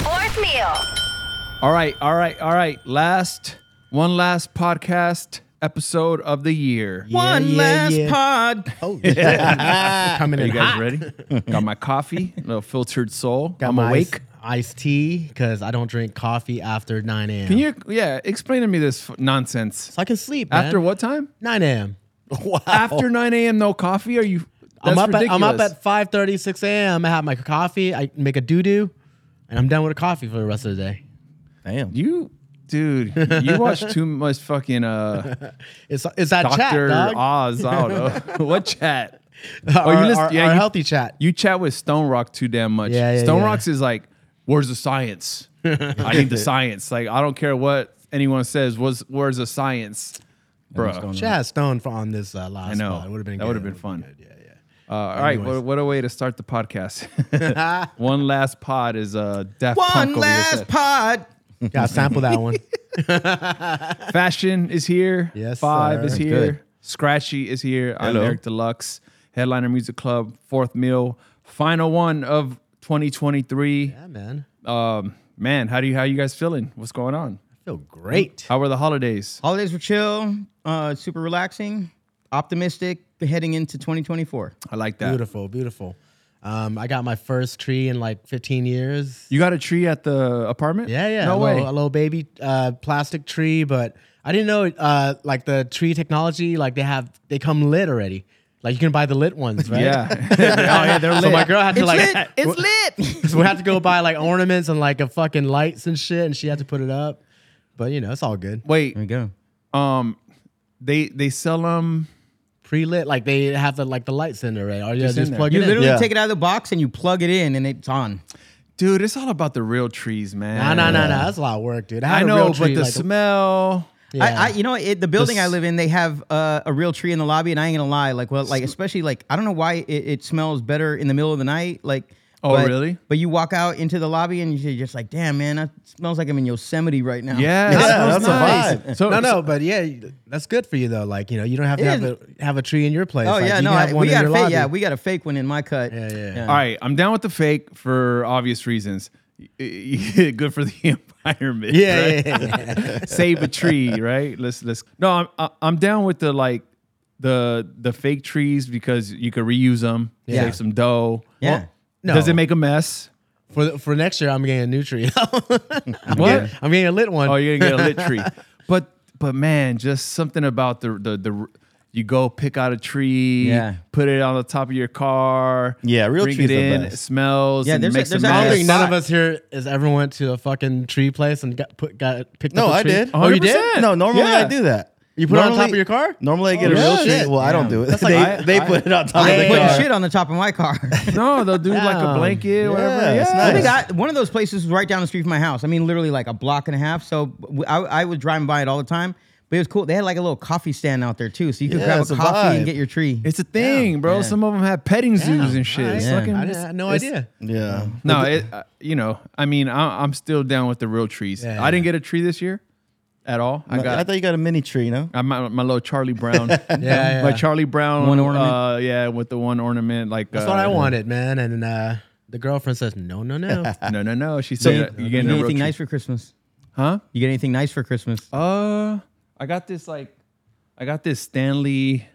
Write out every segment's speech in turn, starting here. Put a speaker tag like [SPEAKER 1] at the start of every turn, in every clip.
[SPEAKER 1] voicemail.
[SPEAKER 2] All right, all right, all right. Last one last podcast episode of the year.
[SPEAKER 3] One
[SPEAKER 4] yeah,
[SPEAKER 3] last
[SPEAKER 4] yeah.
[SPEAKER 3] pod.
[SPEAKER 4] Oh, yeah.
[SPEAKER 3] Coming
[SPEAKER 2] Are
[SPEAKER 3] in
[SPEAKER 2] you guys
[SPEAKER 3] hot.
[SPEAKER 2] ready? Got my coffee, little filtered soul.
[SPEAKER 4] Got
[SPEAKER 2] I'm
[SPEAKER 4] my
[SPEAKER 2] awake.
[SPEAKER 4] Ice, iced tea because I don't drink coffee after 9 a.m.
[SPEAKER 2] Can you yeah, explain to me this f- nonsense.
[SPEAKER 4] So I can sleep man.
[SPEAKER 2] After what time?
[SPEAKER 4] 9 a.m.
[SPEAKER 5] Wow.
[SPEAKER 2] After 9 a.m. no coffee? Are you
[SPEAKER 4] I'm
[SPEAKER 2] that's
[SPEAKER 4] up. At, I'm up
[SPEAKER 2] ridiculous.
[SPEAKER 4] at 5:30, 6 a.m. I have my coffee. I make a doo doo, and I'm done with a coffee for the rest of the day.
[SPEAKER 5] Damn.
[SPEAKER 2] you dude, you watch too much fucking uh
[SPEAKER 4] It's it's that
[SPEAKER 2] Dr.
[SPEAKER 4] chat, dog.
[SPEAKER 2] Oz. I don't know. what chat?
[SPEAKER 4] our,
[SPEAKER 2] you listen-
[SPEAKER 4] our-
[SPEAKER 2] yeah,
[SPEAKER 4] our
[SPEAKER 2] you-
[SPEAKER 4] healthy chat.
[SPEAKER 2] You chat with Stone Rock too damn much.
[SPEAKER 4] Yeah, yeah,
[SPEAKER 2] Stone
[SPEAKER 4] yeah.
[SPEAKER 2] Rock's is like, where's the science? I need the science. Like, I don't care what anyone says. Was where's the science, bro?
[SPEAKER 4] Should have had Stone for on this uh, last.
[SPEAKER 2] Mm. I know.
[SPEAKER 4] It would have been.
[SPEAKER 2] That
[SPEAKER 4] good.
[SPEAKER 2] would've been
[SPEAKER 4] It
[SPEAKER 2] fun.
[SPEAKER 4] would've been good. Yeah,
[SPEAKER 2] Uh, all right, what, what a way to start the podcast. One last pod is uh, Daft Punk
[SPEAKER 3] One
[SPEAKER 2] over here.
[SPEAKER 3] last pod.
[SPEAKER 4] yeah. Gotta sample that one.
[SPEAKER 2] Fashion is here.
[SPEAKER 4] Yes,
[SPEAKER 2] Five
[SPEAKER 4] sir.
[SPEAKER 2] is here. Scratchy is here. I'm
[SPEAKER 5] Hello.
[SPEAKER 2] Eric Deluxe, headliner music club, fourth meal, final one of 2023.
[SPEAKER 4] Yeah, man.
[SPEAKER 2] Um, man, how do you how you guys feeling? What's going on?
[SPEAKER 4] I feel great.
[SPEAKER 2] How were the holidays?
[SPEAKER 3] Holidays were chill, uh, super relaxing, optimistic, heading into 2024.
[SPEAKER 2] I like that.
[SPEAKER 4] Beautiful, beautiful. Um, I got my first tree in like 15 years.
[SPEAKER 2] You got a tree at the apartment?
[SPEAKER 4] Yeah, yeah.
[SPEAKER 2] No
[SPEAKER 4] a
[SPEAKER 2] way.
[SPEAKER 4] Little, a little baby uh, plastic tree, but I didn't know uh, like the tree technology. Like they have, they come lit already. Like you can buy the lit ones, right?
[SPEAKER 2] Yeah.
[SPEAKER 4] oh yeah, they're lit. So my girl had to like,
[SPEAKER 3] It's lit.
[SPEAKER 4] so we had to go buy like ornaments and like a fucking lights and shit, and she had to put it up. But you know, it's all good.
[SPEAKER 2] Wait.
[SPEAKER 3] There we go.
[SPEAKER 2] Um, they they sell them.
[SPEAKER 4] Pre lit, like they have the like the lights in there, right? Or you just,
[SPEAKER 2] in there.
[SPEAKER 4] plug
[SPEAKER 3] You
[SPEAKER 4] it in.
[SPEAKER 3] literally
[SPEAKER 4] Yeah.
[SPEAKER 3] take it out of the box and you plug it in and it's on.
[SPEAKER 2] Dude, it's all about the real trees, man.
[SPEAKER 4] Nah, nah, nah, nah. That's a lot of work, dude.
[SPEAKER 2] I
[SPEAKER 4] had a
[SPEAKER 2] know,
[SPEAKER 4] real
[SPEAKER 2] but
[SPEAKER 4] tree,
[SPEAKER 2] the
[SPEAKER 4] like,
[SPEAKER 2] smell.
[SPEAKER 4] yeah.
[SPEAKER 3] I, I, you know, it, the building
[SPEAKER 2] The
[SPEAKER 3] I
[SPEAKER 2] s-
[SPEAKER 3] live in, they have uh, a real tree in the lobby, and I ain't gonna lie, like, well, like, especially like, I don't know why it, it smells better in the middle of the night, like.
[SPEAKER 2] Oh,
[SPEAKER 3] but-
[SPEAKER 2] really?
[SPEAKER 3] But you walk out into the lobby and you're just like, damn, man, that smells like I'm in Yosemite right now.
[SPEAKER 2] Yeah,
[SPEAKER 5] Yeah,
[SPEAKER 2] that smells
[SPEAKER 5] that's a
[SPEAKER 2] nice.
[SPEAKER 5] vibe.
[SPEAKER 2] So
[SPEAKER 4] no, no, but yeah, that's good for you though. Like you know, you don't have to
[SPEAKER 3] It
[SPEAKER 4] have
[SPEAKER 3] is.
[SPEAKER 4] a, have a tree in your place.
[SPEAKER 3] Oh
[SPEAKER 4] Like,
[SPEAKER 3] yeah,
[SPEAKER 4] you
[SPEAKER 3] no,
[SPEAKER 4] can have
[SPEAKER 3] I,
[SPEAKER 4] one
[SPEAKER 3] we
[SPEAKER 4] in
[SPEAKER 3] got
[SPEAKER 4] your
[SPEAKER 3] a fake.
[SPEAKER 4] lobby.
[SPEAKER 3] Yeah, we got a fake one in my cut.
[SPEAKER 4] yeah, yeah.
[SPEAKER 2] All right, I'm down with the fake for obvious reasons. Good for the environment.
[SPEAKER 4] Yeah,
[SPEAKER 2] right?
[SPEAKER 4] yeah, yeah,
[SPEAKER 2] save a tree, right? Let's let's no, I'm I- I'm down with the like the the fake trees because you could reuse them,
[SPEAKER 4] Yeah.
[SPEAKER 2] save some dough.
[SPEAKER 3] Yeah.
[SPEAKER 4] No.
[SPEAKER 2] does it make a mess?
[SPEAKER 4] For the, for next year, I'm getting a new tree.
[SPEAKER 2] What?
[SPEAKER 4] I'm getting a lit one.
[SPEAKER 2] Oh, you're gonna get a lit tree, but but man, just something about the the the. You go pick out a tree,
[SPEAKER 3] Yeah.
[SPEAKER 2] put it on the top of your car.
[SPEAKER 5] Yeah, real
[SPEAKER 2] bring
[SPEAKER 5] trees
[SPEAKER 2] it
[SPEAKER 5] are
[SPEAKER 2] in.
[SPEAKER 5] best.
[SPEAKER 2] It smells.
[SPEAKER 3] Yeah,
[SPEAKER 2] Yeah,
[SPEAKER 3] there's a-
[SPEAKER 2] makes a,
[SPEAKER 3] there's a-
[SPEAKER 4] I don't
[SPEAKER 2] mess.
[SPEAKER 4] think none of us here has ever went to a fucking tree place and got put got picked
[SPEAKER 5] No,
[SPEAKER 4] up. a
[SPEAKER 5] I
[SPEAKER 4] tree.
[SPEAKER 5] did.
[SPEAKER 4] Oh, you did?
[SPEAKER 2] 100%.
[SPEAKER 5] No, normally
[SPEAKER 2] Yeah.
[SPEAKER 5] I do that.
[SPEAKER 4] You put it on
[SPEAKER 5] Normally-
[SPEAKER 4] top of your car?
[SPEAKER 5] Normally I get
[SPEAKER 2] Oh,
[SPEAKER 5] a real
[SPEAKER 2] really?
[SPEAKER 5] tree. Well, I don't
[SPEAKER 2] Damn.
[SPEAKER 5] do it.
[SPEAKER 2] That's like-
[SPEAKER 5] they
[SPEAKER 2] I-
[SPEAKER 5] they
[SPEAKER 2] I-
[SPEAKER 5] put it on top
[SPEAKER 3] I
[SPEAKER 5] of
[SPEAKER 3] ain't
[SPEAKER 5] their
[SPEAKER 3] putting
[SPEAKER 5] car.
[SPEAKER 3] shit on the top of my car.
[SPEAKER 2] No, they'll do like a
[SPEAKER 4] Damn.
[SPEAKER 2] blanket, whatever.
[SPEAKER 5] it's
[SPEAKER 2] Yeah.
[SPEAKER 3] I
[SPEAKER 5] nice.
[SPEAKER 3] think I, one of those places is right down the street from my house. I mean, literally like a block and a half. So w- I, I was driving by it all the time. But it was cool. They had like a little coffee stand out there too, so you could
[SPEAKER 5] Yeah,
[SPEAKER 3] grab
[SPEAKER 5] it's
[SPEAKER 3] a
[SPEAKER 5] a
[SPEAKER 3] coffee and
[SPEAKER 5] vibe.
[SPEAKER 3] get your tree.
[SPEAKER 2] It's a thing, bro. Some of them have petting zoos and shit. It's
[SPEAKER 4] Yeah.
[SPEAKER 2] fucking-
[SPEAKER 4] I didn't- I had no
[SPEAKER 2] it's-
[SPEAKER 4] idea.
[SPEAKER 5] Yeah.
[SPEAKER 2] No, it, uh, you know, I mean, I, I'm still down with the real trees.
[SPEAKER 4] Yeah.
[SPEAKER 2] I didn't get a tree this year at all. I
[SPEAKER 5] I
[SPEAKER 2] got
[SPEAKER 5] thought you got a mini tree, no?
[SPEAKER 2] I, my, my little Charlie Brown.
[SPEAKER 4] yeah.
[SPEAKER 2] My Charlie Brown.
[SPEAKER 3] One ornament?
[SPEAKER 2] Uh, yeah, with the one ornament. Like
[SPEAKER 4] That's what I wanted, man. And uh, the girlfriend says, no, no, no.
[SPEAKER 2] No, no, no. She said, "You
[SPEAKER 3] you
[SPEAKER 2] getting a real tree.
[SPEAKER 3] get anything nice for Christmas?
[SPEAKER 2] Huh?
[SPEAKER 3] You get anything nice for Christmas?
[SPEAKER 2] Uh, I got this like, I got this Stanley,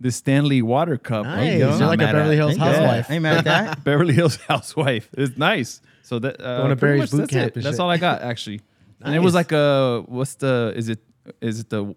[SPEAKER 2] this Stanley water cup.
[SPEAKER 4] Nice. You're
[SPEAKER 2] I'm not
[SPEAKER 4] like a
[SPEAKER 2] mad at.
[SPEAKER 4] Beverly Hills
[SPEAKER 2] Thank you.
[SPEAKER 4] housewife.
[SPEAKER 3] Ain't mad at that.
[SPEAKER 2] Beverly Hills housewife. It's nice. So that uh,
[SPEAKER 4] Going to
[SPEAKER 2] pretty much
[SPEAKER 4] Barry's boot
[SPEAKER 2] that's
[SPEAKER 4] camp
[SPEAKER 2] it.
[SPEAKER 4] and
[SPEAKER 2] That's
[SPEAKER 4] shit.
[SPEAKER 2] all I got actually. And it was
[SPEAKER 4] Nice.
[SPEAKER 2] like a what's the is it is it the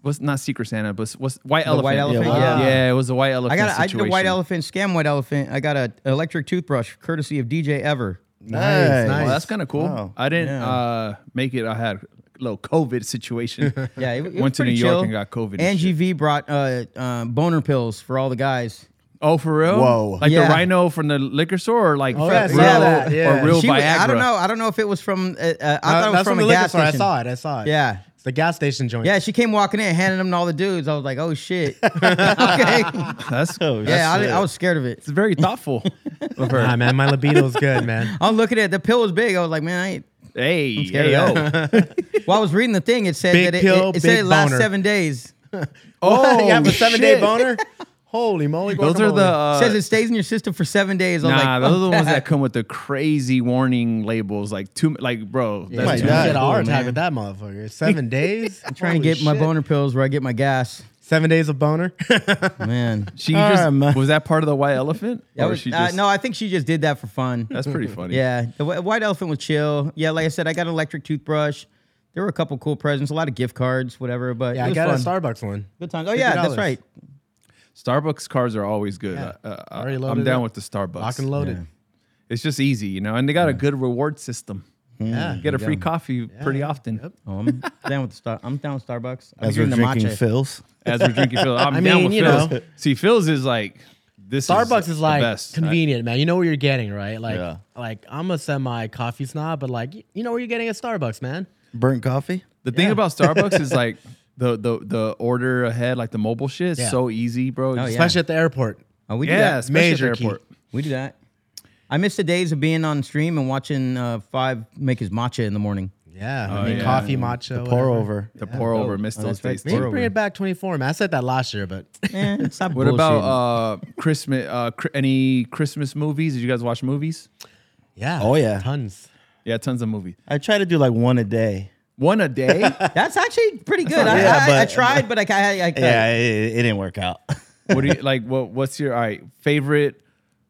[SPEAKER 2] what's not Secret Santa but what's white elephant?
[SPEAKER 3] White Elephant?
[SPEAKER 2] Yeah,
[SPEAKER 3] Yeah.
[SPEAKER 2] yeah, it was a white elephant.
[SPEAKER 3] I got. A, I did
[SPEAKER 2] situation.
[SPEAKER 3] a white elephant scam. White elephant. I got a electric toothbrush, courtesy of DJ Ever.
[SPEAKER 5] Nice.
[SPEAKER 4] nice.
[SPEAKER 2] Well, that's kind of cool.
[SPEAKER 5] Wow.
[SPEAKER 2] I didn't
[SPEAKER 3] Yeah.
[SPEAKER 2] uh, make it. I had a little COVID situation.
[SPEAKER 3] Yeah, it, it was
[SPEAKER 2] went to New
[SPEAKER 3] pretty
[SPEAKER 2] York
[SPEAKER 3] chill.
[SPEAKER 2] and got COVID. and
[SPEAKER 3] Angie
[SPEAKER 2] shit.
[SPEAKER 3] V brought uh, uh, boner pills for all the guys.
[SPEAKER 2] Oh, for real?
[SPEAKER 5] Whoa.
[SPEAKER 2] Like
[SPEAKER 3] Yeah.
[SPEAKER 2] the rhino from the liquor store, or like
[SPEAKER 4] Oh,
[SPEAKER 2] fr-
[SPEAKER 4] yeah, I
[SPEAKER 2] real,
[SPEAKER 4] saw that, yeah.
[SPEAKER 2] or real
[SPEAKER 3] She was-
[SPEAKER 2] Viagra.
[SPEAKER 3] I don't know. I don't know if it was from. Uh, uh, I thought it
[SPEAKER 4] Uh,
[SPEAKER 3] was
[SPEAKER 4] that's
[SPEAKER 3] from,
[SPEAKER 4] from
[SPEAKER 3] a
[SPEAKER 4] the liquor
[SPEAKER 3] gas
[SPEAKER 4] store. I
[SPEAKER 3] station.
[SPEAKER 4] saw it. I saw it.
[SPEAKER 3] Yeah.
[SPEAKER 4] It's the gas station joint.
[SPEAKER 3] Yeah, she came walking in, handing them to all the dudes. I was like, "Oh shit!" okay, yeah,
[SPEAKER 2] That's
[SPEAKER 5] Oh,
[SPEAKER 3] I,
[SPEAKER 5] shit.
[SPEAKER 3] I was scared of it.
[SPEAKER 2] it's very thoughtful of her.
[SPEAKER 4] Nah, man, my libido's good, man.
[SPEAKER 3] I'm looking at it, the pill was big. I was like, "Man, I ain't."
[SPEAKER 2] Hey,
[SPEAKER 3] scared
[SPEAKER 2] hey,
[SPEAKER 3] of
[SPEAKER 2] yo.
[SPEAKER 3] Well, I was reading the thing. It said
[SPEAKER 4] Big
[SPEAKER 3] that it,
[SPEAKER 4] pill,
[SPEAKER 3] it, it said
[SPEAKER 4] big
[SPEAKER 3] it lasts
[SPEAKER 4] boner.
[SPEAKER 3] seven days.
[SPEAKER 2] Oh,
[SPEAKER 4] you have a seven day
[SPEAKER 2] shit.
[SPEAKER 4] boner? Holy moly!
[SPEAKER 2] Those are
[SPEAKER 4] guacamole.
[SPEAKER 2] the uh,
[SPEAKER 3] Says it stays in your system for seven days. I'm
[SPEAKER 2] nah.
[SPEAKER 3] like,
[SPEAKER 2] those are the
[SPEAKER 3] fuck
[SPEAKER 2] ones that
[SPEAKER 3] that.
[SPEAKER 2] come with the crazy warning labels, like two, like bro.
[SPEAKER 4] You might
[SPEAKER 2] That's too
[SPEAKER 5] die.
[SPEAKER 2] much.
[SPEAKER 4] get a heart
[SPEAKER 5] Cool,
[SPEAKER 4] attack
[SPEAKER 5] man.
[SPEAKER 4] with that motherfucker. Seven days. I'm
[SPEAKER 3] Trying to get my boner pills where I get my gas.
[SPEAKER 4] Seven days of boner.
[SPEAKER 3] Man,
[SPEAKER 2] She
[SPEAKER 5] All
[SPEAKER 2] just
[SPEAKER 4] Oh,
[SPEAKER 5] right, man.
[SPEAKER 2] was that part of the white elephant?
[SPEAKER 3] that
[SPEAKER 2] Or
[SPEAKER 3] was,
[SPEAKER 2] she
[SPEAKER 3] uh,
[SPEAKER 2] just-
[SPEAKER 3] no, I think she just did that for fun.
[SPEAKER 2] that's pretty funny.
[SPEAKER 3] Yeah, the wh- white elephant was chill. Yeah, like I said, I got an electric toothbrush. There were a couple cool presents, a lot of gift cards, whatever. But
[SPEAKER 4] yeah,
[SPEAKER 3] it
[SPEAKER 4] I
[SPEAKER 3] was
[SPEAKER 4] got
[SPEAKER 3] fun.
[SPEAKER 4] a Starbucks one.
[SPEAKER 3] Good time. Oh yeah, that's
[SPEAKER 4] $50.
[SPEAKER 3] right.
[SPEAKER 2] Starbucks cards are always good. Uh, uh,
[SPEAKER 4] Already
[SPEAKER 2] I'm
[SPEAKER 4] loaded
[SPEAKER 2] down
[SPEAKER 4] up.
[SPEAKER 2] with the Starbucks.
[SPEAKER 4] Lock and loaded.
[SPEAKER 2] It's just easy, you know, and they got a good reward system.
[SPEAKER 4] Yeah.
[SPEAKER 2] You get a free coffee pretty often.
[SPEAKER 3] Oh, I'm down with the star. I'm down with Starbucks. I'm
[SPEAKER 5] As we're
[SPEAKER 3] getting the
[SPEAKER 5] drinking
[SPEAKER 3] matcha.
[SPEAKER 5] Phil's.
[SPEAKER 2] As we're drinking Phil's, I'm
[SPEAKER 4] I
[SPEAKER 2] down
[SPEAKER 4] mean,
[SPEAKER 2] with
[SPEAKER 4] you
[SPEAKER 2] Phil's.
[SPEAKER 4] know.
[SPEAKER 2] See, Phil's is like this.
[SPEAKER 4] Starbucks is
[SPEAKER 2] the
[SPEAKER 4] like
[SPEAKER 2] best.
[SPEAKER 4] convenient, man. You know where you're getting, right? Like,
[SPEAKER 5] Yeah.
[SPEAKER 4] like I'm a semi coffee snob, but like, y- you know where you're getting at Starbucks, man.
[SPEAKER 5] Burnt coffee.
[SPEAKER 2] The thing about Starbucks is like the the the order ahead, like the mobile shit, is
[SPEAKER 4] Yeah.
[SPEAKER 2] so easy,
[SPEAKER 5] Oh,
[SPEAKER 2] bro.
[SPEAKER 3] yeah.
[SPEAKER 4] Especially at the airport.
[SPEAKER 3] Oh, we do
[SPEAKER 2] yeah,
[SPEAKER 3] that.
[SPEAKER 2] especially
[SPEAKER 4] Major
[SPEAKER 2] at the
[SPEAKER 4] key.
[SPEAKER 2] airport.
[SPEAKER 3] We do that. I miss the days of being on stream and watching uh, Five make his matcha in the morning.
[SPEAKER 4] Oh, Yeah, I mean,
[SPEAKER 2] yeah.
[SPEAKER 4] coffee, matcha,
[SPEAKER 5] Pour
[SPEAKER 4] whatever.
[SPEAKER 5] over.
[SPEAKER 2] The pour over, missed
[SPEAKER 3] Oh,
[SPEAKER 2] those
[SPEAKER 3] that's right.
[SPEAKER 2] days.
[SPEAKER 4] Maybe
[SPEAKER 2] too.
[SPEAKER 4] bring it back 24, man. I said that last year, but
[SPEAKER 3] Eh, stop
[SPEAKER 2] What about uh Christmas? Uh, cr- any Christmas movies? Did you guys watch movies?
[SPEAKER 4] yeah.
[SPEAKER 5] Oh, yeah.
[SPEAKER 4] tons.
[SPEAKER 2] Yeah, tons of movies.
[SPEAKER 5] I try to do like one a day.
[SPEAKER 2] One a day.
[SPEAKER 3] That's actually pretty good. I,
[SPEAKER 5] Yeah,
[SPEAKER 3] I, I
[SPEAKER 5] but-
[SPEAKER 3] tried, but I, I, I couldn't.
[SPEAKER 5] Yeah, it, it didn't work out.
[SPEAKER 2] what do you like? What What's your all right favorite?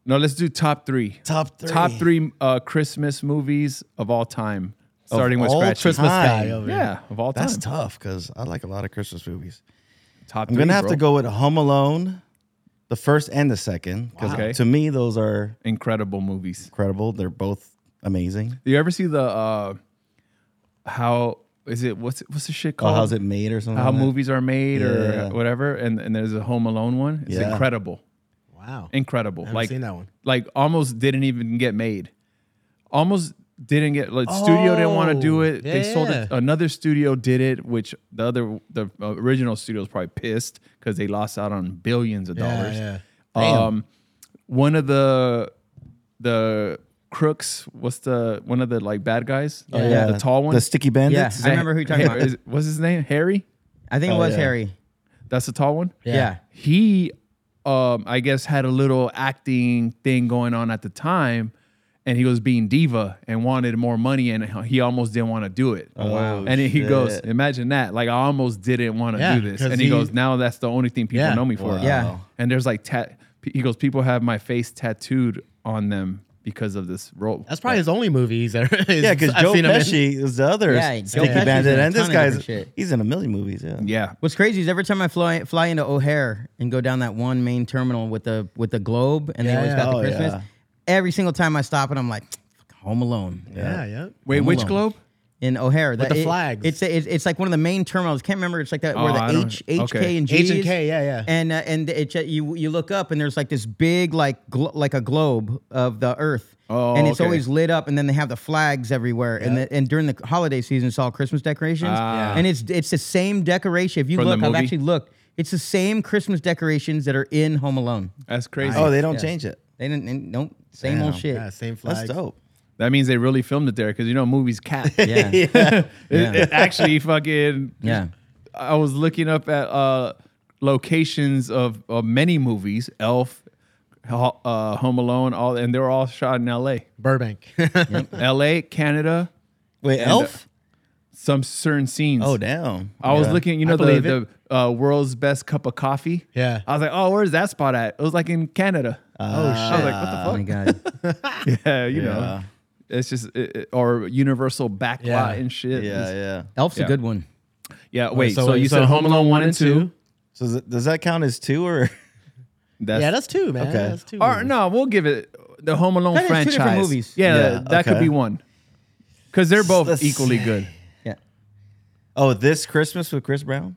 [SPEAKER 2] No, let's do top three.
[SPEAKER 5] Top three.
[SPEAKER 2] Top three uh, Christmas movies of all time, starting with
[SPEAKER 5] all
[SPEAKER 2] Scratchy.
[SPEAKER 4] Christmas
[SPEAKER 5] Time.
[SPEAKER 4] guy over here.
[SPEAKER 2] Yeah, of all time.
[SPEAKER 5] That's tough because I like a lot of Christmas movies.
[SPEAKER 2] Top.
[SPEAKER 5] I'm
[SPEAKER 2] three,
[SPEAKER 5] gonna have
[SPEAKER 2] bro.
[SPEAKER 5] to go with Home Alone, the first and the second, because
[SPEAKER 2] Okay.
[SPEAKER 5] to me those are
[SPEAKER 2] Incredible movies.
[SPEAKER 5] incredible. They're both amazing.
[SPEAKER 2] Do you ever see the uh how is it what's it, what's the shit
[SPEAKER 5] Oh,
[SPEAKER 2] called?
[SPEAKER 5] how's it made or something?
[SPEAKER 2] how
[SPEAKER 5] like that?
[SPEAKER 2] movies are made
[SPEAKER 5] Yeah.
[SPEAKER 2] or whatever? And and there's a Home Alone one. It's
[SPEAKER 5] Yeah.
[SPEAKER 2] incredible,
[SPEAKER 4] Wow.
[SPEAKER 2] incredible.
[SPEAKER 4] haven't
[SPEAKER 2] like
[SPEAKER 4] seen that one.
[SPEAKER 2] Like almost didn't even get made. Almost didn't get like studio didn't want to do
[SPEAKER 4] Oh,
[SPEAKER 2] it. they sold
[SPEAKER 4] yeah.
[SPEAKER 2] it. Another studio did it, which the other the original studio was probably pissed because they lost out on billions of
[SPEAKER 4] Yeah,
[SPEAKER 2] dollars.
[SPEAKER 4] yeah.
[SPEAKER 2] Um, one of the the crooks. What's the one of the like bad guys?
[SPEAKER 5] Oh, yeah,
[SPEAKER 2] the tall one.
[SPEAKER 5] the sticky bandits.
[SPEAKER 3] Yeah. I remember who you're talking
[SPEAKER 2] Ha-
[SPEAKER 3] about.
[SPEAKER 2] is- what's his name? Harry.
[SPEAKER 3] I think it was
[SPEAKER 5] yeah.
[SPEAKER 3] Harry.
[SPEAKER 2] That's the tall one.
[SPEAKER 3] Yeah.
[SPEAKER 2] He, um, I guess, had a little acting thing going on at the time, and he was being diva and wanted more money, and he almost didn't want to do it.
[SPEAKER 5] wow.
[SPEAKER 2] And then he
[SPEAKER 5] shit.
[SPEAKER 2] goes, imagine that. Like, I almost didn't want to
[SPEAKER 4] Yeah,
[SPEAKER 2] do this.
[SPEAKER 4] 'cause
[SPEAKER 2] And he,
[SPEAKER 4] he-
[SPEAKER 2] goes, now that's the only thing people
[SPEAKER 4] Yeah.
[SPEAKER 2] know me for.
[SPEAKER 3] Yeah.
[SPEAKER 2] And there's like, tat- he goes, people have my face tattooed on them because of this role.
[SPEAKER 4] That's probably his only movie he's ever.
[SPEAKER 5] Yeah, because Joe Pesci is the other
[SPEAKER 3] Yeah, Joe
[SPEAKER 5] sticky
[SPEAKER 3] Pesci's in
[SPEAKER 5] bandit,
[SPEAKER 3] a
[SPEAKER 5] and this
[SPEAKER 3] ton of
[SPEAKER 5] guy's
[SPEAKER 3] different shit.
[SPEAKER 5] he's in a million movies. Yeah,
[SPEAKER 2] yeah.
[SPEAKER 3] What's crazy is every time I fly fly into O'Hare and go down that one main terminal with the with the globe, and they
[SPEAKER 4] Yeah,
[SPEAKER 3] always
[SPEAKER 4] yeah.
[SPEAKER 3] got the
[SPEAKER 5] Oh,
[SPEAKER 3] Christmas.
[SPEAKER 5] yeah.
[SPEAKER 3] Every single time I stop, and I'm like, "Fuck, Home Alone
[SPEAKER 4] Yeah, yeah.
[SPEAKER 2] Wait,
[SPEAKER 3] Home
[SPEAKER 2] which
[SPEAKER 3] Alone.
[SPEAKER 2] globe?
[SPEAKER 3] in O'Hare. With
[SPEAKER 4] the flags.
[SPEAKER 3] It's, it's it's like one of the main terminals. Can't remember. It's like that where
[SPEAKER 2] Oh, I
[SPEAKER 3] the
[SPEAKER 2] don't-
[SPEAKER 3] H H K
[SPEAKER 2] okay.
[SPEAKER 3] and G
[SPEAKER 4] H and K, yeah, yeah.
[SPEAKER 3] and uh, and it, you you look up and there's like this big like glo- like a globe of the Earth.
[SPEAKER 2] Oh,
[SPEAKER 3] and it's
[SPEAKER 2] okay.
[SPEAKER 3] always lit up, and then they have the flags everywhere, and the, and during the holiday season, it's all Christmas decorations,
[SPEAKER 2] Ah.
[SPEAKER 3] and it's it's the same decoration. If you
[SPEAKER 2] From the
[SPEAKER 3] look, I've
[SPEAKER 2] movie?
[SPEAKER 3] actually looked. It's the same Christmas decorations that are in Home Alone.
[SPEAKER 2] That's crazy.
[SPEAKER 5] Oh, they don't change it.
[SPEAKER 3] They didn't, and nope, same old
[SPEAKER 5] Damn.
[SPEAKER 3] shit.
[SPEAKER 4] Yeah, same flag.
[SPEAKER 5] That's dope.
[SPEAKER 2] that means they really filmed it there because, you know, movies cat.
[SPEAKER 3] Yeah,
[SPEAKER 2] It, it actually fucking
[SPEAKER 3] Yeah.
[SPEAKER 2] I was looking up at uh locations of, of many movies, Elf, Ho- uh, Home Alone, all and they were all shot in L.A.
[SPEAKER 4] Burbank.
[SPEAKER 2] L.A., Canada,
[SPEAKER 5] Wait, Elf?
[SPEAKER 2] some certain scenes.
[SPEAKER 5] Oh, damn.
[SPEAKER 2] I was
[SPEAKER 5] Yeah.
[SPEAKER 2] looking, you know, the,
[SPEAKER 4] believe
[SPEAKER 2] the
[SPEAKER 4] it.
[SPEAKER 2] uh, world's best cup of coffee.
[SPEAKER 4] Yeah.
[SPEAKER 2] I was like, oh, where's that spot at? It was like in Canada.
[SPEAKER 4] oh
[SPEAKER 2] I was
[SPEAKER 4] shit.
[SPEAKER 2] like, what the
[SPEAKER 3] Oh my god.
[SPEAKER 2] fuck? Yeah, you know,
[SPEAKER 5] Yeah.
[SPEAKER 2] it's just it, it- or Universal backlot
[SPEAKER 4] Yeah.
[SPEAKER 2] and shit.
[SPEAKER 5] Yeah,
[SPEAKER 2] It's-
[SPEAKER 5] yeah.
[SPEAKER 3] Elf's
[SPEAKER 2] Yeah.
[SPEAKER 3] a good one.
[SPEAKER 2] yeah. Wait, so,
[SPEAKER 4] so-
[SPEAKER 2] you
[SPEAKER 4] so
[SPEAKER 2] said Home Alone one and two?
[SPEAKER 5] So th- does that count as two or?
[SPEAKER 2] That's,
[SPEAKER 4] yeah, that's two, man.
[SPEAKER 5] Okay.
[SPEAKER 4] That's two.
[SPEAKER 2] Or
[SPEAKER 4] movies.
[SPEAKER 2] no, we'll give it the Home Alone
[SPEAKER 3] That is two
[SPEAKER 2] franchise.
[SPEAKER 3] different movies.
[SPEAKER 2] Yeah,
[SPEAKER 5] Yeah,
[SPEAKER 2] that could
[SPEAKER 5] okay.
[SPEAKER 2] be one. Because they're both
[SPEAKER 5] Let's
[SPEAKER 2] equally
[SPEAKER 5] see.
[SPEAKER 2] good.
[SPEAKER 3] Yeah.
[SPEAKER 5] Oh, this Christmas with Chris Brown.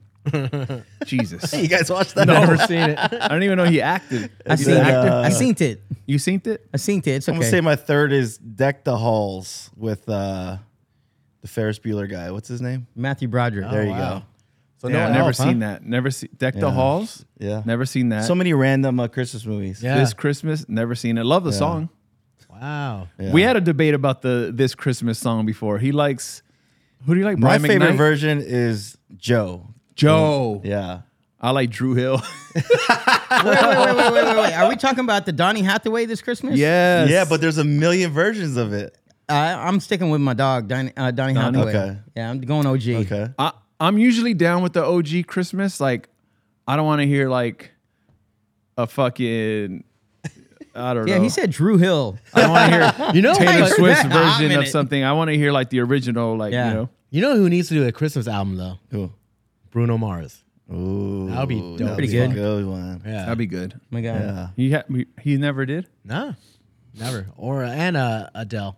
[SPEAKER 2] Jesus,
[SPEAKER 5] You guys watched that?
[SPEAKER 4] Never seen it.
[SPEAKER 2] I don't even know he acted.
[SPEAKER 3] I
[SPEAKER 2] He's
[SPEAKER 3] seen
[SPEAKER 2] an
[SPEAKER 3] it.
[SPEAKER 2] actor.
[SPEAKER 3] I seen it.
[SPEAKER 2] You seen it?
[SPEAKER 3] I seen it. It's
[SPEAKER 5] I'm gonna say
[SPEAKER 3] okay.
[SPEAKER 5] my third is Deck the Halls with uh, the Ferris Bueller guy. What's his name?
[SPEAKER 3] Matthew Broderick.
[SPEAKER 5] There you
[SPEAKER 4] wow.
[SPEAKER 5] go.
[SPEAKER 4] So
[SPEAKER 2] Yeah,
[SPEAKER 4] no,
[SPEAKER 2] I've never
[SPEAKER 4] Elf, huh?
[SPEAKER 2] seen that. Never seen Deck the
[SPEAKER 5] Yeah.
[SPEAKER 2] Halls.
[SPEAKER 5] Yeah.
[SPEAKER 2] Never seen that.
[SPEAKER 5] So many random uh, Christmas movies.
[SPEAKER 4] Yeah.
[SPEAKER 2] This Christmas, never seen it. Love the song.
[SPEAKER 4] Wow.
[SPEAKER 5] Yeah.
[SPEAKER 2] We had a debate about the this Christmas song before. He likes. Who do you like?
[SPEAKER 5] My
[SPEAKER 2] Brian
[SPEAKER 5] favorite
[SPEAKER 2] McKnight?
[SPEAKER 5] version is Joe.
[SPEAKER 2] Joe.
[SPEAKER 5] Yeah.
[SPEAKER 2] I like Drew Hill.
[SPEAKER 3] wait, wait, wait, wait, wait, wait, wait. Are we talking about the Donny Hathaway this Christmas?
[SPEAKER 2] yes.
[SPEAKER 5] Yeah, but there's a million versions of it.
[SPEAKER 3] I, I'm sticking with my dog, Donny, uh, Donny Hathaway.
[SPEAKER 5] Okay.
[SPEAKER 3] Yeah, I'm going OG.
[SPEAKER 5] Okay.
[SPEAKER 2] I, I'm usually down with the OG Christmas. Like, I don't want to hear like a fucking. I don't
[SPEAKER 3] Yeah,
[SPEAKER 2] know.
[SPEAKER 3] he said Drew Hill. Oh
[SPEAKER 2] I don't want to hear
[SPEAKER 4] You know,
[SPEAKER 2] Taylor
[SPEAKER 4] like-
[SPEAKER 2] Swift's
[SPEAKER 3] that. Hot
[SPEAKER 2] version of
[SPEAKER 3] minute.
[SPEAKER 2] something. I want to hear like the original, like
[SPEAKER 3] Yeah.
[SPEAKER 2] you know.
[SPEAKER 4] you know who needs to do a Christmas album though?
[SPEAKER 5] Cool.
[SPEAKER 4] Bruno Mars.
[SPEAKER 5] Ooh,
[SPEAKER 4] That'll be dope
[SPEAKER 5] that'll
[SPEAKER 4] as
[SPEAKER 5] be a
[SPEAKER 3] fuck.
[SPEAKER 5] Good one.
[SPEAKER 4] Yeah.
[SPEAKER 2] That'd be good.
[SPEAKER 3] my God.
[SPEAKER 5] Yeah.
[SPEAKER 2] He ha- we- he never did.
[SPEAKER 4] nah, never. Or uh, and uh, Adele.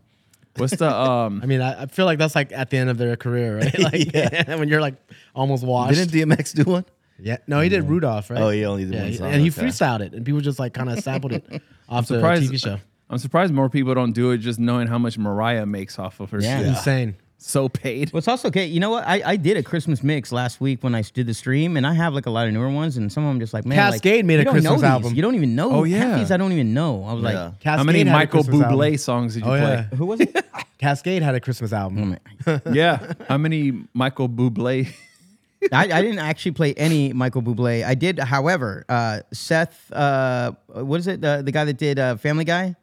[SPEAKER 2] What's the um?
[SPEAKER 4] I mean, I, I feel like that's like at the end of their career, right? Like when you're like almost washed.
[SPEAKER 5] Didn't DMX do one?
[SPEAKER 4] yeah. No, he did Rudolph, right?
[SPEAKER 5] Oh, he only did
[SPEAKER 4] Yeah,
[SPEAKER 5] one
[SPEAKER 4] he-
[SPEAKER 5] song.
[SPEAKER 4] and he
[SPEAKER 5] okay.
[SPEAKER 4] freestyled it, and people just like kind of sampled it off the
[SPEAKER 2] surprised-
[SPEAKER 4] TV show.
[SPEAKER 2] I'm surprised more people don't do it. Just knowing how much Mariah makes off of her
[SPEAKER 3] Yeah.
[SPEAKER 2] shit.
[SPEAKER 4] Insane.
[SPEAKER 2] So paid.
[SPEAKER 3] Well, it's also okay. You know what? I, I did a Christmas mix last week when I did the stream, and I have like a lot of newer ones, and some of them just like man, like,
[SPEAKER 4] Cascade made
[SPEAKER 3] you
[SPEAKER 4] a
[SPEAKER 3] don't know
[SPEAKER 4] Christmas
[SPEAKER 3] these.
[SPEAKER 4] album.
[SPEAKER 3] You don't even know.
[SPEAKER 2] Oh,
[SPEAKER 3] Half
[SPEAKER 2] yeah.
[SPEAKER 3] these I don't even know. I was
[SPEAKER 5] Yeah.
[SPEAKER 3] like,
[SPEAKER 2] how
[SPEAKER 4] Cascade
[SPEAKER 2] many
[SPEAKER 4] had a
[SPEAKER 2] Michael
[SPEAKER 4] Christmas
[SPEAKER 2] Bublé
[SPEAKER 4] album.
[SPEAKER 2] songs did you
[SPEAKER 4] Oh yeah,
[SPEAKER 2] play?
[SPEAKER 3] who was it?
[SPEAKER 4] Cascade had a Christmas
[SPEAKER 3] Hmm.
[SPEAKER 4] album.
[SPEAKER 2] Yeah. How many Michael Bublé?
[SPEAKER 3] I, I didn't actually play any Michael Bublé. I did, however, uh, Seth. Uh, what is it? The, the guy that did uh, Family Guy,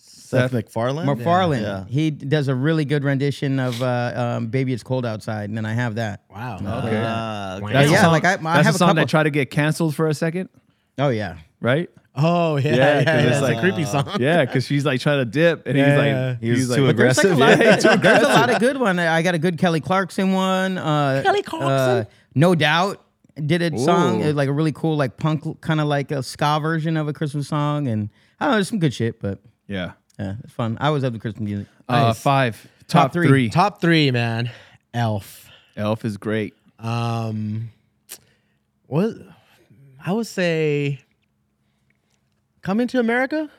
[SPEAKER 5] Seth MacFarlane.
[SPEAKER 3] MacFarlane.
[SPEAKER 5] Yeah.
[SPEAKER 3] He does a really good rendition of uh, um, "Baby It's Cold Outside," and then I have that.
[SPEAKER 4] Wow.
[SPEAKER 2] Okay.
[SPEAKER 5] Ah, okay.
[SPEAKER 3] That's-
[SPEAKER 2] a
[SPEAKER 3] yeah,
[SPEAKER 2] song-
[SPEAKER 3] like, I- I
[SPEAKER 2] that's
[SPEAKER 3] Uh, have
[SPEAKER 2] a
[SPEAKER 3] a
[SPEAKER 2] song that
[SPEAKER 3] couple.
[SPEAKER 2] tried to get canceled for a second,
[SPEAKER 3] Oh yeah,
[SPEAKER 2] right?
[SPEAKER 4] Oh yeah,
[SPEAKER 2] Yeah,
[SPEAKER 4] yeah,
[SPEAKER 2] 'cause
[SPEAKER 4] yeah,
[SPEAKER 2] it's
[SPEAKER 4] it's
[SPEAKER 2] like-
[SPEAKER 4] a creepy song.
[SPEAKER 2] Yeah, because she's like trying to dip, and
[SPEAKER 4] Yeah,
[SPEAKER 2] he's
[SPEAKER 4] yeah.
[SPEAKER 2] like,
[SPEAKER 5] He was
[SPEAKER 2] he's
[SPEAKER 5] too
[SPEAKER 2] like,
[SPEAKER 5] aggressive.
[SPEAKER 3] There's like a lot.
[SPEAKER 5] Aggressive, yeah.
[SPEAKER 3] Of, there's a lot of good one. I I got a good Kelly Clarkson one. Uh, Kelly Clarkson, no doubt, did a song
[SPEAKER 2] Ooh.
[SPEAKER 3] uh, like a really cool like punk kind of like a ska version of a Christmas song, and I don't know, there's some good shit, but
[SPEAKER 2] yeah.
[SPEAKER 3] yeah, it's fun. I always love the Christmas music.
[SPEAKER 2] Uh, five top,
[SPEAKER 3] three.
[SPEAKER 2] three.
[SPEAKER 4] Top three, man. Elf.
[SPEAKER 2] Elf is great.
[SPEAKER 4] Um, what I would say, coming to America.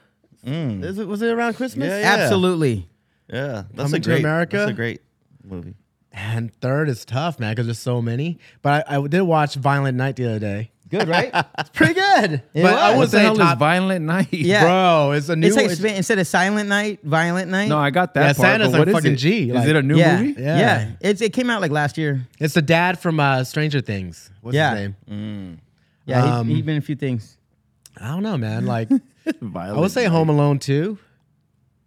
[SPEAKER 4] Is it, was it around Christmas?
[SPEAKER 5] Yeah, yeah.
[SPEAKER 3] Absolutely.
[SPEAKER 5] yeah. That's a
[SPEAKER 4] Coming to
[SPEAKER 5] great.
[SPEAKER 4] America.
[SPEAKER 5] That's a great movie.
[SPEAKER 4] And third is tough, man, because there's so many. But I, I did watch Violent Night the other day.
[SPEAKER 3] Good, right?
[SPEAKER 4] It's pretty good. but
[SPEAKER 3] was.
[SPEAKER 4] I
[SPEAKER 2] What
[SPEAKER 4] would
[SPEAKER 2] the
[SPEAKER 4] say
[SPEAKER 2] hell
[SPEAKER 4] top,
[SPEAKER 2] is Violent Night?
[SPEAKER 3] Yeah.
[SPEAKER 4] bro. It's a new.
[SPEAKER 3] it's like
[SPEAKER 4] it's-
[SPEAKER 3] sp- instead of Silent Night, Violent Night.
[SPEAKER 2] No, I got that
[SPEAKER 4] Yeah,
[SPEAKER 2] part.
[SPEAKER 4] Santa's
[SPEAKER 2] but
[SPEAKER 4] a
[SPEAKER 2] what is
[SPEAKER 4] fucking
[SPEAKER 2] it?
[SPEAKER 4] G,
[SPEAKER 2] Is
[SPEAKER 4] like-
[SPEAKER 2] it a new
[SPEAKER 3] yeah,
[SPEAKER 2] movie?
[SPEAKER 3] Yeah.
[SPEAKER 4] Yeah.
[SPEAKER 3] It's, it came out like last year.
[SPEAKER 4] It's the dad from uh, Stranger Things. What's
[SPEAKER 3] Yeah.
[SPEAKER 4] his name?
[SPEAKER 3] Yeah,
[SPEAKER 4] Um,
[SPEAKER 3] he, he been in a few things.
[SPEAKER 4] I don't know, man. Like I
[SPEAKER 2] Violent.
[SPEAKER 4] would say Home Alone too.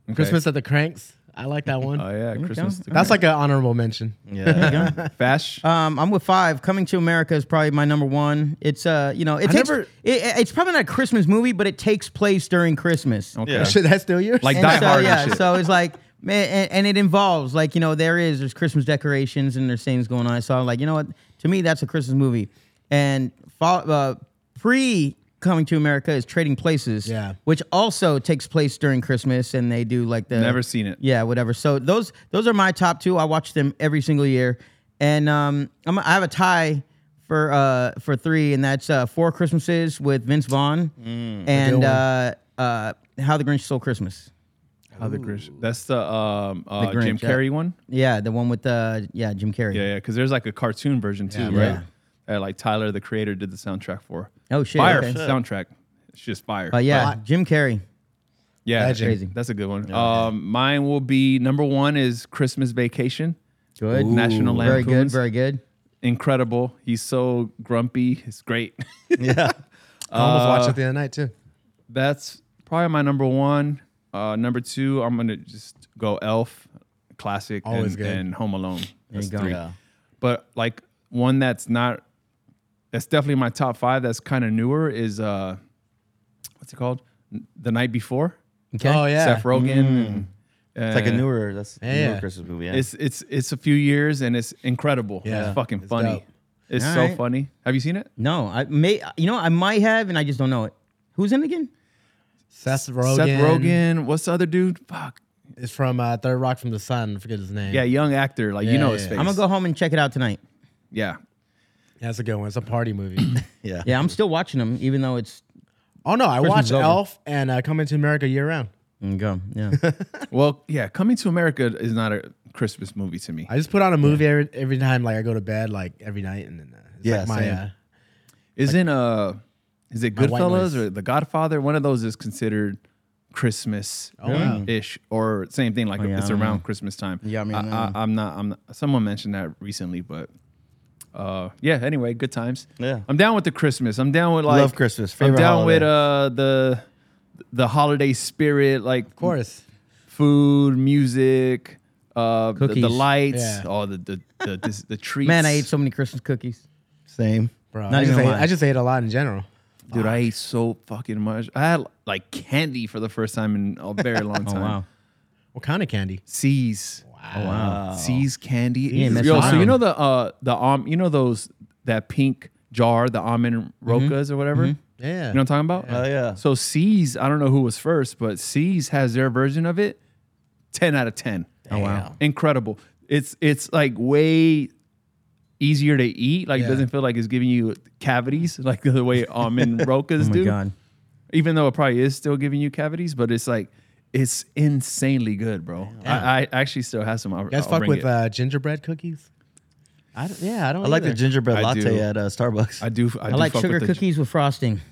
[SPEAKER 2] Okay.
[SPEAKER 4] Christmas at the Cranks. I like that one.
[SPEAKER 2] Oh yeah, Christmas.
[SPEAKER 4] That's like an honorable mention.
[SPEAKER 5] Yeah.
[SPEAKER 2] Fash.
[SPEAKER 3] Um, I'm with five. Coming to America is probably my number one. It's uh, you know, it takes,
[SPEAKER 2] never-
[SPEAKER 3] it, it- it's probably not a Christmas movie, but it takes place during Christmas.
[SPEAKER 2] Okay.
[SPEAKER 5] Yeah.
[SPEAKER 4] Should that still yours?
[SPEAKER 2] Like
[SPEAKER 3] And
[SPEAKER 2] Die
[SPEAKER 3] so,
[SPEAKER 2] Hard.
[SPEAKER 3] yeah,
[SPEAKER 2] and shit.
[SPEAKER 3] so it's like, man, and, and it involves like you know there is there's Christmas decorations and there's things going on. So I'm like, you know what? To me, that's a Christmas movie. And fo- uh, pre coming to America is Trading Places,
[SPEAKER 4] Yeah.
[SPEAKER 3] which also takes place during Christmas, and they do like the
[SPEAKER 2] Never seen it.
[SPEAKER 3] yeah, whatever. So those those are my top two. I watch them every single year, and um, I'm, I have a tie for uh for three, and that's uh Four Christmases with Vince Vaughn
[SPEAKER 2] Mm,
[SPEAKER 3] and uh uh How the Grinch Stole Christmas.
[SPEAKER 2] How the Grinch. That's the um uh,
[SPEAKER 3] Grinch,
[SPEAKER 2] Jim
[SPEAKER 3] yeah.
[SPEAKER 2] Carrey one.
[SPEAKER 3] Yeah, the one with uh yeah Jim Carrey.
[SPEAKER 2] Yeah, yeah. Because there's like a cartoon version too,
[SPEAKER 4] Yeah.
[SPEAKER 2] right? That, like Tyler the Creator did the soundtrack for.
[SPEAKER 3] Oh shit.
[SPEAKER 2] Fire
[SPEAKER 3] okay.
[SPEAKER 2] soundtrack. It's just fire.
[SPEAKER 3] Uh, yeah,
[SPEAKER 4] But-
[SPEAKER 3] Jim Carrey.
[SPEAKER 2] Yeah,
[SPEAKER 4] Legend.
[SPEAKER 3] Crazy.
[SPEAKER 2] That's a good one. Um, mine will be number one is Christmas Vacation.
[SPEAKER 3] Good.
[SPEAKER 2] National
[SPEAKER 3] Very good.
[SPEAKER 2] Lampoon's.
[SPEAKER 3] Very good.
[SPEAKER 2] Incredible. He's so grumpy. It's great.
[SPEAKER 5] yeah.
[SPEAKER 4] I almost watched
[SPEAKER 2] Uh,
[SPEAKER 4] it the other night too.
[SPEAKER 2] That's probably my number one. Uh, number two, I'm gonna just go Elf, classic,
[SPEAKER 4] Always
[SPEAKER 2] and,
[SPEAKER 4] good.
[SPEAKER 2] and Home Alone. That's
[SPEAKER 3] you go.
[SPEAKER 2] three.
[SPEAKER 5] Yeah.
[SPEAKER 2] But like one that's not, that's definitely my top five. That's kind of newer. Is uh, what's it called? N- The Night Before.
[SPEAKER 3] Okay.
[SPEAKER 4] Oh yeah.
[SPEAKER 2] Seth Rogen. and,
[SPEAKER 5] It's like a
[SPEAKER 2] uh,
[SPEAKER 5] newer. That's a
[SPEAKER 4] Yeah.
[SPEAKER 5] newer Christmas movie. Yeah.
[SPEAKER 2] It's it's it's a few years and it's incredible.
[SPEAKER 4] Yeah.
[SPEAKER 2] it's fucking
[SPEAKER 4] It's
[SPEAKER 2] funny.
[SPEAKER 4] dope.
[SPEAKER 2] It's
[SPEAKER 3] All
[SPEAKER 2] so
[SPEAKER 3] right.
[SPEAKER 2] funny. Have you seen it?
[SPEAKER 3] No, I may. You know, I might have, and I just don't know it. Who's in again?
[SPEAKER 4] Seth Rogen.
[SPEAKER 2] Seth Rogen. What's the other dude? Fuck.
[SPEAKER 4] is from uh, Third Rock from the Sun. I forget his name.
[SPEAKER 2] Yeah, young actor. Like you
[SPEAKER 4] Yeah,
[SPEAKER 2] know
[SPEAKER 4] yeah,
[SPEAKER 2] his
[SPEAKER 4] yeah.
[SPEAKER 2] face.
[SPEAKER 3] I'm gonna go home and check it out tonight.
[SPEAKER 2] Yeah.
[SPEAKER 4] that's a good one. It's a party movie.
[SPEAKER 5] yeah.
[SPEAKER 3] Yeah, I'm still watching them, even though it's
[SPEAKER 4] oh no, I
[SPEAKER 3] Christmas
[SPEAKER 4] watch
[SPEAKER 3] is over.
[SPEAKER 4] Elf and uh, Coming to America year round.
[SPEAKER 3] Mm, go. Yeah.
[SPEAKER 2] Well, yeah, Coming to America is not a Christmas movie to me.
[SPEAKER 4] I just put on a movie every, every time, like I go to bed, like every night, and then uh, it's
[SPEAKER 5] Yeah,
[SPEAKER 4] like my
[SPEAKER 5] same.
[SPEAKER 4] uh,
[SPEAKER 2] Isn't uh is it
[SPEAKER 4] My white
[SPEAKER 2] Goodfellas
[SPEAKER 4] noise.
[SPEAKER 2] or The Godfather? One of those is considered Christmas ish or same thing like
[SPEAKER 3] yeah, I
[SPEAKER 2] it's
[SPEAKER 3] don't
[SPEAKER 2] around Christmas time.
[SPEAKER 3] got me
[SPEAKER 2] I,
[SPEAKER 3] on that
[SPEAKER 2] I, I'm not I'm not, someone mentioned that recently, but uh, yeah. Anyway, good times.
[SPEAKER 5] Yeah.
[SPEAKER 2] I'm down with the Christmas. I'm down with like
[SPEAKER 5] Love Christmas.
[SPEAKER 2] I'm
[SPEAKER 5] Favorite
[SPEAKER 2] down
[SPEAKER 5] holiday.
[SPEAKER 2] with uh the the holiday spirit, like
[SPEAKER 4] Of course.
[SPEAKER 2] food, music, uh, the, the
[SPEAKER 3] Cookies.
[SPEAKER 2] lights,
[SPEAKER 4] Yeah.
[SPEAKER 2] all the the the, this, the treats.
[SPEAKER 3] Man, I ate so many Christmas cookies.
[SPEAKER 5] Same.
[SPEAKER 4] Bro,
[SPEAKER 3] Not
[SPEAKER 4] I, just
[SPEAKER 3] even
[SPEAKER 4] ate,
[SPEAKER 3] lying.
[SPEAKER 4] I just ate a lot in general.
[SPEAKER 2] dude. I ate so fucking much. I had like candy for the first time in a very long
[SPEAKER 3] Oh,
[SPEAKER 2] time.
[SPEAKER 4] What kind of candy?
[SPEAKER 2] C's. Wow. C's candy.
[SPEAKER 3] ain't messing
[SPEAKER 2] Yo, so you
[SPEAKER 3] around.
[SPEAKER 2] know the uh the um you know those that pink jar, the almond
[SPEAKER 3] Mm-hmm.
[SPEAKER 2] rocas or whatever?
[SPEAKER 4] Yeah.
[SPEAKER 2] You know what I'm talking about?
[SPEAKER 5] Oh, yeah.
[SPEAKER 2] So C's, I don't know who was first, but C's has their version of it. 10 out of 10.
[SPEAKER 4] Oh, wow.
[SPEAKER 2] Incredible. It's it's like way easier to eat. Like it
[SPEAKER 4] Yeah.
[SPEAKER 2] doesn't feel like it's giving you cavities like the way almond rocas
[SPEAKER 3] Oh my
[SPEAKER 2] do
[SPEAKER 3] god.
[SPEAKER 2] even though it probably is still giving you cavities, but it's like it's insanely good, bro. I, I actually still have some. I'll,
[SPEAKER 4] You guys
[SPEAKER 2] I'll
[SPEAKER 4] fuck
[SPEAKER 2] bring
[SPEAKER 4] with
[SPEAKER 2] it.
[SPEAKER 4] uh, gingerbread cookies? I don't, yeah, I don't
[SPEAKER 5] I like the
[SPEAKER 4] either.
[SPEAKER 5] gingerbread
[SPEAKER 2] I
[SPEAKER 5] latte
[SPEAKER 2] do.
[SPEAKER 5] at uh, Starbucks.
[SPEAKER 2] I do. I,
[SPEAKER 3] I
[SPEAKER 2] do
[SPEAKER 3] like
[SPEAKER 2] fuck
[SPEAKER 3] sugar
[SPEAKER 2] with the-
[SPEAKER 3] cookies with frosting.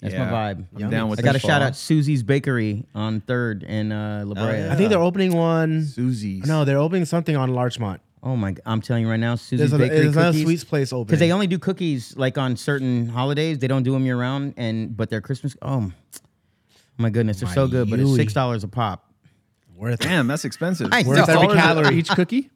[SPEAKER 3] That's
[SPEAKER 2] Yeah.
[SPEAKER 3] my vibe.
[SPEAKER 2] I'm down with
[SPEAKER 3] I got
[SPEAKER 2] the
[SPEAKER 3] to shout
[SPEAKER 2] fall.
[SPEAKER 3] out Susie's Bakery on Third and uh, La Brea. Oh,
[SPEAKER 5] yeah.
[SPEAKER 4] I think they're opening one.
[SPEAKER 2] Susie's.
[SPEAKER 4] No, they're opening something on Larchmont.
[SPEAKER 3] Oh my! g- I'm telling you right now, Susie's
[SPEAKER 4] There's, a,
[SPEAKER 3] Bakery
[SPEAKER 4] there's another
[SPEAKER 3] cookies.
[SPEAKER 4] sweets place opening.
[SPEAKER 3] because they only do cookies like on certain holidays. They don't do them year round, and but they're Christmas. Oh my goodness, they're so
[SPEAKER 4] My
[SPEAKER 3] good. But it's
[SPEAKER 4] Yui.
[SPEAKER 3] six dollars a pop.
[SPEAKER 4] Worth it.
[SPEAKER 2] damn, that's expensive.
[SPEAKER 3] I
[SPEAKER 2] Worth every
[SPEAKER 3] know.
[SPEAKER 4] Every
[SPEAKER 2] calorie
[SPEAKER 4] calorie.
[SPEAKER 2] each cookie.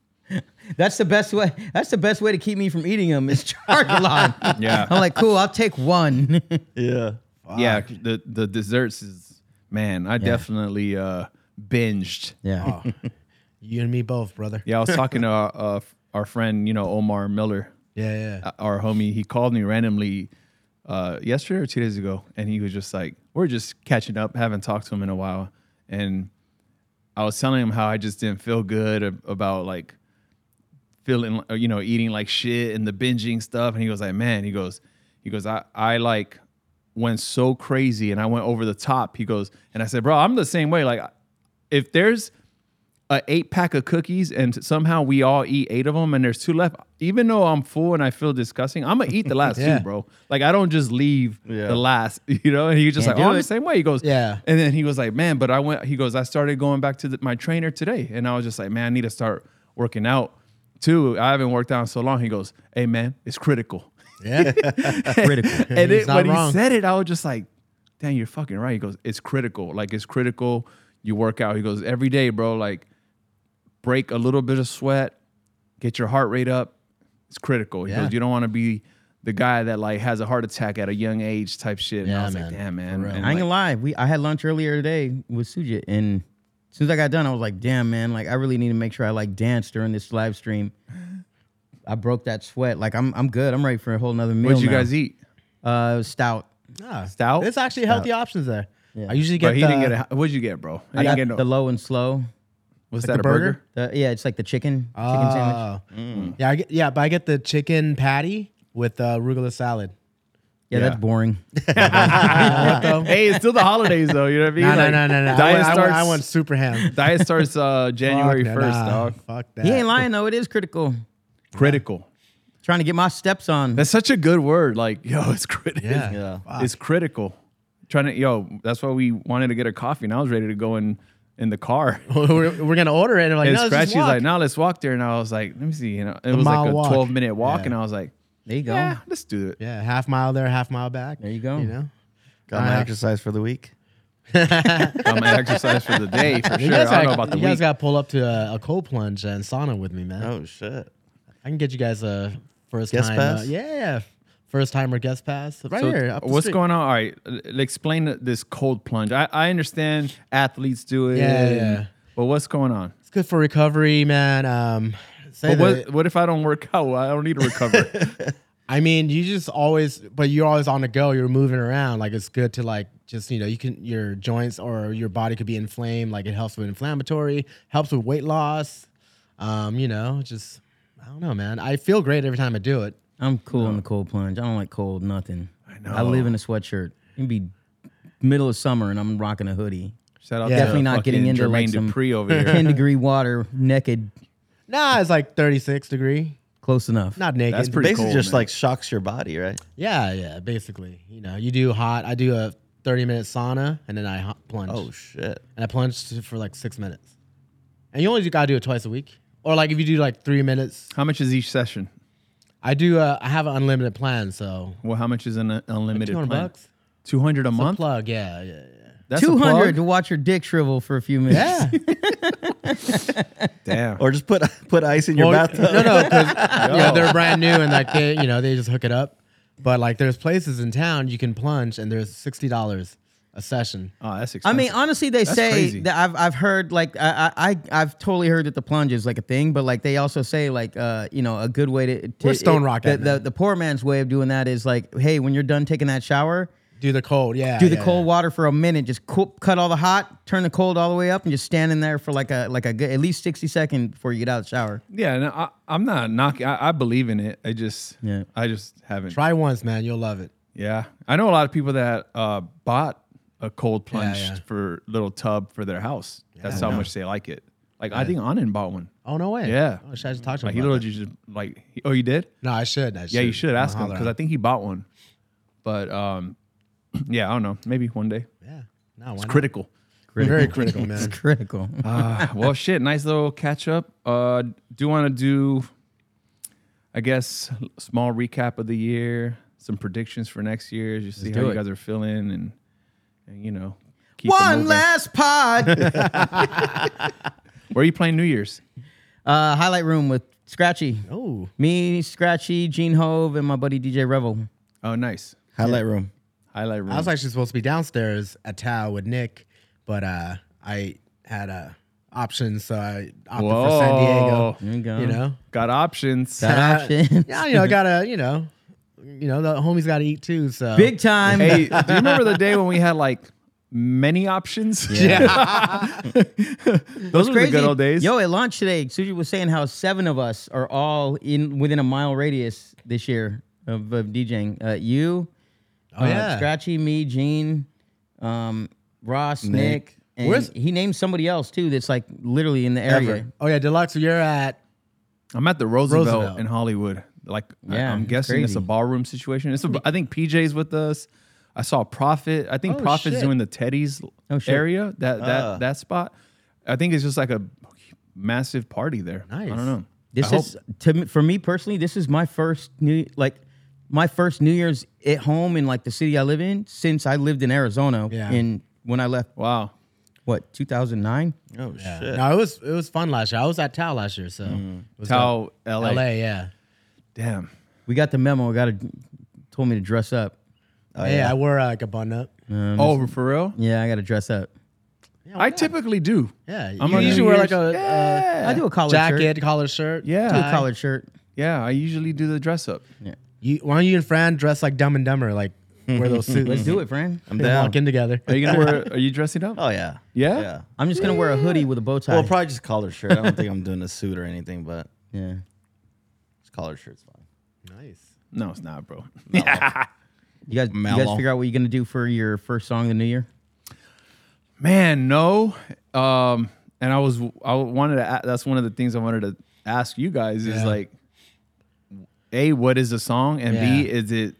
[SPEAKER 3] That's the best way. That's the best way to keep me from eating them is charge a lot.
[SPEAKER 2] Yeah.
[SPEAKER 3] I'm like, cool. I'll take one.
[SPEAKER 5] yeah.
[SPEAKER 2] Yeah, the the desserts is man. I definitely uh binged.
[SPEAKER 3] yeah.
[SPEAKER 4] You and me both, brother.
[SPEAKER 2] Yeah, I was talking to our, uh, our friend, you know, Omar Miller.
[SPEAKER 4] Yeah, yeah.
[SPEAKER 2] uh, our homie, he called me randomly uh, yesterday or two days ago, and he was just like, "We're just catching up. Haven't talked to him in a while." And I was telling him how I just didn't feel good ab- about like feeling, uh, you know, eating like shit and the binging stuff. And he was like, "Man," he goes, he goes, "I I like went so crazy and I went over the top." He goes, and I said, "Bro, I'm the same way. Like, if there's a eight pack of cookies and somehow we all eat eight of them and there's two left even though i'm full and i feel disgusting i'm gonna eat the last
[SPEAKER 4] Yeah.
[SPEAKER 2] two bro like i don't just leave
[SPEAKER 5] Yeah.
[SPEAKER 2] the last you know and he was just
[SPEAKER 3] Can't
[SPEAKER 2] like
[SPEAKER 3] do
[SPEAKER 2] oh i'm the
[SPEAKER 3] it.
[SPEAKER 2] same way he goes
[SPEAKER 4] Yeah.
[SPEAKER 2] and then he was like man but i went he goes i started going back to the, my trainer today and i was just like man i need to start working out too i haven't worked out in so long he goes hey man it's critical
[SPEAKER 4] Yeah.
[SPEAKER 3] Critical.
[SPEAKER 2] and
[SPEAKER 4] He's
[SPEAKER 2] it,
[SPEAKER 4] not
[SPEAKER 2] when he
[SPEAKER 4] wrong.
[SPEAKER 2] said it, I was just like, "Damn, you're fucking right." He goes, "It's critical. Like it's critical. You work out." He goes, "Every day, bro. Like break a little bit of sweat, get your heart rate up. It's critical." He
[SPEAKER 4] Yeah.
[SPEAKER 2] goes, "You don't want to be the guy that like has a heart attack at a young age type shit." And I
[SPEAKER 4] Yeah,
[SPEAKER 2] was
[SPEAKER 4] man.
[SPEAKER 2] like, "Damn, man."
[SPEAKER 4] For real.
[SPEAKER 2] And,
[SPEAKER 3] I
[SPEAKER 2] like,
[SPEAKER 3] ain't gonna lie. We I had lunch earlier today with Sujit, and as soon as I got done, I was like, "Damn, man! Like I really need to make sure I like dance during this live stream." I broke that sweat. Like I'm I'm good. I'm ready for a whole nother meal.
[SPEAKER 2] What'd you
[SPEAKER 3] now.
[SPEAKER 2] guys eat?
[SPEAKER 3] Uh, it was stout.
[SPEAKER 4] Ah,
[SPEAKER 2] Stout?
[SPEAKER 4] There's actually healthy options there. I usually get
[SPEAKER 2] But he
[SPEAKER 4] the,
[SPEAKER 2] didn't get. A, what'd you get, bro? He
[SPEAKER 3] I
[SPEAKER 2] didn't
[SPEAKER 3] got
[SPEAKER 2] get no-
[SPEAKER 3] the low and slow.
[SPEAKER 2] was
[SPEAKER 4] like
[SPEAKER 2] that
[SPEAKER 4] the
[SPEAKER 2] a burger? Mm.
[SPEAKER 4] burger?
[SPEAKER 3] The, yeah, it's like the chicken chicken sandwich.
[SPEAKER 4] Ah. Yeah, I get, yeah, but I get the chicken patty with uh, arugula salad.
[SPEAKER 3] Yeah,
[SPEAKER 2] yeah.
[SPEAKER 3] that's boring.
[SPEAKER 2] hey, it's still the holidays though. You know what I mean?
[SPEAKER 4] No, no,
[SPEAKER 2] Like,
[SPEAKER 4] no, no, no. I
[SPEAKER 2] Diet
[SPEAKER 4] want, I, want,
[SPEAKER 2] starts.
[SPEAKER 4] I want super ham.
[SPEAKER 2] diet starts uh, January
[SPEAKER 4] Fuck
[SPEAKER 2] first,
[SPEAKER 4] that. Nah,
[SPEAKER 2] dog.
[SPEAKER 4] Fuck that.
[SPEAKER 3] he ain't lying though. It is critical.
[SPEAKER 2] Critical.
[SPEAKER 3] Trying to get my steps on.
[SPEAKER 2] That's such a good word. Like, yo, it's critical.
[SPEAKER 4] Yeah.
[SPEAKER 5] Yeah.
[SPEAKER 2] It's critical. Trying to, yo, that's why we wanted to get a coffee, and I was ready to go in in the car.
[SPEAKER 4] we're, we're gonna order it. And I'm like,
[SPEAKER 2] And
[SPEAKER 4] no, let's
[SPEAKER 2] Scratchy
[SPEAKER 4] just
[SPEAKER 2] was
[SPEAKER 4] walk.
[SPEAKER 2] like, "Now let's walk there." And I was like, "Let me see." You know, it was
[SPEAKER 4] mile
[SPEAKER 2] like a
[SPEAKER 4] walk.
[SPEAKER 2] twelve minute walk,
[SPEAKER 4] Yeah.
[SPEAKER 2] and I was like,
[SPEAKER 3] There you go.
[SPEAKER 2] "Yeah, let's do it."
[SPEAKER 4] yeah, half mile there, half mile back.
[SPEAKER 3] There you go.
[SPEAKER 4] You know,
[SPEAKER 5] Got my
[SPEAKER 4] Uh,
[SPEAKER 5] exercise for the week.
[SPEAKER 2] I'm an exercise for the day for
[SPEAKER 4] you
[SPEAKER 2] sure. I
[SPEAKER 4] guys,
[SPEAKER 2] don't know
[SPEAKER 4] gotta-
[SPEAKER 2] about the
[SPEAKER 4] you guys
[SPEAKER 2] week.
[SPEAKER 4] gotta pull up to a, a cold plunge and sauna with me, man.
[SPEAKER 5] Oh shit.
[SPEAKER 4] I can get you guys a first
[SPEAKER 5] Guest
[SPEAKER 4] time. Uh,
[SPEAKER 5] pass?
[SPEAKER 4] yeah, first timer guest pass. Right
[SPEAKER 2] So,
[SPEAKER 4] here. Up the
[SPEAKER 2] what's
[SPEAKER 4] street.
[SPEAKER 2] going on? All right, l- l- explain th- this cold plunge. I, I understand athletes do it,
[SPEAKER 4] Yeah,
[SPEAKER 2] and-
[SPEAKER 4] yeah.
[SPEAKER 2] but what's going on?
[SPEAKER 4] It's good for recovery, man. Um,
[SPEAKER 2] But
[SPEAKER 4] say that,
[SPEAKER 2] what, what if I don't work out? Well, I don't need to recover.
[SPEAKER 4] I mean, you just always, but you're always on the go. You're moving around. Like it's good to like just you know you can your joints or your body could be inflamed. Like it helps with inflammatory, helps with weight loss. Um, you know, just I don't know, man. I feel great every time I do it.
[SPEAKER 3] I'm cool in the cold plunge. I don't like cold nothing. I know. I live in a sweatshirt. It'd be middle of summer and I'm rocking a hoodie.
[SPEAKER 2] Shout out
[SPEAKER 4] Yeah.
[SPEAKER 2] to
[SPEAKER 4] Definitely
[SPEAKER 3] not
[SPEAKER 2] fucking
[SPEAKER 3] getting into,
[SPEAKER 2] Jermaine
[SPEAKER 3] like, some
[SPEAKER 2] Dupri over here.
[SPEAKER 3] 10 degree water, naked,
[SPEAKER 4] Nah, it's like 36 degree,
[SPEAKER 3] close enough.
[SPEAKER 4] not naked.
[SPEAKER 2] That's pretty
[SPEAKER 5] Basically,
[SPEAKER 2] cold,
[SPEAKER 5] just
[SPEAKER 2] man.
[SPEAKER 5] like shocks your body, right?
[SPEAKER 4] Yeah, yeah. Basically, you know, you do hot. I do a 30 minute sauna and then I hot plunge.
[SPEAKER 5] Oh shit.
[SPEAKER 4] and I plunged for like six minutes. And you only gotta do it twice a week, or like if you do like three minutes.
[SPEAKER 2] How much is each session?
[SPEAKER 4] I do. Uh, I have an unlimited plan, so
[SPEAKER 2] Well, how much is an uh, unlimited
[SPEAKER 4] two hundred
[SPEAKER 2] plan?
[SPEAKER 4] bucks.
[SPEAKER 2] Two hundred a
[SPEAKER 4] It's a
[SPEAKER 2] month.
[SPEAKER 4] plug, yeah, yeah, yeah.
[SPEAKER 2] That's a
[SPEAKER 3] Two hundred to
[SPEAKER 2] plug?
[SPEAKER 3] watch your dick shrivel for a few minutes.
[SPEAKER 4] Yeah.
[SPEAKER 2] Damn.
[SPEAKER 5] Or just put put ice in your
[SPEAKER 4] Well,
[SPEAKER 5] bathtub.
[SPEAKER 4] No, no, because they're brand new and like they, you know, they just hook it up. But like, there's places in town you can plunge, and there's sixty dollars a session.
[SPEAKER 2] oh, that's expensive.
[SPEAKER 3] I mean, honestly, they say
[SPEAKER 2] crazy.
[SPEAKER 3] that I've I've heard like I, I I- I've totally heard that the plunge is like a thing, but like they also say like uh you know a good way to, to
[SPEAKER 4] We're Stone Rock
[SPEAKER 3] The,
[SPEAKER 4] at, man.
[SPEAKER 3] the the poor man's way of doing that is like hey when you're done taking that shower,
[SPEAKER 4] Do the cold, yeah.
[SPEAKER 3] do the
[SPEAKER 4] yeah,
[SPEAKER 3] cold water for a minute, just cool, cut all the hot, turn the cold all the way up, and just stand in there for like a like a good, at least sixty second before you get out of the shower.
[SPEAKER 2] yeah, no, I, I'm not knocking. I, I believe in it. I just,
[SPEAKER 3] Yeah.
[SPEAKER 2] I just haven't.
[SPEAKER 4] Yeah. Try once, man. You'll love it.
[SPEAKER 2] Yeah, I know a lot of people that uh, bought a cold plunge
[SPEAKER 4] yeah.
[SPEAKER 2] for little tub for their house. That's how much they like it. Like I think Anand bought one.
[SPEAKER 4] Oh no way.
[SPEAKER 2] Yeah.
[SPEAKER 4] Oh, should I just talk to him?
[SPEAKER 2] Like he
[SPEAKER 4] about
[SPEAKER 2] literally just like, he- oh, you did?
[SPEAKER 4] that? No, I should. I should.
[SPEAKER 2] Yeah, you should ask
[SPEAKER 4] I'll
[SPEAKER 2] him
[SPEAKER 4] holler
[SPEAKER 2] because I
[SPEAKER 4] at
[SPEAKER 2] think he bought one. But um, yeah, I don't know. Maybe one day.
[SPEAKER 4] him. Yeah. No, why not?
[SPEAKER 2] Critical.
[SPEAKER 4] Very critical, man.
[SPEAKER 3] It's critical.
[SPEAKER 2] Uh, well, shit. Nice little catch up. Uh, do want to do, I guess, small recap of the year, some predictions for next year, just see how
[SPEAKER 3] do
[SPEAKER 2] you
[SPEAKER 3] it.
[SPEAKER 2] guys are feeling, and and you know, keep it
[SPEAKER 3] One
[SPEAKER 2] moving.
[SPEAKER 3] last pod.
[SPEAKER 2] Where are you playing New Year's?
[SPEAKER 3] uh, highlight room with Scratchy,
[SPEAKER 4] Oh,
[SPEAKER 3] me, Scratchy, Gene Hove, and my buddy DJ Revel.
[SPEAKER 2] Oh, nice.
[SPEAKER 5] Highlight room.
[SPEAKER 2] Highlight room.
[SPEAKER 4] I was actually supposed to be downstairs at Tao with Nick, but uh, I had a option, so I opted for San Diego.
[SPEAKER 2] Whoa.
[SPEAKER 3] There you go.
[SPEAKER 4] You know.
[SPEAKER 2] Got options.
[SPEAKER 3] Got
[SPEAKER 4] Uh,
[SPEAKER 3] options.
[SPEAKER 4] Yeah, you know, gotta, you know, you know, the homie's gotta eat too. So
[SPEAKER 3] Big time.
[SPEAKER 2] hey, do you remember the day when we had like many options? Those were the good old days.
[SPEAKER 3] Yo, at lunch today, Suji was saying how seven of us are all in within a mile radius this year of, of DJing. Uh, you,
[SPEAKER 4] oh
[SPEAKER 3] uh,
[SPEAKER 4] yeah,
[SPEAKER 3] Scratchy, me, Gene, um, Ross, Nick.
[SPEAKER 5] Nick.
[SPEAKER 3] and
[SPEAKER 4] Where's-
[SPEAKER 3] he named somebody else too that's like literally in the area.
[SPEAKER 5] Ever.
[SPEAKER 4] oh yeah, deluxe. You're at
[SPEAKER 2] I'm at the Roosevelt,
[SPEAKER 4] Roosevelt.
[SPEAKER 2] in Hollywood. Like,
[SPEAKER 3] Yeah,
[SPEAKER 2] I, am
[SPEAKER 3] it's
[SPEAKER 2] guessing it's a
[SPEAKER 3] crazy.
[SPEAKER 2] ballroom situation. It's a, I think PJ's with us. I saw Prophet. I think
[SPEAKER 4] Oh,
[SPEAKER 2] Prophet's
[SPEAKER 4] shit.
[SPEAKER 2] doing the Teddy's
[SPEAKER 3] Oh, shit.
[SPEAKER 2] area. That that
[SPEAKER 5] Ah.
[SPEAKER 2] that spot. I think it's just like a massive party there.
[SPEAKER 4] Nice.
[SPEAKER 2] I don't know.
[SPEAKER 3] This
[SPEAKER 2] I
[SPEAKER 3] is to me, for me personally. This is my first new like my first New Year's at home in like the city I live in since I lived in Arizona.
[SPEAKER 4] Yeah.
[SPEAKER 3] In when I left,
[SPEAKER 2] wow.
[SPEAKER 3] what 2009.
[SPEAKER 5] Oh
[SPEAKER 4] yeah.
[SPEAKER 5] shit.
[SPEAKER 4] No, it was it was fun last year. I was at Tao last year, so it was
[SPEAKER 2] Tao,
[SPEAKER 4] dope.
[SPEAKER 2] LA.
[SPEAKER 4] LA, yeah.
[SPEAKER 2] Damn.
[SPEAKER 3] We got the memo. Got to told me to dress up.
[SPEAKER 5] Oh,
[SPEAKER 4] yeah,
[SPEAKER 5] yeah.
[SPEAKER 4] I wore uh, like a button up.
[SPEAKER 2] oh, for real?
[SPEAKER 3] Yeah, I got to dress up.
[SPEAKER 2] I typically do.
[SPEAKER 4] Yeah,
[SPEAKER 2] I'm
[SPEAKER 4] you
[SPEAKER 2] on
[SPEAKER 4] usually
[SPEAKER 2] New
[SPEAKER 4] wear like
[SPEAKER 2] Year's-
[SPEAKER 4] a uh,
[SPEAKER 3] I do a collared shirt.
[SPEAKER 4] jacket, collar shirt.
[SPEAKER 2] Yeah.
[SPEAKER 3] I do a
[SPEAKER 4] tie.
[SPEAKER 3] collared shirt.
[SPEAKER 2] Yeah, I usually do the dress up.
[SPEAKER 4] You, why don't you and Fran dress like Dumb and Dumber, like wear those suits?
[SPEAKER 3] Let's do it, friend.
[SPEAKER 5] I'm
[SPEAKER 4] And
[SPEAKER 5] down.
[SPEAKER 4] walk in together.
[SPEAKER 2] Are you gonna wear? Are you dressing up?
[SPEAKER 5] Oh yeah.
[SPEAKER 2] Yeah?
[SPEAKER 5] Yeah.
[SPEAKER 3] I'm just gonna wear a hoodie with a bow tie.
[SPEAKER 5] Well, probably just collar shirt. I don't think I'm doing a suit or anything, but
[SPEAKER 3] yeah.
[SPEAKER 5] just collar shirt's fine.
[SPEAKER 4] Nice.
[SPEAKER 2] No, it's not, bro.
[SPEAKER 3] You guys, you guys
[SPEAKER 5] Mellow.
[SPEAKER 3] figure out what you're gonna do for your first song of the new year.
[SPEAKER 2] Man, no. Um, and I was I wanted to. a- That's one of the things I wanted to ask you guys is
[SPEAKER 4] Yeah.
[SPEAKER 2] like, a what is the song, and b
[SPEAKER 4] Yeah.
[SPEAKER 2] is it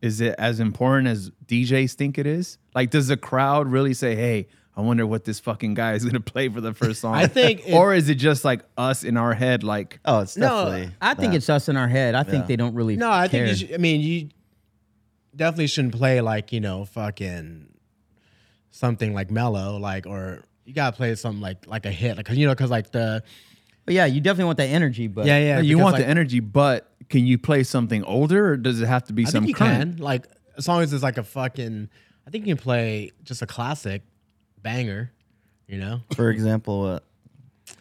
[SPEAKER 2] is it as important as DJs think it is? Like, does the crowd really say, "Hey, I wonder what this fucking guy is gonna play for the first song"?
[SPEAKER 4] I think it-
[SPEAKER 2] or is it just like us in our head, like,
[SPEAKER 5] Oh, it's definitely.
[SPEAKER 4] I
[SPEAKER 3] I think
[SPEAKER 5] that.
[SPEAKER 3] it's us in our head. I think
[SPEAKER 5] Yeah.
[SPEAKER 3] they don't really.
[SPEAKER 4] No, I
[SPEAKER 3] care.
[SPEAKER 4] think you should, I mean you definitely shouldn't play like you know fucking something like mellow like or you gotta play something like like a hit like 'cause, you know because like the
[SPEAKER 3] But yeah, you definitely want that energy. But
[SPEAKER 4] yeah yeah
[SPEAKER 2] you
[SPEAKER 4] because,
[SPEAKER 2] want
[SPEAKER 4] like,
[SPEAKER 2] the energy, but can you play something older, or does it have to be
[SPEAKER 4] I
[SPEAKER 2] some
[SPEAKER 4] think you
[SPEAKER 2] current?
[SPEAKER 4] can like as long as it's like a fucking I think you can play just a classic banger you know
[SPEAKER 5] for example, uh,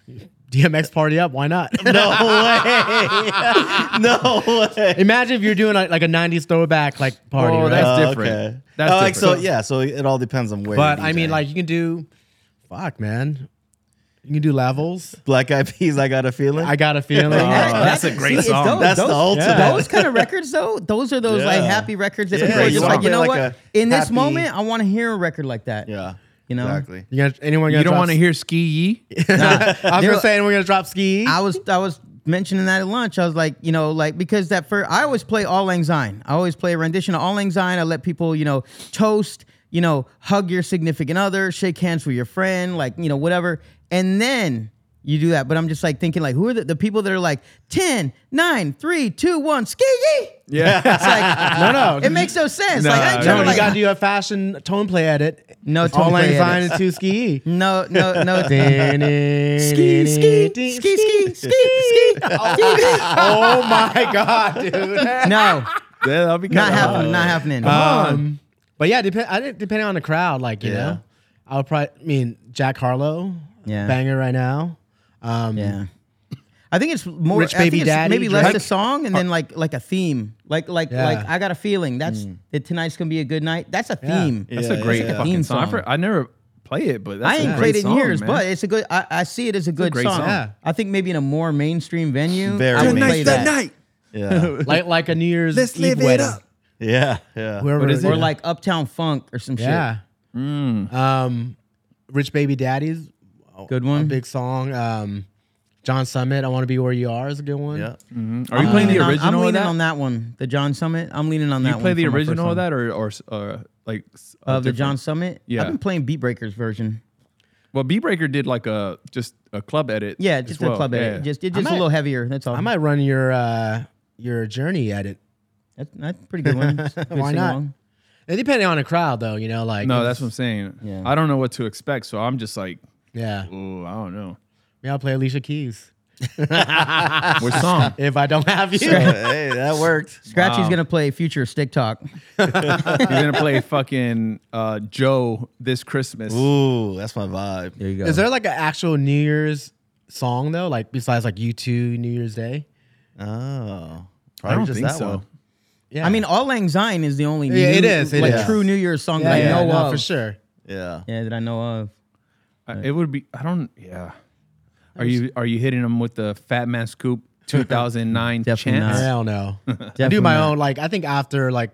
[SPEAKER 5] what?
[SPEAKER 4] DMX party up why not
[SPEAKER 5] no way.
[SPEAKER 4] imagine if you're doing like, like a 90s throwback like party
[SPEAKER 2] Oh,
[SPEAKER 4] right?
[SPEAKER 2] that's
[SPEAKER 5] Oh,
[SPEAKER 2] different.
[SPEAKER 5] okay.
[SPEAKER 2] That's
[SPEAKER 5] oh, like so.
[SPEAKER 2] different.
[SPEAKER 5] Yeah. So it all depends on where.
[SPEAKER 4] but
[SPEAKER 5] you
[SPEAKER 4] I mean
[SPEAKER 5] DJ.
[SPEAKER 4] like you can do fuck man you can do levels
[SPEAKER 5] Black Eyed Peas. I got a feeling.
[SPEAKER 4] I got a feeling
[SPEAKER 2] Oh,
[SPEAKER 3] Oh,
[SPEAKER 4] uh,
[SPEAKER 2] that's a great
[SPEAKER 3] it's
[SPEAKER 2] song.
[SPEAKER 3] those-
[SPEAKER 5] That's
[SPEAKER 3] those-
[SPEAKER 5] the ultimate.
[SPEAKER 4] Yeah.
[SPEAKER 3] Those kind of records, though, those are those like
[SPEAKER 5] Yeah.
[SPEAKER 3] happy records that
[SPEAKER 5] Yeah,
[SPEAKER 3] people are
[SPEAKER 2] you
[SPEAKER 3] just
[SPEAKER 2] wanna
[SPEAKER 3] like, you
[SPEAKER 5] play
[SPEAKER 3] know
[SPEAKER 5] like
[SPEAKER 3] what?
[SPEAKER 5] a
[SPEAKER 3] In this
[SPEAKER 5] happy-
[SPEAKER 3] moment, I want to hear a record like that.
[SPEAKER 5] yeah.
[SPEAKER 3] You know?
[SPEAKER 5] Exactly.
[SPEAKER 4] You gonna, anyone gonna
[SPEAKER 2] You don't
[SPEAKER 4] drop-
[SPEAKER 2] want to hear ski yee.
[SPEAKER 4] I was
[SPEAKER 3] There-
[SPEAKER 4] gonna say anyone gonna drop ski.
[SPEAKER 3] I was I was mentioning that at lunch. I was like, you know, like because that for I always play All Lang Syne. I always play a rendition of All Lang Syne. I let people, you know, toast, you know, hug your significant other, shake hands with your friend, like you know, whatever, and then you do that. But I'm just like thinking, like, who are the, the people that are like 10, 9, 3, 2, 1, ski
[SPEAKER 2] Yeah.
[SPEAKER 3] It's like,
[SPEAKER 4] No, no.
[SPEAKER 3] it makes no sense.
[SPEAKER 2] No,
[SPEAKER 3] like, I ain't
[SPEAKER 2] no,
[SPEAKER 4] no,
[SPEAKER 3] trying to,
[SPEAKER 4] you
[SPEAKER 3] like,
[SPEAKER 4] gotta do a fashion tone play edit.
[SPEAKER 3] No
[SPEAKER 4] If
[SPEAKER 3] tone
[SPEAKER 4] all
[SPEAKER 3] play
[SPEAKER 4] I find
[SPEAKER 3] edits.
[SPEAKER 4] is two ski.
[SPEAKER 3] no, no, no.
[SPEAKER 4] ski,
[SPEAKER 3] ski, ski, ski, ski, ski, ski.
[SPEAKER 4] Oh my god, dude.
[SPEAKER 3] No,
[SPEAKER 2] Yeah, that'll be
[SPEAKER 3] not
[SPEAKER 2] kinda hot.
[SPEAKER 3] happening. Not happening.
[SPEAKER 4] Um, but yeah, depend. I didn't depending on the crowd, like you
[SPEAKER 5] Yeah.
[SPEAKER 4] know, I'll probably. I mean, Jack Harlow,
[SPEAKER 3] Yeah.
[SPEAKER 4] banger right now. Um,
[SPEAKER 3] Yeah. I think it's more
[SPEAKER 4] Rich
[SPEAKER 3] I think
[SPEAKER 4] Baby
[SPEAKER 3] it's
[SPEAKER 4] Daddy,
[SPEAKER 3] maybe less
[SPEAKER 4] Drake.
[SPEAKER 3] a song and then like like a theme. Like like
[SPEAKER 4] Yeah.
[SPEAKER 3] like I got a feeling that's
[SPEAKER 2] Mm.
[SPEAKER 3] that tonight's gonna be a good night. That's a
[SPEAKER 4] Yeah.
[SPEAKER 3] theme.
[SPEAKER 2] That's
[SPEAKER 5] Yeah,
[SPEAKER 2] a great
[SPEAKER 5] yeah, yeah.
[SPEAKER 2] fucking
[SPEAKER 3] Theme
[SPEAKER 2] song. I,
[SPEAKER 3] song.
[SPEAKER 2] for- I never play it, but that's
[SPEAKER 3] I
[SPEAKER 2] a
[SPEAKER 3] ain't
[SPEAKER 2] great
[SPEAKER 3] played it in
[SPEAKER 2] song,
[SPEAKER 3] years,
[SPEAKER 2] man.
[SPEAKER 3] but it's a good I, I see it as a good
[SPEAKER 2] great
[SPEAKER 3] song.
[SPEAKER 2] song.
[SPEAKER 4] Yeah.
[SPEAKER 3] I think maybe in a more mainstream venue.
[SPEAKER 5] Very
[SPEAKER 3] I would play
[SPEAKER 5] mainstream.
[SPEAKER 3] that.
[SPEAKER 5] Yeah.
[SPEAKER 4] like like a New Year's
[SPEAKER 2] Let's
[SPEAKER 4] Eve
[SPEAKER 2] live it
[SPEAKER 4] wedding.
[SPEAKER 2] up.
[SPEAKER 5] yeah. Yeah.
[SPEAKER 4] Whoever
[SPEAKER 2] What is
[SPEAKER 4] yeah.
[SPEAKER 3] Or like Uptown Funk or some
[SPEAKER 4] yeah. Um, Rich Baby Daddy's a-
[SPEAKER 3] Good one.
[SPEAKER 4] a
[SPEAKER 2] Mm.
[SPEAKER 4] big song. Um, John Summit, I want to be where you are is a good one.
[SPEAKER 5] Yeah.
[SPEAKER 2] Mhm. Are you playing
[SPEAKER 3] shit. I'm
[SPEAKER 2] the
[SPEAKER 3] leaning on-
[SPEAKER 2] original
[SPEAKER 3] I'm
[SPEAKER 2] of
[SPEAKER 3] leaning
[SPEAKER 2] that?
[SPEAKER 3] on that one. The John Summit. I'm leaning on that
[SPEAKER 2] you
[SPEAKER 3] one.
[SPEAKER 2] play the
[SPEAKER 3] for my first
[SPEAKER 2] original
[SPEAKER 3] one.
[SPEAKER 2] of that, or or, or like s- a
[SPEAKER 3] of the
[SPEAKER 2] different-
[SPEAKER 3] John Summit?
[SPEAKER 2] Yeah.
[SPEAKER 3] I've been playing Beat Breakers version.
[SPEAKER 2] Well, B Breaker did like a just a club edit.
[SPEAKER 3] Yeah,
[SPEAKER 2] as
[SPEAKER 3] just
[SPEAKER 2] well.
[SPEAKER 3] a club edit.
[SPEAKER 2] Yeah.
[SPEAKER 3] Just it's just
[SPEAKER 4] might-
[SPEAKER 3] a little heavier. That's all.
[SPEAKER 4] I might run your uh, your journey edit.
[SPEAKER 3] That's, that's a pretty good one. It's a good
[SPEAKER 4] Why not?
[SPEAKER 3] sing-along.
[SPEAKER 4] And depending on the crowd, though, you know, like
[SPEAKER 2] no,
[SPEAKER 4] if
[SPEAKER 2] that's what I'm
[SPEAKER 4] it's-
[SPEAKER 2] saying.
[SPEAKER 3] Yeah.
[SPEAKER 2] I don't know what to expect, so I'm just like,
[SPEAKER 4] yeah.
[SPEAKER 2] oh, I don't know.
[SPEAKER 4] Yeah, I'll play Alicia Keys
[SPEAKER 2] What song?
[SPEAKER 4] if I don't have you.
[SPEAKER 5] hey, that worked.
[SPEAKER 3] Scratchy's gonna play future stick talk.
[SPEAKER 2] You're gonna play fucking uh, Joe this Christmas.
[SPEAKER 5] Ooh, that's my vibe.
[SPEAKER 3] There you go.
[SPEAKER 4] Is there like an actual New Year's song though? Like besides like you two New Year's Day?
[SPEAKER 5] Oh,
[SPEAKER 2] I
[SPEAKER 5] probably
[SPEAKER 2] don't
[SPEAKER 5] just
[SPEAKER 2] think
[SPEAKER 5] that
[SPEAKER 2] so.
[SPEAKER 5] one.
[SPEAKER 4] Yeah,
[SPEAKER 3] I mean, All Lang Syne is the only
[SPEAKER 4] Yeah, it
[SPEAKER 3] new-
[SPEAKER 4] is, it
[SPEAKER 3] like
[SPEAKER 5] is.
[SPEAKER 3] true New Year's song
[SPEAKER 4] yeah,
[SPEAKER 3] that
[SPEAKER 4] yeah,
[SPEAKER 3] I know
[SPEAKER 4] no,
[SPEAKER 3] of.
[SPEAKER 4] for sure.
[SPEAKER 5] Yeah.
[SPEAKER 3] Yeah, that I know of.
[SPEAKER 2] I- it would be. I don't. Yeah. Are you are you hitting them with the Fat Man Scoop 2009 chance?
[SPEAKER 3] Definitely not.
[SPEAKER 4] Hell no. I do
[SPEAKER 3] Definitely
[SPEAKER 4] my
[SPEAKER 3] not.
[SPEAKER 4] own. Like I think after like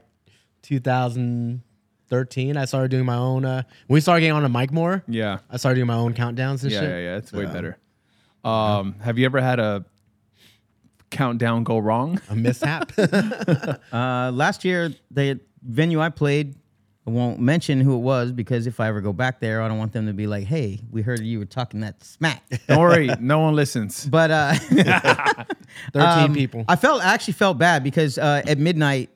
[SPEAKER 4] 2013, I started doing my own. Uh, when we started getting on a mic more.
[SPEAKER 2] Yeah.
[SPEAKER 4] I started doing my own countdowns and
[SPEAKER 2] Yeah,
[SPEAKER 4] shit.
[SPEAKER 2] yeah, yeah. It's way better. Um, have you ever had a countdown go wrong?
[SPEAKER 4] A mishap.
[SPEAKER 3] Uh, last year, the venue I played, I won't mention who it was because if I ever go back there, I don't want them to be like, "Hey, we heard you were talking that smack."
[SPEAKER 2] Don't worry, no one listens.
[SPEAKER 3] but uh,
[SPEAKER 4] 13
[SPEAKER 3] um,
[SPEAKER 4] people.
[SPEAKER 3] I felt I actually felt bad because uh, at midnight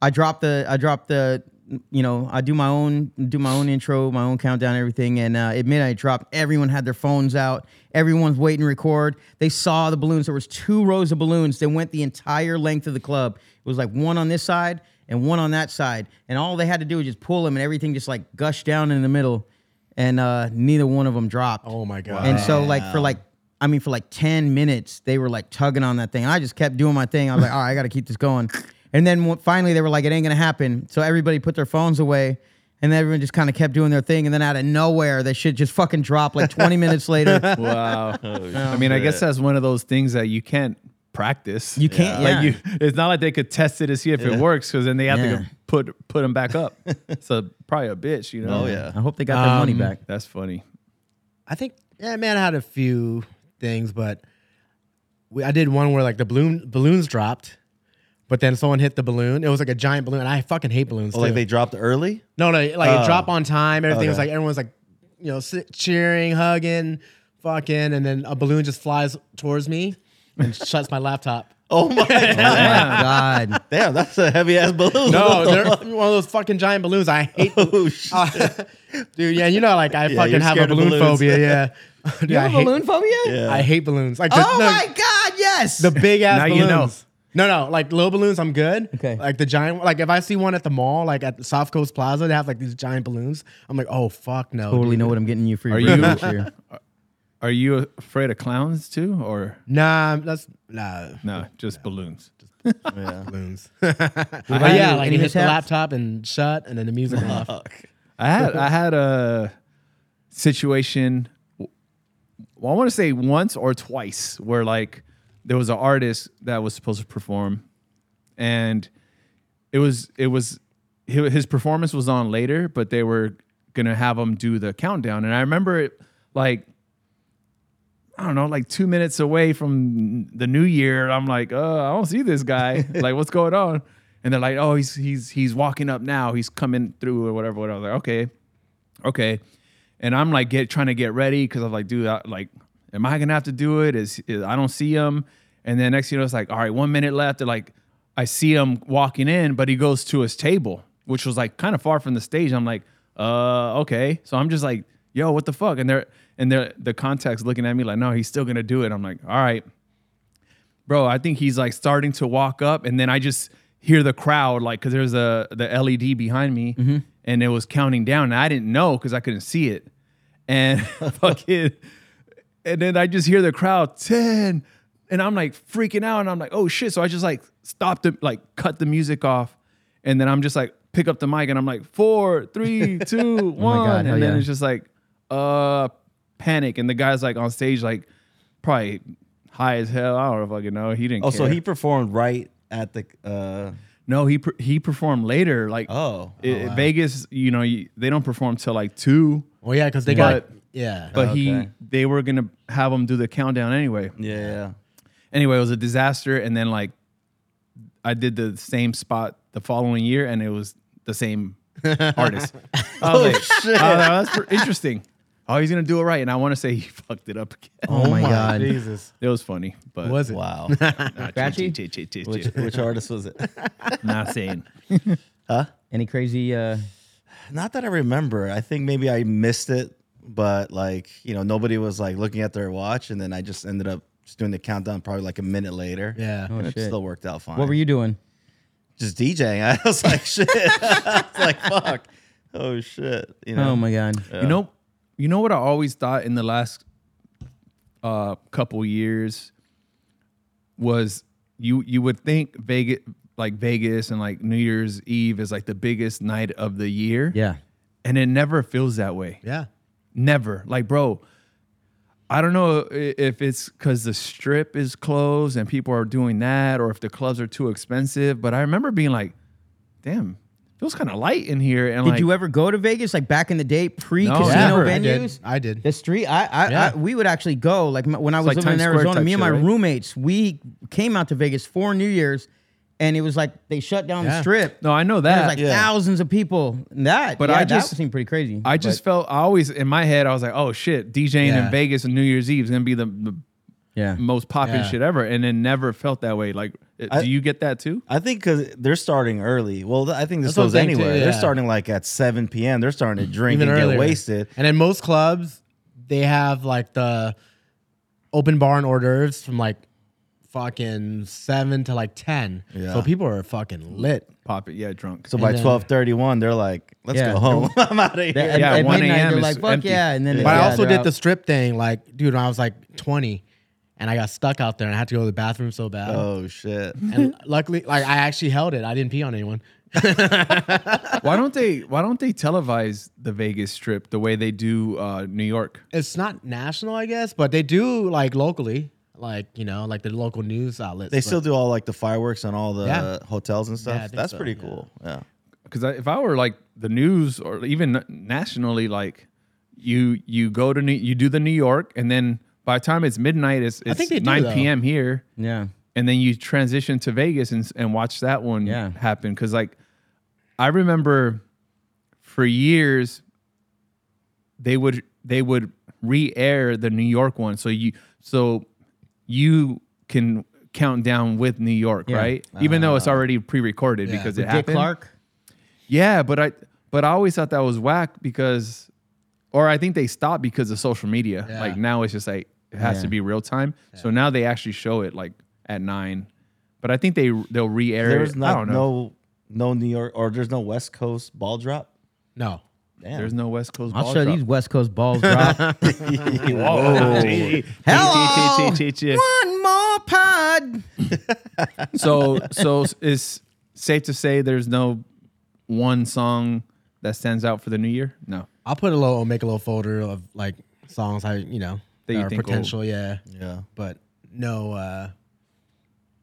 [SPEAKER 3] I dropped the I dropped the you know I do my own do my own intro my own countdown everything and uh, at midnight I dropped everyone had their phones out everyone's waiting to record they saw the balloons there was two rows of balloons that went the entire length of the club it was like one on this side and one on that side and all they had to do was just pull them and everything just like gushed down in the middle and uh, neither one of them dropped
[SPEAKER 4] oh my god.
[SPEAKER 3] and so like for like I mean for like 10 minutes they were like tugging on that thing. I just kept doing my thing. I was like, "All right, I got to keep this going." And then when- finally they were like, "It ain't going to happen." So everybody put their phones away and then everyone just kind of kept doing their thing and then out of nowhere that shit just fucking dropped like 20 minutes later.
[SPEAKER 2] Wow.
[SPEAKER 5] Oh,
[SPEAKER 2] I mean, I guess that's one of those things that you can't practice.
[SPEAKER 3] You can't yeah.
[SPEAKER 2] Like you, it's not like they could test it to see if it works, because then they have
[SPEAKER 3] Yeah.
[SPEAKER 2] to go put put them back up. so probably a bitch, you know.
[SPEAKER 5] Oh yeah.
[SPEAKER 3] I hope they got their money
[SPEAKER 4] Um,
[SPEAKER 3] back.
[SPEAKER 2] that's funny.
[SPEAKER 4] I think yeah, man, I had a few things, but we, I did one where like the balloon balloons dropped, but then someone hit the balloon. It was like a giant balloon, and I fucking hate balloons.
[SPEAKER 5] Oh, like
[SPEAKER 4] too.
[SPEAKER 5] they dropped early.
[SPEAKER 4] no, no, like
[SPEAKER 5] Oh.
[SPEAKER 4] it dropped on time. Everything was
[SPEAKER 5] Okay.
[SPEAKER 4] like everyone's like, you know, si- cheering, hugging, fucking, and then a balloon just flies towards me and shuts my laptop.
[SPEAKER 5] Oh my
[SPEAKER 3] Oh
[SPEAKER 5] god.
[SPEAKER 3] my god.
[SPEAKER 5] Damn, that's a heavy ass balloon.
[SPEAKER 4] No, they're one of those fucking giant balloons. I hate,
[SPEAKER 5] Oh, shit.
[SPEAKER 4] dude. Yeah, you know, like I fucking
[SPEAKER 5] you're
[SPEAKER 4] have a
[SPEAKER 5] scared of
[SPEAKER 4] balloon
[SPEAKER 5] balloons.
[SPEAKER 4] phobia. Yeah, dude, I hate,
[SPEAKER 3] balloon phobia?
[SPEAKER 5] Yeah.
[SPEAKER 4] I hate balloons. Like,
[SPEAKER 3] Oh
[SPEAKER 4] no,
[SPEAKER 3] my god, yes.
[SPEAKER 4] The big ass
[SPEAKER 2] Now
[SPEAKER 4] balloons.
[SPEAKER 2] you know.
[SPEAKER 4] No, no, like little balloons, I'm good.
[SPEAKER 3] Okay.
[SPEAKER 4] Like the giant, like if I see one at the mall, like at the South Coast Plaza, they have like these giant balloons. I'm like, oh fuck no.
[SPEAKER 3] totally
[SPEAKER 4] dude.
[SPEAKER 3] know what I'm getting you for your
[SPEAKER 2] Are you-
[SPEAKER 3] birthday this year.
[SPEAKER 2] Are you afraid of clowns too, or
[SPEAKER 4] Nah, that's nah
[SPEAKER 2] no? Just balloons.
[SPEAKER 5] yeah.
[SPEAKER 4] balloons.
[SPEAKER 3] about
[SPEAKER 4] but yeah,
[SPEAKER 3] you?
[SPEAKER 4] like
[SPEAKER 3] Any
[SPEAKER 4] it hit the
[SPEAKER 3] mishaps?
[SPEAKER 4] laptop and shut, and then the music went off.
[SPEAKER 5] Fuck.
[SPEAKER 2] I had I had a situation. Well, I want to say once or twice where like there was an artist that was supposed to perform, and it was it was hi- his performance was on later, but they were gonna have him do the countdown, and I remember it like. I don't know, like two minutes away from the new year, I'm like, uh, I don't see this guy. like, what's going on? And they're like, oh, he's he's he's walking up now. He's coming through or whatever. Whatever. I was like, okay, okay. And I'm like, get trying to get ready because I'm like, dude, I, like Am I gonna have to do it? Is, is I don't see him. And then next thing you know, it's like, all right, one minute left. And like, I see him walking in, but he goes to his table, which was like kind of far from the stage. I'm like, uh, okay. So I'm just like, yo, what the fuck? And they're and they're the contacts looking at me like, no, he's still gonna do it. I'm like, all right bro i think he's like starting to walk up and then i just hear the crowd like because there's a the led behind me
[SPEAKER 3] Mm-hmm.
[SPEAKER 2] and it was counting down and i didn't know because i couldn't see it and fucking and then i just hear the crowd 10 and i'm like freaking out and i'm like oh shit so i just like stopped it like cut the music off and then i'm just like pick up the mic and i'm like four three two one
[SPEAKER 3] Oh God, hell
[SPEAKER 2] and then
[SPEAKER 3] yeah.
[SPEAKER 2] it's just like uh panic and the guy's like on stage like probably high as hell i don't fucking know he didn't
[SPEAKER 5] Oh, so
[SPEAKER 2] care.
[SPEAKER 5] he performed right at the. Uh,
[SPEAKER 2] No, he per- he performed later. Like
[SPEAKER 5] Oh.
[SPEAKER 2] it- it- Vegas, you know, you, they don't perform till like two.
[SPEAKER 4] Well, yeah, because they got
[SPEAKER 2] But-
[SPEAKER 4] yeah.
[SPEAKER 2] But he
[SPEAKER 5] Oh, Okay.
[SPEAKER 2] they were gonna have him do the countdown anyway.
[SPEAKER 5] yeah, yeah.
[SPEAKER 2] Anyway, it was a disaster. And then like I did the same spot the following year, and it was the same artist. I was like,
[SPEAKER 5] Oh, shit.
[SPEAKER 2] "Oh, that's pretty interesting. Oh, he's gonna do it right, and I want to say he fucked it up again.
[SPEAKER 3] Oh, my god.
[SPEAKER 4] Jesus,
[SPEAKER 2] It was funny, but
[SPEAKER 4] was it?
[SPEAKER 5] Wow.
[SPEAKER 2] nah, ch-
[SPEAKER 3] Scratchy?
[SPEAKER 2] ch- ch- ch- ch-
[SPEAKER 5] which, which artist was it?
[SPEAKER 2] not saying.
[SPEAKER 3] Any crazy? Uh,
[SPEAKER 5] Not that I remember. I think maybe I missed it, but like you know, nobody was like looking at their watch, and then I just ended up just doing the countdown probably like a minute later.
[SPEAKER 4] Yeah.
[SPEAKER 3] oh
[SPEAKER 5] And it
[SPEAKER 3] shit.
[SPEAKER 5] still worked out fine.
[SPEAKER 3] What were you doing?
[SPEAKER 5] Just DJing. I was like, shit. I was like, fuck. Oh shit. You know.
[SPEAKER 3] Oh my god.
[SPEAKER 2] You know, you know what I always thought in the last uh, couple years was you you would think Vegas like Vegas and like New Year's Eve is like the biggest night of the year.
[SPEAKER 3] Yeah.
[SPEAKER 2] And it never feels that way.
[SPEAKER 4] Yeah.
[SPEAKER 2] Never. Like, bro, I don't know i- if it's because the strip is closed and people are doing that or if the clubs are too expensive. But I remember being like, damn, feels kind of light in here. And
[SPEAKER 3] Did
[SPEAKER 2] like,
[SPEAKER 3] you ever go to Vegas like back in the day, pre casino
[SPEAKER 2] Yeah. Never.
[SPEAKER 4] I did.
[SPEAKER 3] venues?
[SPEAKER 4] I did.
[SPEAKER 3] The street, I, I,
[SPEAKER 4] Yeah.
[SPEAKER 3] I, we would actually go. Like m- when I was
[SPEAKER 2] like
[SPEAKER 3] living in
[SPEAKER 2] Times Square
[SPEAKER 3] Arizona,
[SPEAKER 2] type
[SPEAKER 3] me and my
[SPEAKER 2] shit, right?
[SPEAKER 3] roommates, we came out to Vegas for New Year's, and it was like they shut down the
[SPEAKER 4] Yeah.
[SPEAKER 3] strip.
[SPEAKER 2] no, I know that.
[SPEAKER 3] There was like
[SPEAKER 5] Yeah.
[SPEAKER 3] thousands of people. And That,
[SPEAKER 2] But
[SPEAKER 3] yeah,
[SPEAKER 2] I
[SPEAKER 3] that
[SPEAKER 2] just-
[SPEAKER 3] seemed pretty crazy.
[SPEAKER 2] I just felt I always in my head I was like, oh shit, DJing
[SPEAKER 4] Yeah.
[SPEAKER 2] in Vegas on New Year's Eve is gonna be the, the
[SPEAKER 3] But- yeah,
[SPEAKER 2] most popping
[SPEAKER 4] Yeah.
[SPEAKER 2] shit ever, and it never felt that way. Like,
[SPEAKER 5] I-
[SPEAKER 2] do you get that too?
[SPEAKER 5] I think because they're starting early. Well, th- I think this
[SPEAKER 4] That's what I'm
[SPEAKER 5] goes
[SPEAKER 4] saying, too,
[SPEAKER 5] anywhere. They're
[SPEAKER 4] yeah.
[SPEAKER 5] starting like at 7 p.m. They're starting to drink
[SPEAKER 4] even
[SPEAKER 5] and
[SPEAKER 4] earlier.
[SPEAKER 5] get wasted.
[SPEAKER 4] And in most clubs, they have like the open bar and hors d'oeuvres from like fucking seven to like ten.
[SPEAKER 5] Yeah.
[SPEAKER 4] So people are fucking lit.
[SPEAKER 2] Pop it, yeah, drunk.
[SPEAKER 5] So by
[SPEAKER 4] then-
[SPEAKER 5] 12:31, they're like, "Let's
[SPEAKER 3] Yeah.
[SPEAKER 5] go home. I'm out of here."
[SPEAKER 3] At-
[SPEAKER 2] Yeah,
[SPEAKER 3] at
[SPEAKER 2] 1
[SPEAKER 3] midnight,
[SPEAKER 2] a.m.
[SPEAKER 3] they're
[SPEAKER 2] is
[SPEAKER 3] like, fuck
[SPEAKER 2] empty.
[SPEAKER 3] yeah, and then
[SPEAKER 4] But
[SPEAKER 3] yeah,
[SPEAKER 4] I also
[SPEAKER 3] they're
[SPEAKER 4] did the
[SPEAKER 3] out.
[SPEAKER 4] strip thing, like, dude, when I was like twenty and I got stuck out there and I had to go to the bathroom so bad.
[SPEAKER 5] Oh shit.
[SPEAKER 4] And luckily, like I actually held it. I didn't pee on anyone.
[SPEAKER 2] why don't they Why don't they televise the Vegas Strip the way they do uh, New York?
[SPEAKER 4] It's not national, I guess, but they do like locally, like you know, like the local news outlets.
[SPEAKER 5] They
[SPEAKER 4] but-
[SPEAKER 5] still do all like the fireworks on all the
[SPEAKER 4] Yeah.
[SPEAKER 5] hotels and
[SPEAKER 4] Yeah, I
[SPEAKER 5] stuff.
[SPEAKER 4] think
[SPEAKER 5] That's
[SPEAKER 4] so,
[SPEAKER 5] pretty
[SPEAKER 4] yeah.
[SPEAKER 5] cool. Yeah.
[SPEAKER 2] because if I were like the news or even n- nationally, like you you go to New, you do the New York, and then by the time it's midnight, it's, it's
[SPEAKER 4] think they do,
[SPEAKER 2] nine
[SPEAKER 4] though.
[SPEAKER 2] p.m. here.
[SPEAKER 3] Yeah.
[SPEAKER 2] and then you transition to Vegas and and watch that one
[SPEAKER 3] Yeah.
[SPEAKER 2] happen cuz like I remember for years they would they would re-air the New York one so you so you can count down with New York,
[SPEAKER 3] Yeah. Ah.
[SPEAKER 2] right? Even though it's already pre-recorded because it
[SPEAKER 3] Dick
[SPEAKER 2] happened.
[SPEAKER 3] Clark.
[SPEAKER 2] Yeah, but I but I always thought that was whack because or I think they stopped because of social media.
[SPEAKER 4] Yeah.
[SPEAKER 2] Like now it's just like it has
[SPEAKER 3] Yeah.
[SPEAKER 2] to be real time. So now they actually show it like at nine. But I think they they'll re-air
[SPEAKER 5] There's
[SPEAKER 2] it. I
[SPEAKER 5] not
[SPEAKER 2] don't know.
[SPEAKER 5] no no New York or there's no West Coast ball drop.
[SPEAKER 4] no.
[SPEAKER 5] Damn.
[SPEAKER 2] There's no West Coast
[SPEAKER 3] I'll
[SPEAKER 2] ball
[SPEAKER 3] show
[SPEAKER 2] drop.
[SPEAKER 3] these West Coast balls drop.
[SPEAKER 2] Whoa.
[SPEAKER 3] Hello! One more pod.
[SPEAKER 2] so so it's safe to say there's no one song that stands out for the new year? No.
[SPEAKER 4] I'll put a little, I'll make a little folder of like songs I, you know,
[SPEAKER 2] That
[SPEAKER 4] that,
[SPEAKER 2] you
[SPEAKER 4] are
[SPEAKER 2] think will-
[SPEAKER 4] potential. Yeah,
[SPEAKER 5] yeah.
[SPEAKER 4] but no, uh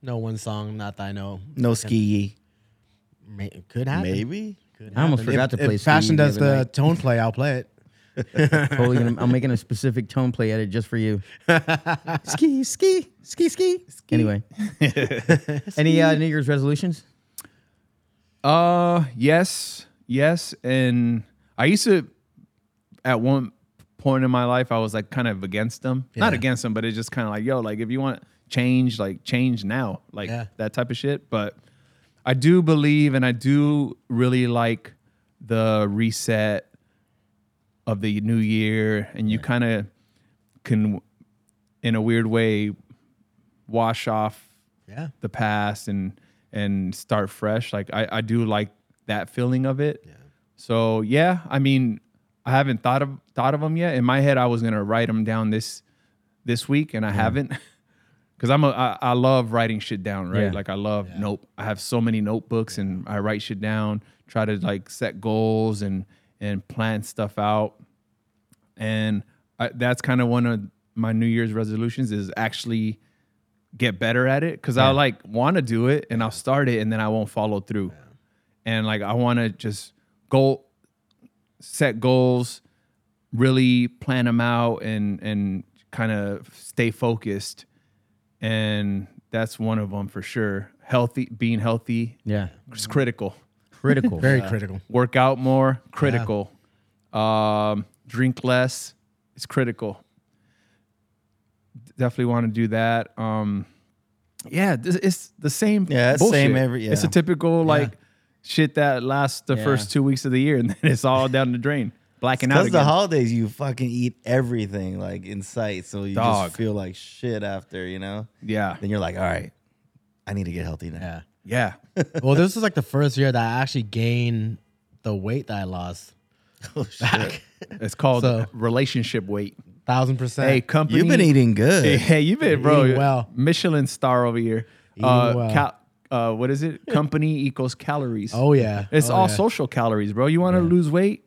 [SPEAKER 4] no one song. Not that I know.
[SPEAKER 5] No ski.
[SPEAKER 4] May, could happen.
[SPEAKER 5] Maybe.
[SPEAKER 4] Could
[SPEAKER 3] I almost
[SPEAKER 4] happen.
[SPEAKER 3] forgot
[SPEAKER 4] If-
[SPEAKER 3] to play
[SPEAKER 4] If fashion
[SPEAKER 3] Steve the
[SPEAKER 4] does
[SPEAKER 3] other
[SPEAKER 4] the
[SPEAKER 3] night.
[SPEAKER 4] tone play, I'll play it.
[SPEAKER 3] Totally gonna, I'm making a specific tone play edit just for you. ski, ski, ski, ski. Anyway, any uh, New Year's resolutions?
[SPEAKER 2] Uh, yes, yes, and I used to at one point in my life, I was like kind of against them. Not against them, but it's just kind of like, yo, like if you want change, like change now, like
[SPEAKER 4] Yeah.
[SPEAKER 2] that type of shit. But I do believe and I do really like the reset of the new year and you kind of can in a weird way wash off
[SPEAKER 4] Yeah.
[SPEAKER 2] the past and and start fresh like i i do like that feeling of it so yeah i mean i haven't thought of thought of them yet in my head i was gonna write them down this this week and i haven't because i'm a I, I love writing shit down right
[SPEAKER 3] Yeah.
[SPEAKER 2] like i love nope i have so many notebooks and i write shit down try to like set goals and and plan stuff out and I, that's kind of one of my new year's resolutions is actually get better at it because i like want to do it and i'll start it and then i won't follow through and like i want to just go set goals really plan them out and and kind of stay focused and that's one of them for sure healthy being healthy
[SPEAKER 3] Yeah.
[SPEAKER 2] is critical
[SPEAKER 3] Critical.
[SPEAKER 4] Very critical.
[SPEAKER 2] work out more critical um, drink less it's critical definitely want to do that um, yeah this, it's the same
[SPEAKER 5] Yeah, it's
[SPEAKER 2] bullshit.
[SPEAKER 5] same every-
[SPEAKER 2] it's a
[SPEAKER 5] yeah.
[SPEAKER 2] typical like shit that lasts the
[SPEAKER 3] Yeah.
[SPEAKER 2] first two weeks of the year and then it's all down the drain blacking out
[SPEAKER 5] Because the
[SPEAKER 2] again.
[SPEAKER 5] holidays, you fucking eat everything like in sight, so you
[SPEAKER 2] Dog.
[SPEAKER 5] just feel like shit after, you know.
[SPEAKER 2] yeah
[SPEAKER 5] Then you're like, all right, I need to get healthy now.
[SPEAKER 4] Yeah.
[SPEAKER 2] yeah
[SPEAKER 4] well, this is like the first year that I actually gained the weight that I lost.
[SPEAKER 5] Oh shit!
[SPEAKER 2] it's called
[SPEAKER 4] So-
[SPEAKER 2] relationship weight
[SPEAKER 4] Thousand percent.
[SPEAKER 2] hey company
[SPEAKER 5] You've been eating good.
[SPEAKER 2] Hey, hey, you been bro?
[SPEAKER 4] Eating well.
[SPEAKER 2] Michelin star over here. Uh,
[SPEAKER 4] well.
[SPEAKER 2] cal- uh, what is it? Company equals calories.
[SPEAKER 4] Oh, yeah.
[SPEAKER 2] it's
[SPEAKER 4] Oh,
[SPEAKER 2] all
[SPEAKER 4] yeah.
[SPEAKER 2] social calories, bro. You want to lose weight?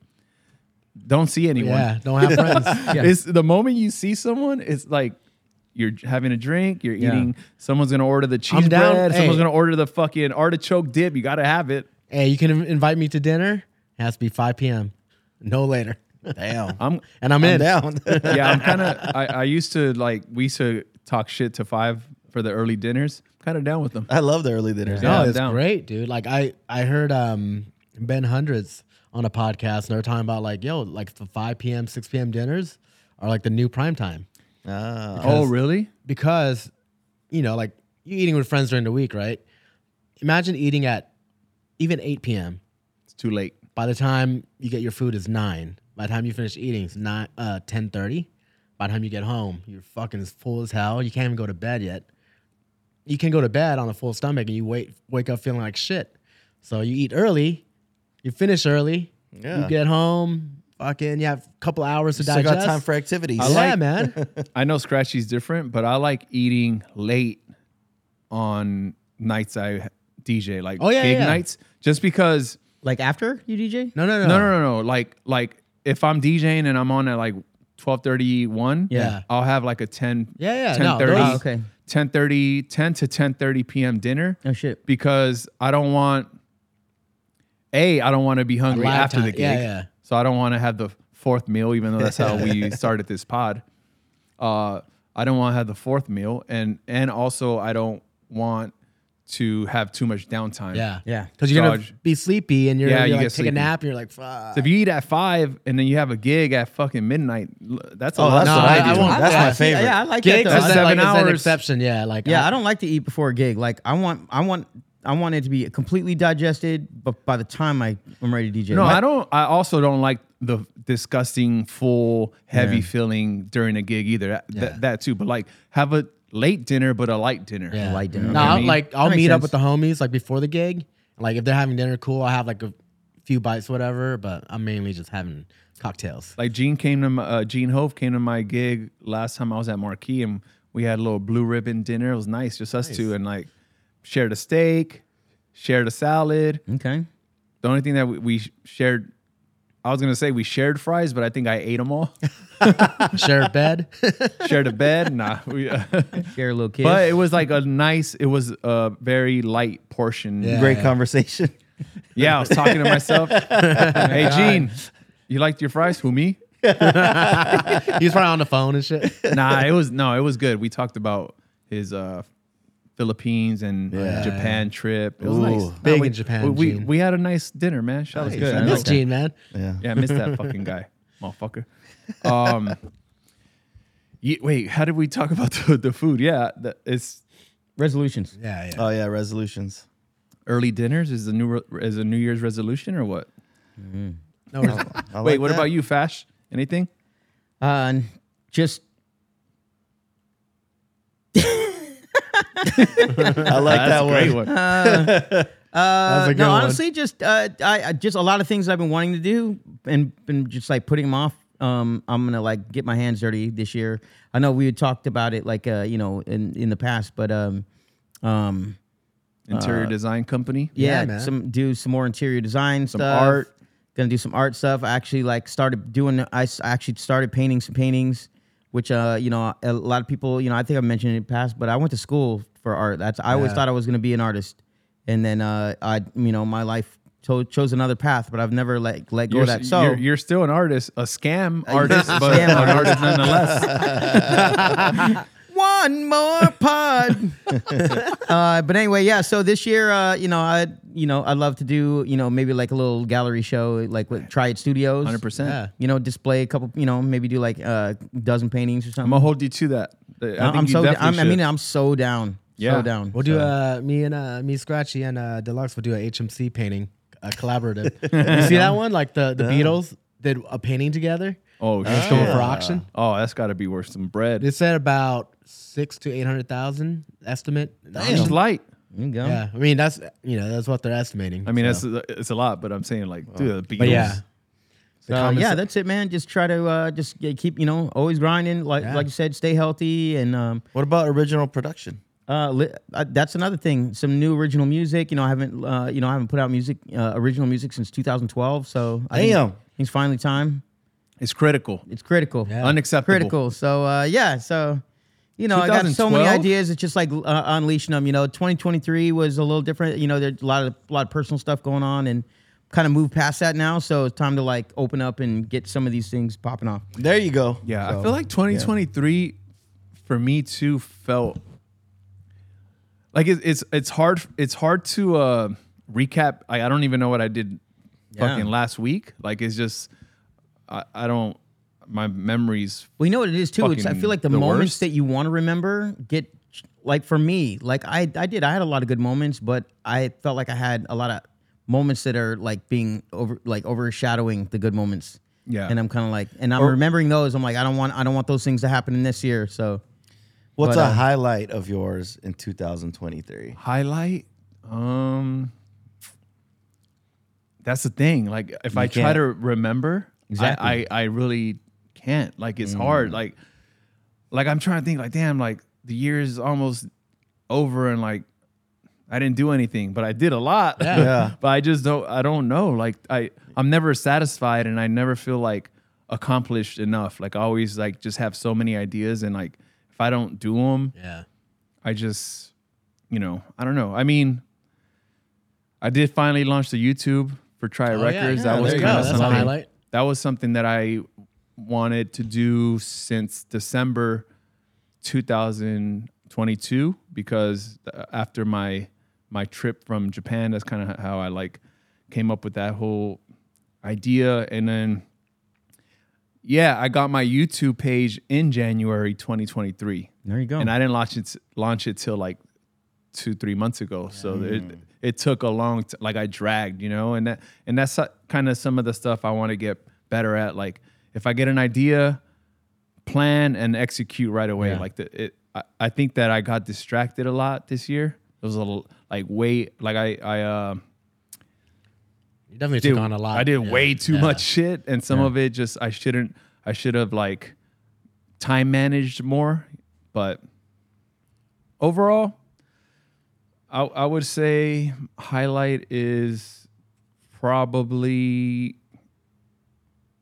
[SPEAKER 2] Don't see anyone.
[SPEAKER 4] Yeah, don't have friends. Yeah.
[SPEAKER 2] It's the moment you see someone, it's like you're having a drink, you're eating. Someone's gonna order the cheese
[SPEAKER 4] down.
[SPEAKER 2] bread.
[SPEAKER 4] Hey.
[SPEAKER 2] Someone's gonna order the fucking artichoke dip. You gotta have it.
[SPEAKER 4] Hey, you can in- invite me to dinner. It has to be 5 p.m. No later.
[SPEAKER 5] Damn,
[SPEAKER 2] I'm
[SPEAKER 4] And I'm in.
[SPEAKER 5] I'm down.
[SPEAKER 2] yeah, I'm kind of. I, I used to like we used to talk shit to five for the early dinners. Kind of down with them.
[SPEAKER 5] I love the early dinners.
[SPEAKER 2] Yeah.
[SPEAKER 4] No,
[SPEAKER 2] I'm
[SPEAKER 4] it's
[SPEAKER 2] down.
[SPEAKER 4] great, dude. Like I, I heard um, Ben Hundreds on a podcast, and they were talking about like, yo, like the 5 p.m., 6 p.m. dinners are like the new prime time
[SPEAKER 5] Ah,
[SPEAKER 2] Oh, really?
[SPEAKER 4] because, you know, like you're eating with friends during the week, right? Imagine eating at even 8 p.m.
[SPEAKER 2] It's too late.
[SPEAKER 4] By the time you get your food is nine. By the time you finish eating, it's nine uh ten thirty. By the time you get home, you're fucking as full as hell. You can't even go to bed yet. You can go to bed on a full stomach and you wait wake up feeling like shit. So you eat early, you finish early,
[SPEAKER 5] Yeah.
[SPEAKER 4] you get home, fucking you have a couple hours to
[SPEAKER 5] still
[SPEAKER 4] digest.
[SPEAKER 5] got time for activities.
[SPEAKER 4] yeah, man.
[SPEAKER 2] I know scratchy's different, but I like eating late on nights I DJ, like
[SPEAKER 4] Oh, yeah,
[SPEAKER 2] gig
[SPEAKER 4] yeah.
[SPEAKER 2] nights, just because.
[SPEAKER 3] Like after you DJ?
[SPEAKER 4] No, no, no.
[SPEAKER 2] No, no, no, no. Like, like if I'm DJing and I'm on at like twelve thirty one,
[SPEAKER 4] Yeah.
[SPEAKER 2] I'll have like a ten,
[SPEAKER 4] Yeah, yeah, no,
[SPEAKER 2] 10:30,
[SPEAKER 4] those- Ah,
[SPEAKER 3] Oh, okay.
[SPEAKER 2] 10:30, 10 to ten thirty p.m. dinner
[SPEAKER 3] Oh shit.
[SPEAKER 2] because I don't want. A, I don't want to be hungry
[SPEAKER 4] Live
[SPEAKER 2] after
[SPEAKER 4] time.
[SPEAKER 2] the gig,
[SPEAKER 4] Yeah, yeah.
[SPEAKER 2] so I don't want to have the fourth meal, even though that's how we started this pod. uh, I don't want to have the fourth meal, and and also I don't want to have too much downtime.
[SPEAKER 4] Yeah.
[SPEAKER 3] Yeah.
[SPEAKER 4] Because you're gonna
[SPEAKER 2] Dodge.
[SPEAKER 4] be sleepy and you're,
[SPEAKER 2] Yeah,
[SPEAKER 4] you're
[SPEAKER 2] you
[SPEAKER 4] like
[SPEAKER 2] get
[SPEAKER 4] take
[SPEAKER 2] sleepy.
[SPEAKER 4] a nap and you're like, fuck.
[SPEAKER 2] So if you eat at five and then you have a gig at fucking midnight, l- that's a
[SPEAKER 5] Oh,
[SPEAKER 2] lot.
[SPEAKER 5] that's
[SPEAKER 4] No,
[SPEAKER 5] what I,
[SPEAKER 4] I-
[SPEAKER 5] do.
[SPEAKER 4] I won't-
[SPEAKER 5] that's
[SPEAKER 3] I-
[SPEAKER 5] my
[SPEAKER 3] I-
[SPEAKER 5] favorite.
[SPEAKER 3] Yeah, I like
[SPEAKER 4] gigs
[SPEAKER 3] that.
[SPEAKER 4] is
[SPEAKER 3] Though.
[SPEAKER 2] That's
[SPEAKER 3] I-
[SPEAKER 4] like,
[SPEAKER 2] seven
[SPEAKER 4] is an
[SPEAKER 2] hours.
[SPEAKER 4] exception, yeah. Like
[SPEAKER 3] yeah, I don't like to eat before a gig. Like I want, I want, I want it to be completely digested. But by the time I am ready to DJ,
[SPEAKER 2] no,
[SPEAKER 3] My-
[SPEAKER 2] I don't. I also don't like the disgusting, full, heavy feeling during a gig either. That, that- that too. But like, have a late dinner, but a light dinner.
[SPEAKER 4] Yeah.
[SPEAKER 3] light dinner.
[SPEAKER 4] No,
[SPEAKER 3] Okay.
[SPEAKER 4] I'll,
[SPEAKER 2] I mean,
[SPEAKER 4] like I'll
[SPEAKER 3] that makes
[SPEAKER 4] meet up with
[SPEAKER 3] sense.
[SPEAKER 4] the homies like before the gig. Like if they're having dinner, cool. I'll have like a few bites, whatever. But I'm mainly just having cocktails.
[SPEAKER 2] Like Gene came to my, uh, Gene Hove came to my gig last time I was at Marquee, and we had a little blue ribbon dinner. It was nice, just us two, and like shared a steak, shared a salad.
[SPEAKER 3] okay.
[SPEAKER 2] The only thing that we, we shared, I was gonna say we shared fries, but I think I ate them all.
[SPEAKER 4] Share a bed.
[SPEAKER 2] shared a bed, nah. We, uh,
[SPEAKER 3] Share a little kiss.
[SPEAKER 2] but it was like a nice. It was a very light portion.
[SPEAKER 4] Yeah.
[SPEAKER 5] Great conversation.
[SPEAKER 2] Yeah, I was talking to myself. hey, Gene, you liked your fries? Who me?
[SPEAKER 4] He's probably on the phone and shit.
[SPEAKER 2] Nah, it was no, it was good. We talked about his uh, Philippines and
[SPEAKER 5] Yeah.
[SPEAKER 2] Japan trip. It was
[SPEAKER 5] Ooh.
[SPEAKER 2] nice.
[SPEAKER 4] Big
[SPEAKER 2] we,
[SPEAKER 4] in Japan,
[SPEAKER 2] We, we
[SPEAKER 4] Gene.
[SPEAKER 2] we had a nice dinner, man. Shout out
[SPEAKER 4] Nice.
[SPEAKER 2] good.
[SPEAKER 4] I
[SPEAKER 2] I
[SPEAKER 4] miss
[SPEAKER 2] like that.
[SPEAKER 4] Gene, man.
[SPEAKER 5] Yeah.
[SPEAKER 2] Yeah, I missed that fucking guy, motherfucker. Um, ye- wait, how did we talk about the, the food? Yeah, the, it's
[SPEAKER 3] Resolutions.
[SPEAKER 4] Yeah, yeah.
[SPEAKER 5] Oh yeah, resolutions.
[SPEAKER 2] early dinners is the new re- is a New Year's resolution or what?
[SPEAKER 4] No, we're-
[SPEAKER 5] I
[SPEAKER 2] wait,
[SPEAKER 5] like
[SPEAKER 2] what
[SPEAKER 5] that.
[SPEAKER 2] about you, Fash? Anything?
[SPEAKER 3] Uh, and just
[SPEAKER 5] I like
[SPEAKER 2] That's
[SPEAKER 5] that
[SPEAKER 2] a great
[SPEAKER 5] one.
[SPEAKER 2] one.
[SPEAKER 4] that was a good
[SPEAKER 3] no,
[SPEAKER 4] one.
[SPEAKER 3] honestly, just uh, I, I just a lot of things I've been wanting to do and been just like putting them off. Um, I'm gonna like get my hands dirty this year. I know we had talked about it like uh, you know in in the past, but um, um,
[SPEAKER 2] Interior design company.
[SPEAKER 3] yeah,
[SPEAKER 4] man.
[SPEAKER 3] some do some more interior design some stuff.
[SPEAKER 2] art.
[SPEAKER 3] Gonna do some art stuff. I actually like started doing. I s- I actually started painting some paintings, which uh you know a lot of people you know I think I mentioned it in the past, but I went to school for art. That's I always
[SPEAKER 4] Yeah.
[SPEAKER 3] thought I was gonna be an artist, and then uh I you know my life cho- chose another path, but I've never like let go
[SPEAKER 2] You're,
[SPEAKER 3] of that.
[SPEAKER 2] s-
[SPEAKER 3] So
[SPEAKER 2] you're, you're still an artist, a scam artist,
[SPEAKER 3] a
[SPEAKER 2] but
[SPEAKER 3] scam
[SPEAKER 2] an artist
[SPEAKER 3] artist.
[SPEAKER 2] nonetheless.
[SPEAKER 3] one more pod. uh, but anyway, yeah. So this year, uh, you know, I you know I'd love to do you know maybe like a little gallery show like with Triad Studios,
[SPEAKER 2] 100%.
[SPEAKER 4] Yeah.
[SPEAKER 3] You know, display a couple. You know, maybe do like a dozen paintings or
[SPEAKER 2] I'm
[SPEAKER 3] something.
[SPEAKER 2] gonna hold you to that. I think
[SPEAKER 3] I'm
[SPEAKER 2] you
[SPEAKER 3] so.
[SPEAKER 2] definitely
[SPEAKER 3] I'm, I mean,
[SPEAKER 2] should.
[SPEAKER 3] I'm so down.
[SPEAKER 2] Yeah.
[SPEAKER 3] So down.
[SPEAKER 4] we'll do uh me and uh me Scratchy and uh Deluxe will do a HMC painting, a collaborative. you see that one? Like the the Beatles did a painting together.
[SPEAKER 2] oh
[SPEAKER 4] and Stole it
[SPEAKER 2] shit.
[SPEAKER 4] for auction.
[SPEAKER 2] Oh, that's got to be worth some bread.
[SPEAKER 4] They said about six to eight hundred thousand estimate.
[SPEAKER 2] It's light.
[SPEAKER 3] There you go. Uh,
[SPEAKER 4] Yeah, I mean that's you know that's what they're estimating.
[SPEAKER 2] I mean,
[SPEAKER 4] so.
[SPEAKER 2] that's it's a lot, but I'm saying like, dude, the Beatles.
[SPEAKER 4] but yeah,
[SPEAKER 3] So,
[SPEAKER 4] common
[SPEAKER 3] yeah,
[SPEAKER 4] se-
[SPEAKER 3] that's it, man. Just try to uh, just yeah, keep you know always grinding. Like
[SPEAKER 4] Yeah.
[SPEAKER 3] like you said, stay healthy and um,
[SPEAKER 5] What about original production?
[SPEAKER 3] Uh, li- uh, that's another thing. Some new original music. You know, I haven't. Uh, you know, I haven't put out music, uh, original music since 2012. So I think-
[SPEAKER 5] Damn.
[SPEAKER 3] I think it's finally time.
[SPEAKER 2] it's critical,
[SPEAKER 3] It's critical.
[SPEAKER 2] unacceptable.
[SPEAKER 3] Critical. So uh, yeah. So you know, I got so many
[SPEAKER 2] 2012?
[SPEAKER 3] ideas. It's just like uh, unleashing them. You know, 2023 was a little different. You know, there's a lot of a lot of personal stuff going on and kind of move past that now. So it's time to like open up and get some of these things popping off.
[SPEAKER 5] There you go.
[SPEAKER 2] Yeah,
[SPEAKER 5] So,
[SPEAKER 2] I feel like 2023 for me too felt like it, it's it's hard it's hard to uh recap. I, I don't even know what I did fucking last week. Like it's just I, I don't my memories.
[SPEAKER 3] Well, you know what it is too. It's, I
[SPEAKER 2] Fucking
[SPEAKER 3] feel like the,
[SPEAKER 2] the
[SPEAKER 3] moments
[SPEAKER 2] worst.
[SPEAKER 3] that you want to remember get like for me, like I I did. I had a lot of good moments, but I felt like I had a lot of moments that are like being over like overshadowing the good moments.
[SPEAKER 2] Yeah.
[SPEAKER 3] And I'm kind of like, and I'm remembering those. I'm like, I don't want I don't want those things to happen in this year. So
[SPEAKER 5] what's
[SPEAKER 3] but,
[SPEAKER 5] a
[SPEAKER 3] uh,
[SPEAKER 5] highlight of yours in 2023?
[SPEAKER 2] highlight um that's the thing like if i try
[SPEAKER 5] can't.
[SPEAKER 2] to remember
[SPEAKER 3] Exactly.
[SPEAKER 2] I, I i really can't like it's hard
[SPEAKER 5] Mm.
[SPEAKER 2] like like i'm trying to think like damn like the year is almost over and like i didn't do anything but i did a lot
[SPEAKER 5] Yeah.
[SPEAKER 2] but i just don't i don't know like i i'm never satisfied and i never feel like accomplished enough like i always like just have so many ideas and like if i don't do them
[SPEAKER 4] yeah.
[SPEAKER 2] I just, you know, I don't know. I mean, I did finally launch the YouTube for Try
[SPEAKER 4] Oh, yeah,
[SPEAKER 2] Records.
[SPEAKER 4] yeah,
[SPEAKER 2] that was
[SPEAKER 4] there you
[SPEAKER 2] kind
[SPEAKER 4] go.
[SPEAKER 2] of
[SPEAKER 4] That's a
[SPEAKER 2] something.
[SPEAKER 4] highlight.
[SPEAKER 2] That was something that I wanted to do since December 2022 because uh, after my my trip from Japan, that's kind of how I like came up with that whole idea, and then. Yeah, I got my YouTube page in January 2023
[SPEAKER 3] there you go.
[SPEAKER 2] and I didn't launch it launch it till like two three months ago. So it it took a long t- like I dragged, you know, and that and that's kind of some of the stuff I want to get better at. Like if I get an idea, plan and execute right away. Like the it, I, I think that I got distracted a lot this year. It was a little like way like I I um
[SPEAKER 4] You definitely
[SPEAKER 2] did-
[SPEAKER 4] took on a lot.
[SPEAKER 2] I did
[SPEAKER 4] Yeah.
[SPEAKER 2] way too
[SPEAKER 4] Yeah.
[SPEAKER 2] much shit, and some of it just I shouldn't. I should have like time managed more, but overall, I, I would say highlight is probably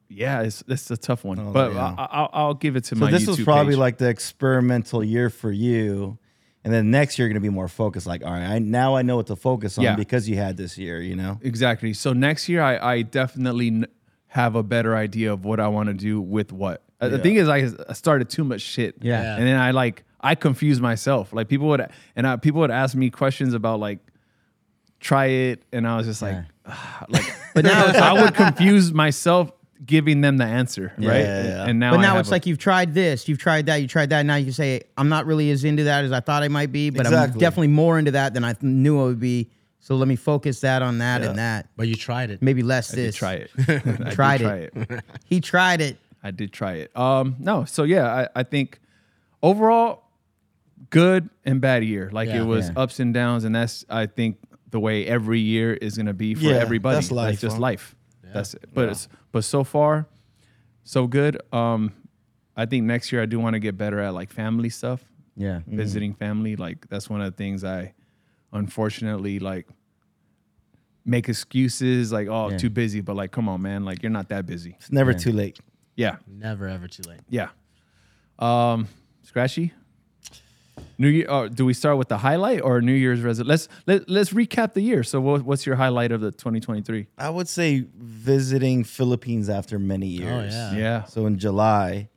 [SPEAKER 2] yeah. It's it's a tough one, but
[SPEAKER 5] yeah.
[SPEAKER 2] I, I, I'll give it to
[SPEAKER 5] So
[SPEAKER 2] my.
[SPEAKER 5] this
[SPEAKER 2] YouTube
[SPEAKER 5] was probably
[SPEAKER 2] page.
[SPEAKER 5] like the experimental year for you. And then next year you're gonna be more focused. Like, all right, I, now I know what to focus on
[SPEAKER 2] Yeah.
[SPEAKER 5] because you had this year, you know?
[SPEAKER 2] Exactly. So next year, I, I definitely n- have a better idea of what I want to do with what. Uh, The thing is, I I started too much shit.
[SPEAKER 3] Yeah. Yeah.
[SPEAKER 2] And then I like I confused myself. Like people would and I, people would ask me questions about like try it, and I was just like, like. But now I would confuse myself giving them the answer, right?
[SPEAKER 5] yeah, yeah.
[SPEAKER 2] And now,
[SPEAKER 3] But
[SPEAKER 2] I
[SPEAKER 3] now
[SPEAKER 2] have
[SPEAKER 3] it's
[SPEAKER 2] a-
[SPEAKER 3] like you've tried this, you've tried that, you tried that. Now you can say, I'm not really as into that as I thought I might be, but I'm
[SPEAKER 5] Exactly.
[SPEAKER 3] definitely more into that than I th- knew I would be. So let me focus that on that and that.
[SPEAKER 4] But you tried it.
[SPEAKER 3] Maybe less
[SPEAKER 2] I did
[SPEAKER 3] this.
[SPEAKER 2] try it. I did
[SPEAKER 3] Tried it.
[SPEAKER 2] try it.
[SPEAKER 3] He tried it.
[SPEAKER 2] I did try it. Um, no, so yeah, I, I think overall, good and bad year. Like
[SPEAKER 4] Yeah.
[SPEAKER 2] it was
[SPEAKER 3] Yeah.
[SPEAKER 2] ups and downs, and that's I think the way every year is gonna be for
[SPEAKER 5] Yeah,
[SPEAKER 2] everybody.
[SPEAKER 5] that's life,
[SPEAKER 2] just
[SPEAKER 5] huh?
[SPEAKER 2] life. That's it. But it's but so far, so good. Um, I think next year I do want to get better at like family stuff,
[SPEAKER 5] Mm-hmm.
[SPEAKER 3] Yeah.
[SPEAKER 2] visiting family. Like that's one of the things I unfortunately like make excuses like oh
[SPEAKER 3] Yeah.
[SPEAKER 2] too busy but like come on man like you're not that busy
[SPEAKER 5] It's never too late.
[SPEAKER 2] yeah
[SPEAKER 4] Never ever too late.
[SPEAKER 2] yeah. Um, Scratchy. New Year. Oh, do we start with the highlight or New Year's resolution? Let's let, let's recap the year. So, what, what's your highlight of the 2023?
[SPEAKER 5] I would say visiting Philippines after many years.
[SPEAKER 4] yeah.
[SPEAKER 2] Oh, Yeah.
[SPEAKER 5] So in July,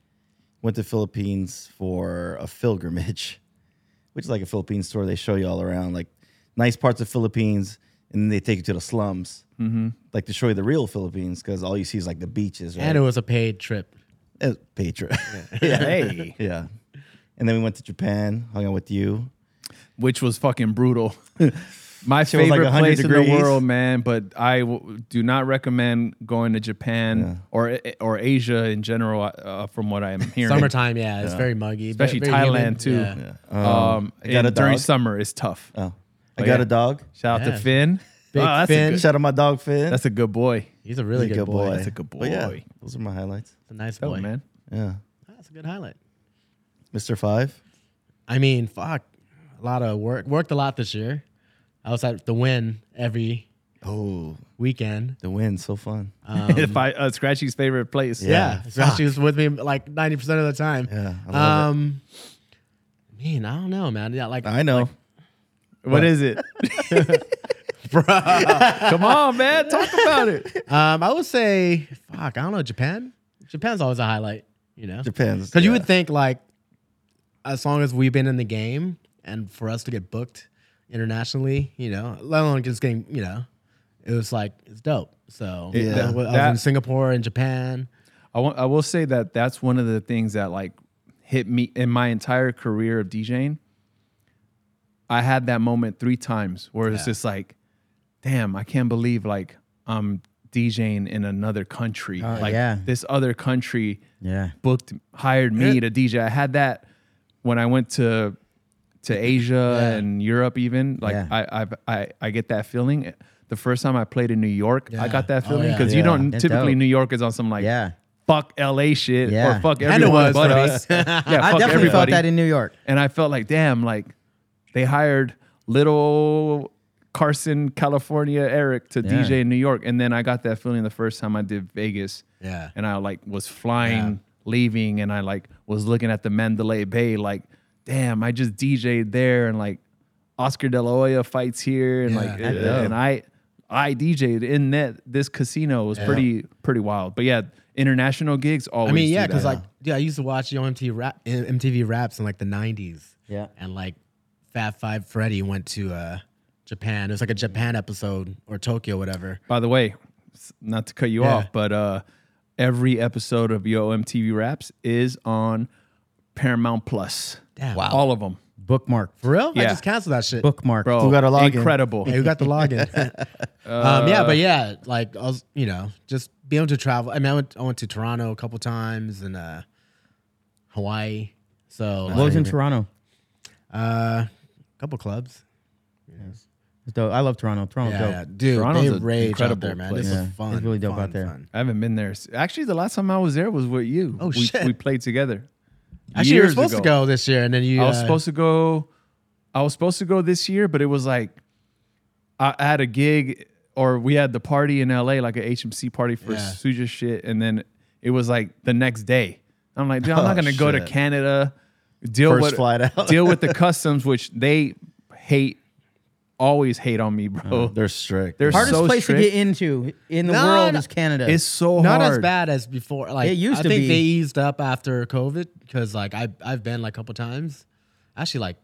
[SPEAKER 5] went to Philippines for a pilgrimage, which is like a Philippines tour. They show you all around, like nice parts of Philippines, and then they take you to the slums, mm-hmm. like to show you the real Philippines, because all you see is like the beaches, right?
[SPEAKER 4] And it was a paid trip.
[SPEAKER 5] Uh, paid trip.
[SPEAKER 2] Hey,
[SPEAKER 5] yeah. And then we went to Japan, hung out with you.
[SPEAKER 2] which was fucking brutal. My
[SPEAKER 5] was like
[SPEAKER 2] favorite
[SPEAKER 5] 100
[SPEAKER 2] place in the
[SPEAKER 5] degrees.
[SPEAKER 2] world, man. But I w- do not recommend going to Japan or or Asia in general. Uh, from what I am hearing,
[SPEAKER 4] Summertime, yeah, it's very muggy.
[SPEAKER 2] especially
[SPEAKER 4] very humid,
[SPEAKER 2] Thailand too.
[SPEAKER 4] yeah. Uh,
[SPEAKER 2] Um,
[SPEAKER 5] I got
[SPEAKER 2] and
[SPEAKER 5] a
[SPEAKER 2] during
[SPEAKER 5] dog.
[SPEAKER 2] summer, it's tough.
[SPEAKER 5] Oh, I
[SPEAKER 2] Oh,
[SPEAKER 5] got
[SPEAKER 2] yeah.
[SPEAKER 5] a dog.
[SPEAKER 2] Shout out
[SPEAKER 4] Yeah.
[SPEAKER 2] to Finn.
[SPEAKER 4] Big
[SPEAKER 2] Oh, that's
[SPEAKER 4] Finn.
[SPEAKER 2] A good,
[SPEAKER 5] Shout out my dog Finn.
[SPEAKER 2] that's a good boy.
[SPEAKER 4] He's a really
[SPEAKER 5] He's
[SPEAKER 4] good, boy.
[SPEAKER 2] That's a good
[SPEAKER 5] But yeah,
[SPEAKER 2] boy.
[SPEAKER 5] those are my highlights.
[SPEAKER 4] That's a nice
[SPEAKER 2] Oh
[SPEAKER 4] boy.
[SPEAKER 2] man.
[SPEAKER 5] Yeah.
[SPEAKER 4] That's a good highlight.
[SPEAKER 5] Mr. Five.
[SPEAKER 4] I mean, fuck, a lot of work. Worked a lot this year. I was at the win every
[SPEAKER 5] Oh,
[SPEAKER 4] weekend.
[SPEAKER 5] the win. So fun.
[SPEAKER 2] if I uh, Scratchy's favorite place.
[SPEAKER 4] Yeah,
[SPEAKER 5] Yeah.
[SPEAKER 4] so she was with me like ninety percent of the time.
[SPEAKER 5] Yeah, I love
[SPEAKER 4] Um, man, I don't know, man. Yeah, like
[SPEAKER 5] I know.
[SPEAKER 2] What is it?
[SPEAKER 5] Uh,
[SPEAKER 2] Bro. Come on, man. Talk about it.
[SPEAKER 4] Um, I would say, fuck, I don't know, Japan. Japan's always a highlight, you know.
[SPEAKER 5] Depends.
[SPEAKER 4] Because you
[SPEAKER 5] yeah.
[SPEAKER 4] would think like, as long as we've been in the game, and for us to get booked internationally, you know, let alone just getting, you know, it was like it's dope. So
[SPEAKER 2] It-
[SPEAKER 4] yeah,
[SPEAKER 2] that-
[SPEAKER 4] I was in
[SPEAKER 2] that-
[SPEAKER 4] Singapore and Japan.
[SPEAKER 2] I want. I will say that that's one of the things that like hit me in my entire career of DJing. I had that moment three times where it's just like, damn, I can't believe like I'm DJing in another country. like
[SPEAKER 3] yeah.
[SPEAKER 2] this other country
[SPEAKER 3] Yeah.
[SPEAKER 2] booked hired me to DJ. I had that when I went to to Asia and Europe even. Like
[SPEAKER 3] Yeah.
[SPEAKER 2] I, I've- I I get that feeling. The first time I played in New York, I got that
[SPEAKER 4] Oh,
[SPEAKER 2] feeling
[SPEAKER 4] yeah.
[SPEAKER 2] because
[SPEAKER 5] Yeah.
[SPEAKER 2] you don't
[SPEAKER 3] That's
[SPEAKER 2] typically
[SPEAKER 3] dope.
[SPEAKER 2] New York is on some like
[SPEAKER 3] Yeah.
[SPEAKER 2] fuck LA shit
[SPEAKER 3] Yeah.
[SPEAKER 2] or fuck
[SPEAKER 4] Kinda
[SPEAKER 2] everyone
[SPEAKER 4] was
[SPEAKER 2] but
[SPEAKER 4] for
[SPEAKER 2] us.
[SPEAKER 4] us.
[SPEAKER 2] yeah,
[SPEAKER 3] I
[SPEAKER 2] fuck
[SPEAKER 3] definitely felt
[SPEAKER 2] everybody.
[SPEAKER 3] that in New York.
[SPEAKER 2] and I felt like damn, like they hired little Carson, California, Eric to
[SPEAKER 3] Yeah.
[SPEAKER 2] DJ in New York, and then I got that feeling the first time I did Vegas
[SPEAKER 4] Yeah.
[SPEAKER 2] and I like was flying, leaving, and I like was looking at the Mandalay Bay, like, damn, I just DJ'd there, and like Oscar De La Hoya fights here, and like,
[SPEAKER 4] Yeah,
[SPEAKER 2] uh, and I I DJ'd in that this casino It was pretty pretty wild, but yeah, international gigs always.
[SPEAKER 4] I mean, yeah,
[SPEAKER 2] because
[SPEAKER 4] because like, yeah, I used to watch the MTV rap, M- MTV raps in like the '90s.
[SPEAKER 3] Yeah.
[SPEAKER 4] and like Fab Five Freddy went to uh, Japan. It was like a Japan episode or Tokyo, whatever.
[SPEAKER 2] By the way, s- not to cut you
[SPEAKER 4] Yeah.
[SPEAKER 2] off, but uh, every episode of Yo MTV Raps is on Paramount Plus.
[SPEAKER 4] Damn. Wow.
[SPEAKER 2] all of them,
[SPEAKER 3] Bookmark.
[SPEAKER 4] For real? I
[SPEAKER 2] Yeah.
[SPEAKER 4] just canceled that shit.
[SPEAKER 3] Bookmark.
[SPEAKER 2] bro.
[SPEAKER 5] Who got a login?
[SPEAKER 2] Incredible.
[SPEAKER 4] Yeah, you got the login. um, yeah, but yeah, like I was, you know, just being able to travel. I mean, I went, I went to Toronto a couple times and uh, Hawaii. So
[SPEAKER 3] What was in
[SPEAKER 4] like,
[SPEAKER 3] Toronto?
[SPEAKER 4] uh, a couple clubs.
[SPEAKER 3] It's dope. I love Toronto. Toronto's
[SPEAKER 4] Yeah,
[SPEAKER 3] Oh, dope.
[SPEAKER 4] yeah. dude,
[SPEAKER 2] Toronto's
[SPEAKER 4] they
[SPEAKER 2] an
[SPEAKER 4] rage
[SPEAKER 2] incredible
[SPEAKER 4] out there, man.
[SPEAKER 2] place.
[SPEAKER 4] This
[SPEAKER 3] Yeah,
[SPEAKER 4] is fun.
[SPEAKER 3] it's really dope
[SPEAKER 4] fun,
[SPEAKER 3] out there.
[SPEAKER 4] fun.
[SPEAKER 2] I haven't been there. s- Actually, the last time I was there was with you.
[SPEAKER 4] Oh,
[SPEAKER 2] we,
[SPEAKER 4] shit.
[SPEAKER 2] We played together.
[SPEAKER 4] Actually, you were
[SPEAKER 2] Years
[SPEAKER 4] supposed to
[SPEAKER 2] ago.
[SPEAKER 4] go this year, and then you.
[SPEAKER 2] I was
[SPEAKER 4] uh,
[SPEAKER 2] supposed to go. I was supposed to go this year, but it was like I, I had a gig or we had the party in LA, like a HMC party for
[SPEAKER 4] Yeah.
[SPEAKER 2] Suja shit, and then it was like the next day. I'm like, dude, I'm not
[SPEAKER 5] Oh,
[SPEAKER 2] gonna go to
[SPEAKER 5] shit.
[SPEAKER 2] Canada, deal
[SPEAKER 5] First
[SPEAKER 2] with
[SPEAKER 5] flight out.
[SPEAKER 2] deal with the customs, which they hate, always hate on me, bro.
[SPEAKER 5] Uh, They're strict.
[SPEAKER 2] They're
[SPEAKER 3] Hardest
[SPEAKER 2] so
[SPEAKER 3] place
[SPEAKER 2] strict.
[SPEAKER 3] to get into in the
[SPEAKER 4] No,
[SPEAKER 3] world
[SPEAKER 4] no.
[SPEAKER 3] is Canada.
[SPEAKER 2] it's so
[SPEAKER 4] not
[SPEAKER 2] hard.
[SPEAKER 4] as bad as before. Like
[SPEAKER 3] It used
[SPEAKER 4] I
[SPEAKER 3] to
[SPEAKER 4] think
[SPEAKER 3] be.
[SPEAKER 4] they eased up after COVID because like I I've been like a couple times, actually like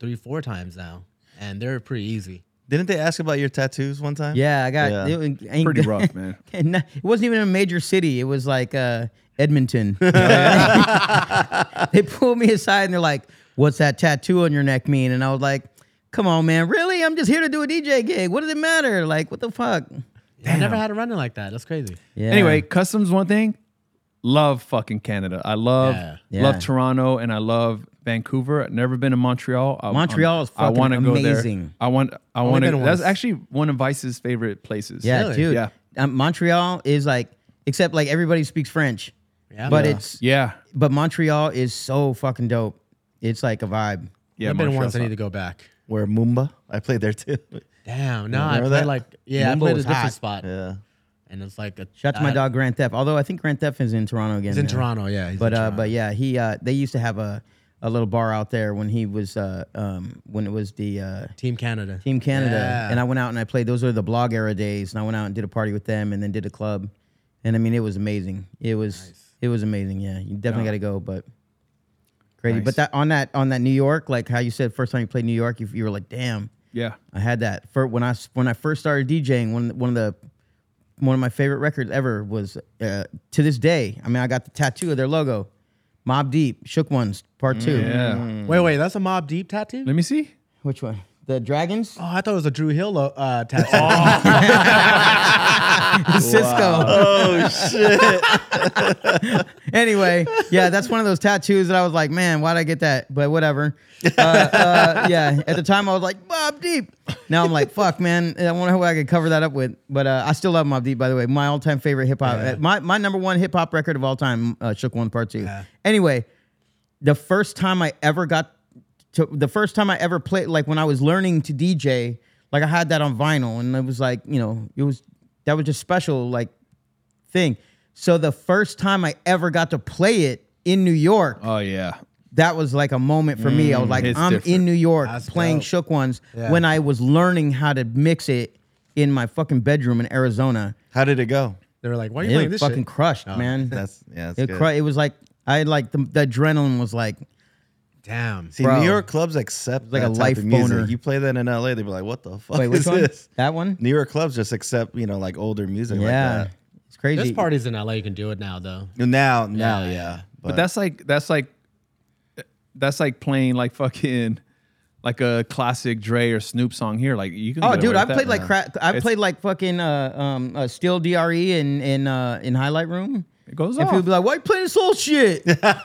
[SPEAKER 4] three four times now, and they're pretty easy.
[SPEAKER 5] Didn't they ask about your tattoos one time?
[SPEAKER 3] Yeah, I got
[SPEAKER 5] Yeah.
[SPEAKER 3] It, was- ain't
[SPEAKER 2] Pretty
[SPEAKER 3] got-
[SPEAKER 2] rough, man.
[SPEAKER 3] and not- it wasn't even a major city. It was like uh, Edmonton. they pulled me aside and they're like, "What's that tattoo on your neck mean?" And I was like, "Come on, man, really? I'm just here to do a DJ gig. What does it matter? Like, what the fuck?"
[SPEAKER 4] I never had a running like that. That's crazy.
[SPEAKER 3] Yeah.
[SPEAKER 2] Anyway, customs one thing. Love fucking Canada. I love
[SPEAKER 4] Yeah.
[SPEAKER 3] Yeah.
[SPEAKER 2] love Toronto and I love Vancouver. I've never been to Montreal. I,
[SPEAKER 3] Montreal is
[SPEAKER 2] I wanna
[SPEAKER 3] fucking
[SPEAKER 2] go there.
[SPEAKER 3] amazing.
[SPEAKER 2] I want. I want to.
[SPEAKER 4] been
[SPEAKER 2] That's
[SPEAKER 4] once.
[SPEAKER 2] actually one of Vice's favorite places.
[SPEAKER 3] yeah,
[SPEAKER 4] Really?
[SPEAKER 3] dude.
[SPEAKER 2] Yeah.
[SPEAKER 3] Um, Montreal is like, except like everybody speaks French,
[SPEAKER 4] Yeah.
[SPEAKER 3] but
[SPEAKER 4] Yeah.
[SPEAKER 3] it's
[SPEAKER 2] Yeah.
[SPEAKER 3] but Montreal is so fucking dope. It's like a vibe.
[SPEAKER 2] Yeah.
[SPEAKER 4] I've been
[SPEAKER 2] Montreal's
[SPEAKER 4] once. I
[SPEAKER 2] hot.
[SPEAKER 4] need to go back.
[SPEAKER 5] Where Mumba? I played there too.
[SPEAKER 4] Damn. No, I
[SPEAKER 5] remember
[SPEAKER 4] played
[SPEAKER 5] that?
[SPEAKER 4] like yeah.
[SPEAKER 3] Mumbo
[SPEAKER 4] I played a
[SPEAKER 3] was
[SPEAKER 4] different
[SPEAKER 3] hot.
[SPEAKER 4] spot,
[SPEAKER 5] yeah.
[SPEAKER 4] and it's like a
[SPEAKER 3] Shout out to my
[SPEAKER 4] I-
[SPEAKER 3] dog Grand Theft. Although I think Grand Theft is in Toronto again.
[SPEAKER 4] He's in
[SPEAKER 3] now.
[SPEAKER 4] Toronto. Yeah. he's in
[SPEAKER 3] But uh,
[SPEAKER 4] Toronto.
[SPEAKER 3] but yeah, he uh, they used to have a, a little bar out there when he was uh, um, when it was the uh,
[SPEAKER 4] Team Canada.
[SPEAKER 3] Team Canada,
[SPEAKER 4] Yeah.
[SPEAKER 3] and I went out and I played. Those were the blog era days, and I went out and did a party with them, and then did a club, and I mean it was amazing. It was it was amazing. Yeah, you definitely got to go, but crazy.
[SPEAKER 2] Nice.
[SPEAKER 3] But that on that on that New York, like how you said first time you played New York, you, you were like, damn,
[SPEAKER 2] Yeah.
[SPEAKER 3] I had that for when I s- when I first started DJing. One one of the one of my favorite records ever was uh, to this day. I mean, I got the tattoo of their logo, Mob Deep, Shook Ones Part Two.
[SPEAKER 2] Yeah.
[SPEAKER 3] Mm.
[SPEAKER 4] Wait, wait. That's a Mob Deep tattoo.
[SPEAKER 2] Let me see.
[SPEAKER 3] Which one? The Dragons,
[SPEAKER 4] Oh, I thought it was a Drew Hill
[SPEAKER 3] Oh.
[SPEAKER 4] uh, tattoo.
[SPEAKER 3] Cisco.
[SPEAKER 5] Oh shit!
[SPEAKER 3] anyway, yeah, that's one of those tattoos that I was like, man, why'd I get that? But whatever. Uh, uh, yeah, at the time I was like, Mob Deep. Now I'm like, fuck, man. I wonder what I could cover that up with. But uh, I still love Mob Deep, by the way. My all time favorite hip hop. uh, My, my number one hip hop record of all time, uh, Shook One Part Two. Anyway, the first time I ever got to the first time I ever played, like when I was learning to DJ, like I had that on vinyl, and it was like, you know, it was that was just special, like thing. So the first time I ever got to play it in New York,
[SPEAKER 2] Oh yeah.
[SPEAKER 3] that was like a moment for me. I was like,
[SPEAKER 2] it's
[SPEAKER 3] I'm in
[SPEAKER 2] different.
[SPEAKER 3] New York
[SPEAKER 4] That's
[SPEAKER 3] playing
[SPEAKER 4] dope.
[SPEAKER 3] Shook Ones
[SPEAKER 4] Yeah.
[SPEAKER 3] when I was learning how to mix it in my fucking bedroom in Arizona.
[SPEAKER 5] How did it go?
[SPEAKER 4] they were like, "Why are you
[SPEAKER 3] It
[SPEAKER 4] playing
[SPEAKER 3] was
[SPEAKER 4] this
[SPEAKER 3] fucking
[SPEAKER 4] shit?"
[SPEAKER 3] crushed, man.
[SPEAKER 5] Oh, That's yeah. That's
[SPEAKER 3] it,
[SPEAKER 5] good.
[SPEAKER 3] cru- it was like I had like the, the adrenaline was like
[SPEAKER 4] Damn.
[SPEAKER 5] See,
[SPEAKER 3] bro.
[SPEAKER 5] New York clubs accept
[SPEAKER 3] like
[SPEAKER 5] that
[SPEAKER 3] a
[SPEAKER 5] type
[SPEAKER 3] life
[SPEAKER 5] of music.
[SPEAKER 3] boner.
[SPEAKER 5] You play that in LA, they'd be like, "What the fuck
[SPEAKER 3] wait, which
[SPEAKER 5] is
[SPEAKER 3] one?
[SPEAKER 5] this?"
[SPEAKER 3] That one?
[SPEAKER 5] New York clubs just accept you know like older music
[SPEAKER 3] yeah,
[SPEAKER 5] like
[SPEAKER 3] it's crazy.
[SPEAKER 4] There's parties in LA you can do it now though.
[SPEAKER 5] that. Now, now, yeah.
[SPEAKER 4] Yeah,
[SPEAKER 5] But,
[SPEAKER 2] But that's like that's like that's like playing like fucking like a classic Dre or Snoop song here. Like you can.
[SPEAKER 3] Oh,
[SPEAKER 2] get
[SPEAKER 3] dude,
[SPEAKER 2] away
[SPEAKER 3] I
[SPEAKER 2] with that.
[SPEAKER 3] played like cra- I
[SPEAKER 2] It's-
[SPEAKER 3] played like fucking uh, um, uh, Steel Dre in in uh, in Highlight Room.
[SPEAKER 2] It goes
[SPEAKER 3] And people
[SPEAKER 2] off.
[SPEAKER 3] be like, "Why you playing this old shit?"
[SPEAKER 4] oh yeah,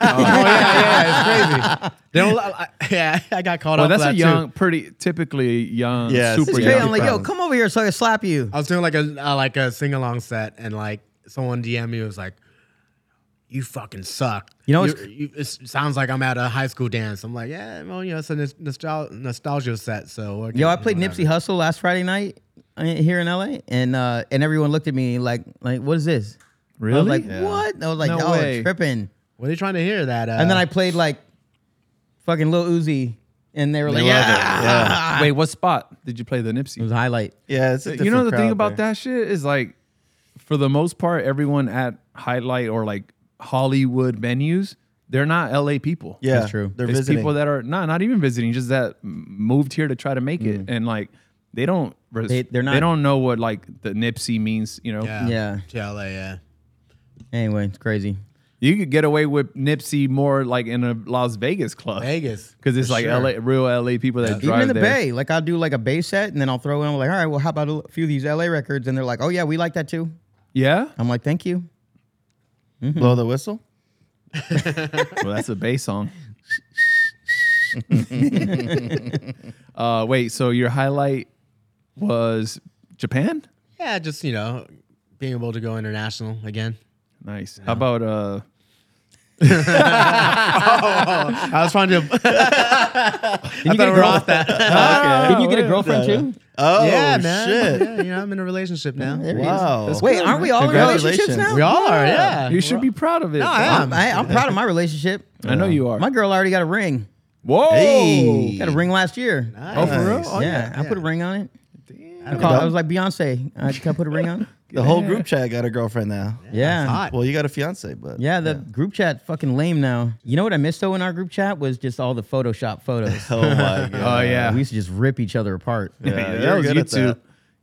[SPEAKER 4] yeah, it's crazy. They don't. I, I- yeah, I got called
[SPEAKER 2] Well,
[SPEAKER 4] out. for
[SPEAKER 2] that's a
[SPEAKER 4] that,
[SPEAKER 2] young,
[SPEAKER 4] Too.
[SPEAKER 2] pretty typically young,
[SPEAKER 5] Yeah, it's
[SPEAKER 3] It's
[SPEAKER 2] super
[SPEAKER 5] pretty
[SPEAKER 3] crazy.
[SPEAKER 2] young.
[SPEAKER 3] I'm like, "Yo,
[SPEAKER 5] problems.
[SPEAKER 3] come over here so I can slap you."
[SPEAKER 4] I was doing like a uh, like a sing along set, and like someone DM me was like, "You fucking suck."
[SPEAKER 3] You know, it's-
[SPEAKER 4] you, you, it sounds like I'm at a high school dance. I'm like, yeah, well, you know, it's a nos- nostal- nostalgia set. So okay,
[SPEAKER 3] Yo, I played
[SPEAKER 4] whatever.
[SPEAKER 3] Nipsey Hustle last Friday night uh, here in LA, and uh, and everyone looked at me like, "Like, what is this?" I was
[SPEAKER 2] Really?
[SPEAKER 3] like, "What?" And I was like,
[SPEAKER 2] No
[SPEAKER 3] "Y'all are
[SPEAKER 2] way.
[SPEAKER 3] tripping."
[SPEAKER 4] What are you trying to hear? That uh,
[SPEAKER 3] And then I played like fucking Lil Uzi, and they were like,
[SPEAKER 5] love it.
[SPEAKER 3] "Yeah."
[SPEAKER 5] yeah,
[SPEAKER 2] Wait, what spot did you play the Nipsey?
[SPEAKER 3] It was a highlight.
[SPEAKER 5] yeah. It's a
[SPEAKER 2] you know
[SPEAKER 5] different
[SPEAKER 2] the thing
[SPEAKER 5] crowd
[SPEAKER 2] about
[SPEAKER 5] there.
[SPEAKER 2] that shit is like for the most part everyone at highlight or like hollywood venues they're not la people
[SPEAKER 5] Yeah,
[SPEAKER 3] That's true.
[SPEAKER 5] They're
[SPEAKER 2] it's
[SPEAKER 5] visiting.
[SPEAKER 2] people that are not not even visiting just that m- moved here to try to make
[SPEAKER 5] Mm.
[SPEAKER 2] it and like they don't res-
[SPEAKER 3] They-
[SPEAKER 2] they,
[SPEAKER 3] they're not-
[SPEAKER 2] they don't know what like the nipsey means you know
[SPEAKER 4] yeah,
[SPEAKER 3] Yeah.
[SPEAKER 4] to LA, yeah.
[SPEAKER 3] Anyway, it's crazy.
[SPEAKER 2] you could get away with nipsey more like in a las vegas club
[SPEAKER 4] Vegas.
[SPEAKER 2] because it's
[SPEAKER 4] for
[SPEAKER 2] like
[SPEAKER 4] sure.
[SPEAKER 2] la real la people that drive
[SPEAKER 3] Even in the
[SPEAKER 2] there.
[SPEAKER 3] Bay, like I'll do like a Bay set, and then I'll throw in I'm like, all right, well, how about a few of these LA records? And they're like, oh yeah, we like that too.
[SPEAKER 2] yeah
[SPEAKER 3] I'm like, thank you.
[SPEAKER 5] Blow the whistle.
[SPEAKER 2] well, that's a bass song. uh, wait, so your highlight was Japan?
[SPEAKER 4] Yeah, just you know, being able to go international again.
[SPEAKER 2] Nice. How about uh?
[SPEAKER 4] I was trying to.
[SPEAKER 3] Did you get a girl- Did you get a girlfriend too?
[SPEAKER 5] Oh
[SPEAKER 4] yeah, man.
[SPEAKER 5] shit!
[SPEAKER 4] Yeah, you know, I'm in a relationship now.
[SPEAKER 3] There it is.
[SPEAKER 5] Wow. That's
[SPEAKER 3] Wait,
[SPEAKER 2] good,
[SPEAKER 3] aren't we
[SPEAKER 2] man.
[SPEAKER 3] all in relationships now?
[SPEAKER 5] Congratulations.
[SPEAKER 4] We all are. Yeah.
[SPEAKER 2] You should be proud of it.
[SPEAKER 4] I
[SPEAKER 2] bro.
[SPEAKER 4] am.
[SPEAKER 3] I, am proud of my relationship.
[SPEAKER 2] I know you are.
[SPEAKER 3] My girl already got a ring.
[SPEAKER 2] Whoa!
[SPEAKER 5] Hey.
[SPEAKER 3] Got a ring last year.
[SPEAKER 2] Oh, for real?
[SPEAKER 5] Nice.
[SPEAKER 2] Oh,
[SPEAKER 3] yeah, I put a ring on it. I, call, I was like Beyonce. I, Uh, can I put a ring on.
[SPEAKER 5] The whole group chat got a girlfriend now.
[SPEAKER 3] Yeah.
[SPEAKER 4] hot.
[SPEAKER 5] Well, you got a fiance, but
[SPEAKER 3] Yeah, the group chat fucking lame now. You know what I missed though in our group chat was just all the Photoshop photos. Uh,
[SPEAKER 5] Oh my
[SPEAKER 2] Oh
[SPEAKER 5] god.
[SPEAKER 2] yeah.
[SPEAKER 3] We used to just rip each other apart.
[SPEAKER 5] Yeah,
[SPEAKER 2] that
[SPEAKER 5] you're
[SPEAKER 2] was
[SPEAKER 5] good
[SPEAKER 2] you
[SPEAKER 5] at
[SPEAKER 2] two.
[SPEAKER 5] that.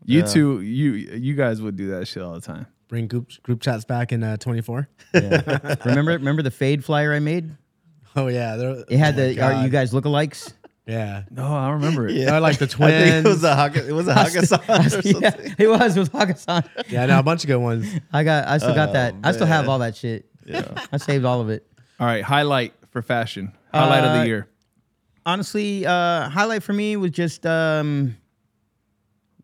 [SPEAKER 2] You two, you you guys would do that shit all the time.
[SPEAKER 4] Bring group group chats back in uh, 24.
[SPEAKER 3] remember, remember the fade flyer I made?
[SPEAKER 4] Oh yeah, they're-
[SPEAKER 3] It had
[SPEAKER 4] oh my
[SPEAKER 3] the are
[SPEAKER 4] God.
[SPEAKER 3] you guys lookalikes?
[SPEAKER 4] yeah.
[SPEAKER 2] No, Oh, I remember it.
[SPEAKER 5] Yeah.
[SPEAKER 4] They're like the
[SPEAKER 5] I think
[SPEAKER 4] twins.
[SPEAKER 5] it was uh, a Haga, it was a Hakkasan or something.
[SPEAKER 3] yeah, it was with Hakasan.
[SPEAKER 4] yeah, no, a bunch of good ones.
[SPEAKER 3] I got, I still got that. I still have all that shit. Yeah. I saved all of it.
[SPEAKER 2] All right, highlight for fashion. Highlight of
[SPEAKER 3] Uh,
[SPEAKER 2] the year.
[SPEAKER 3] honestly, uh, highlight for me was just um,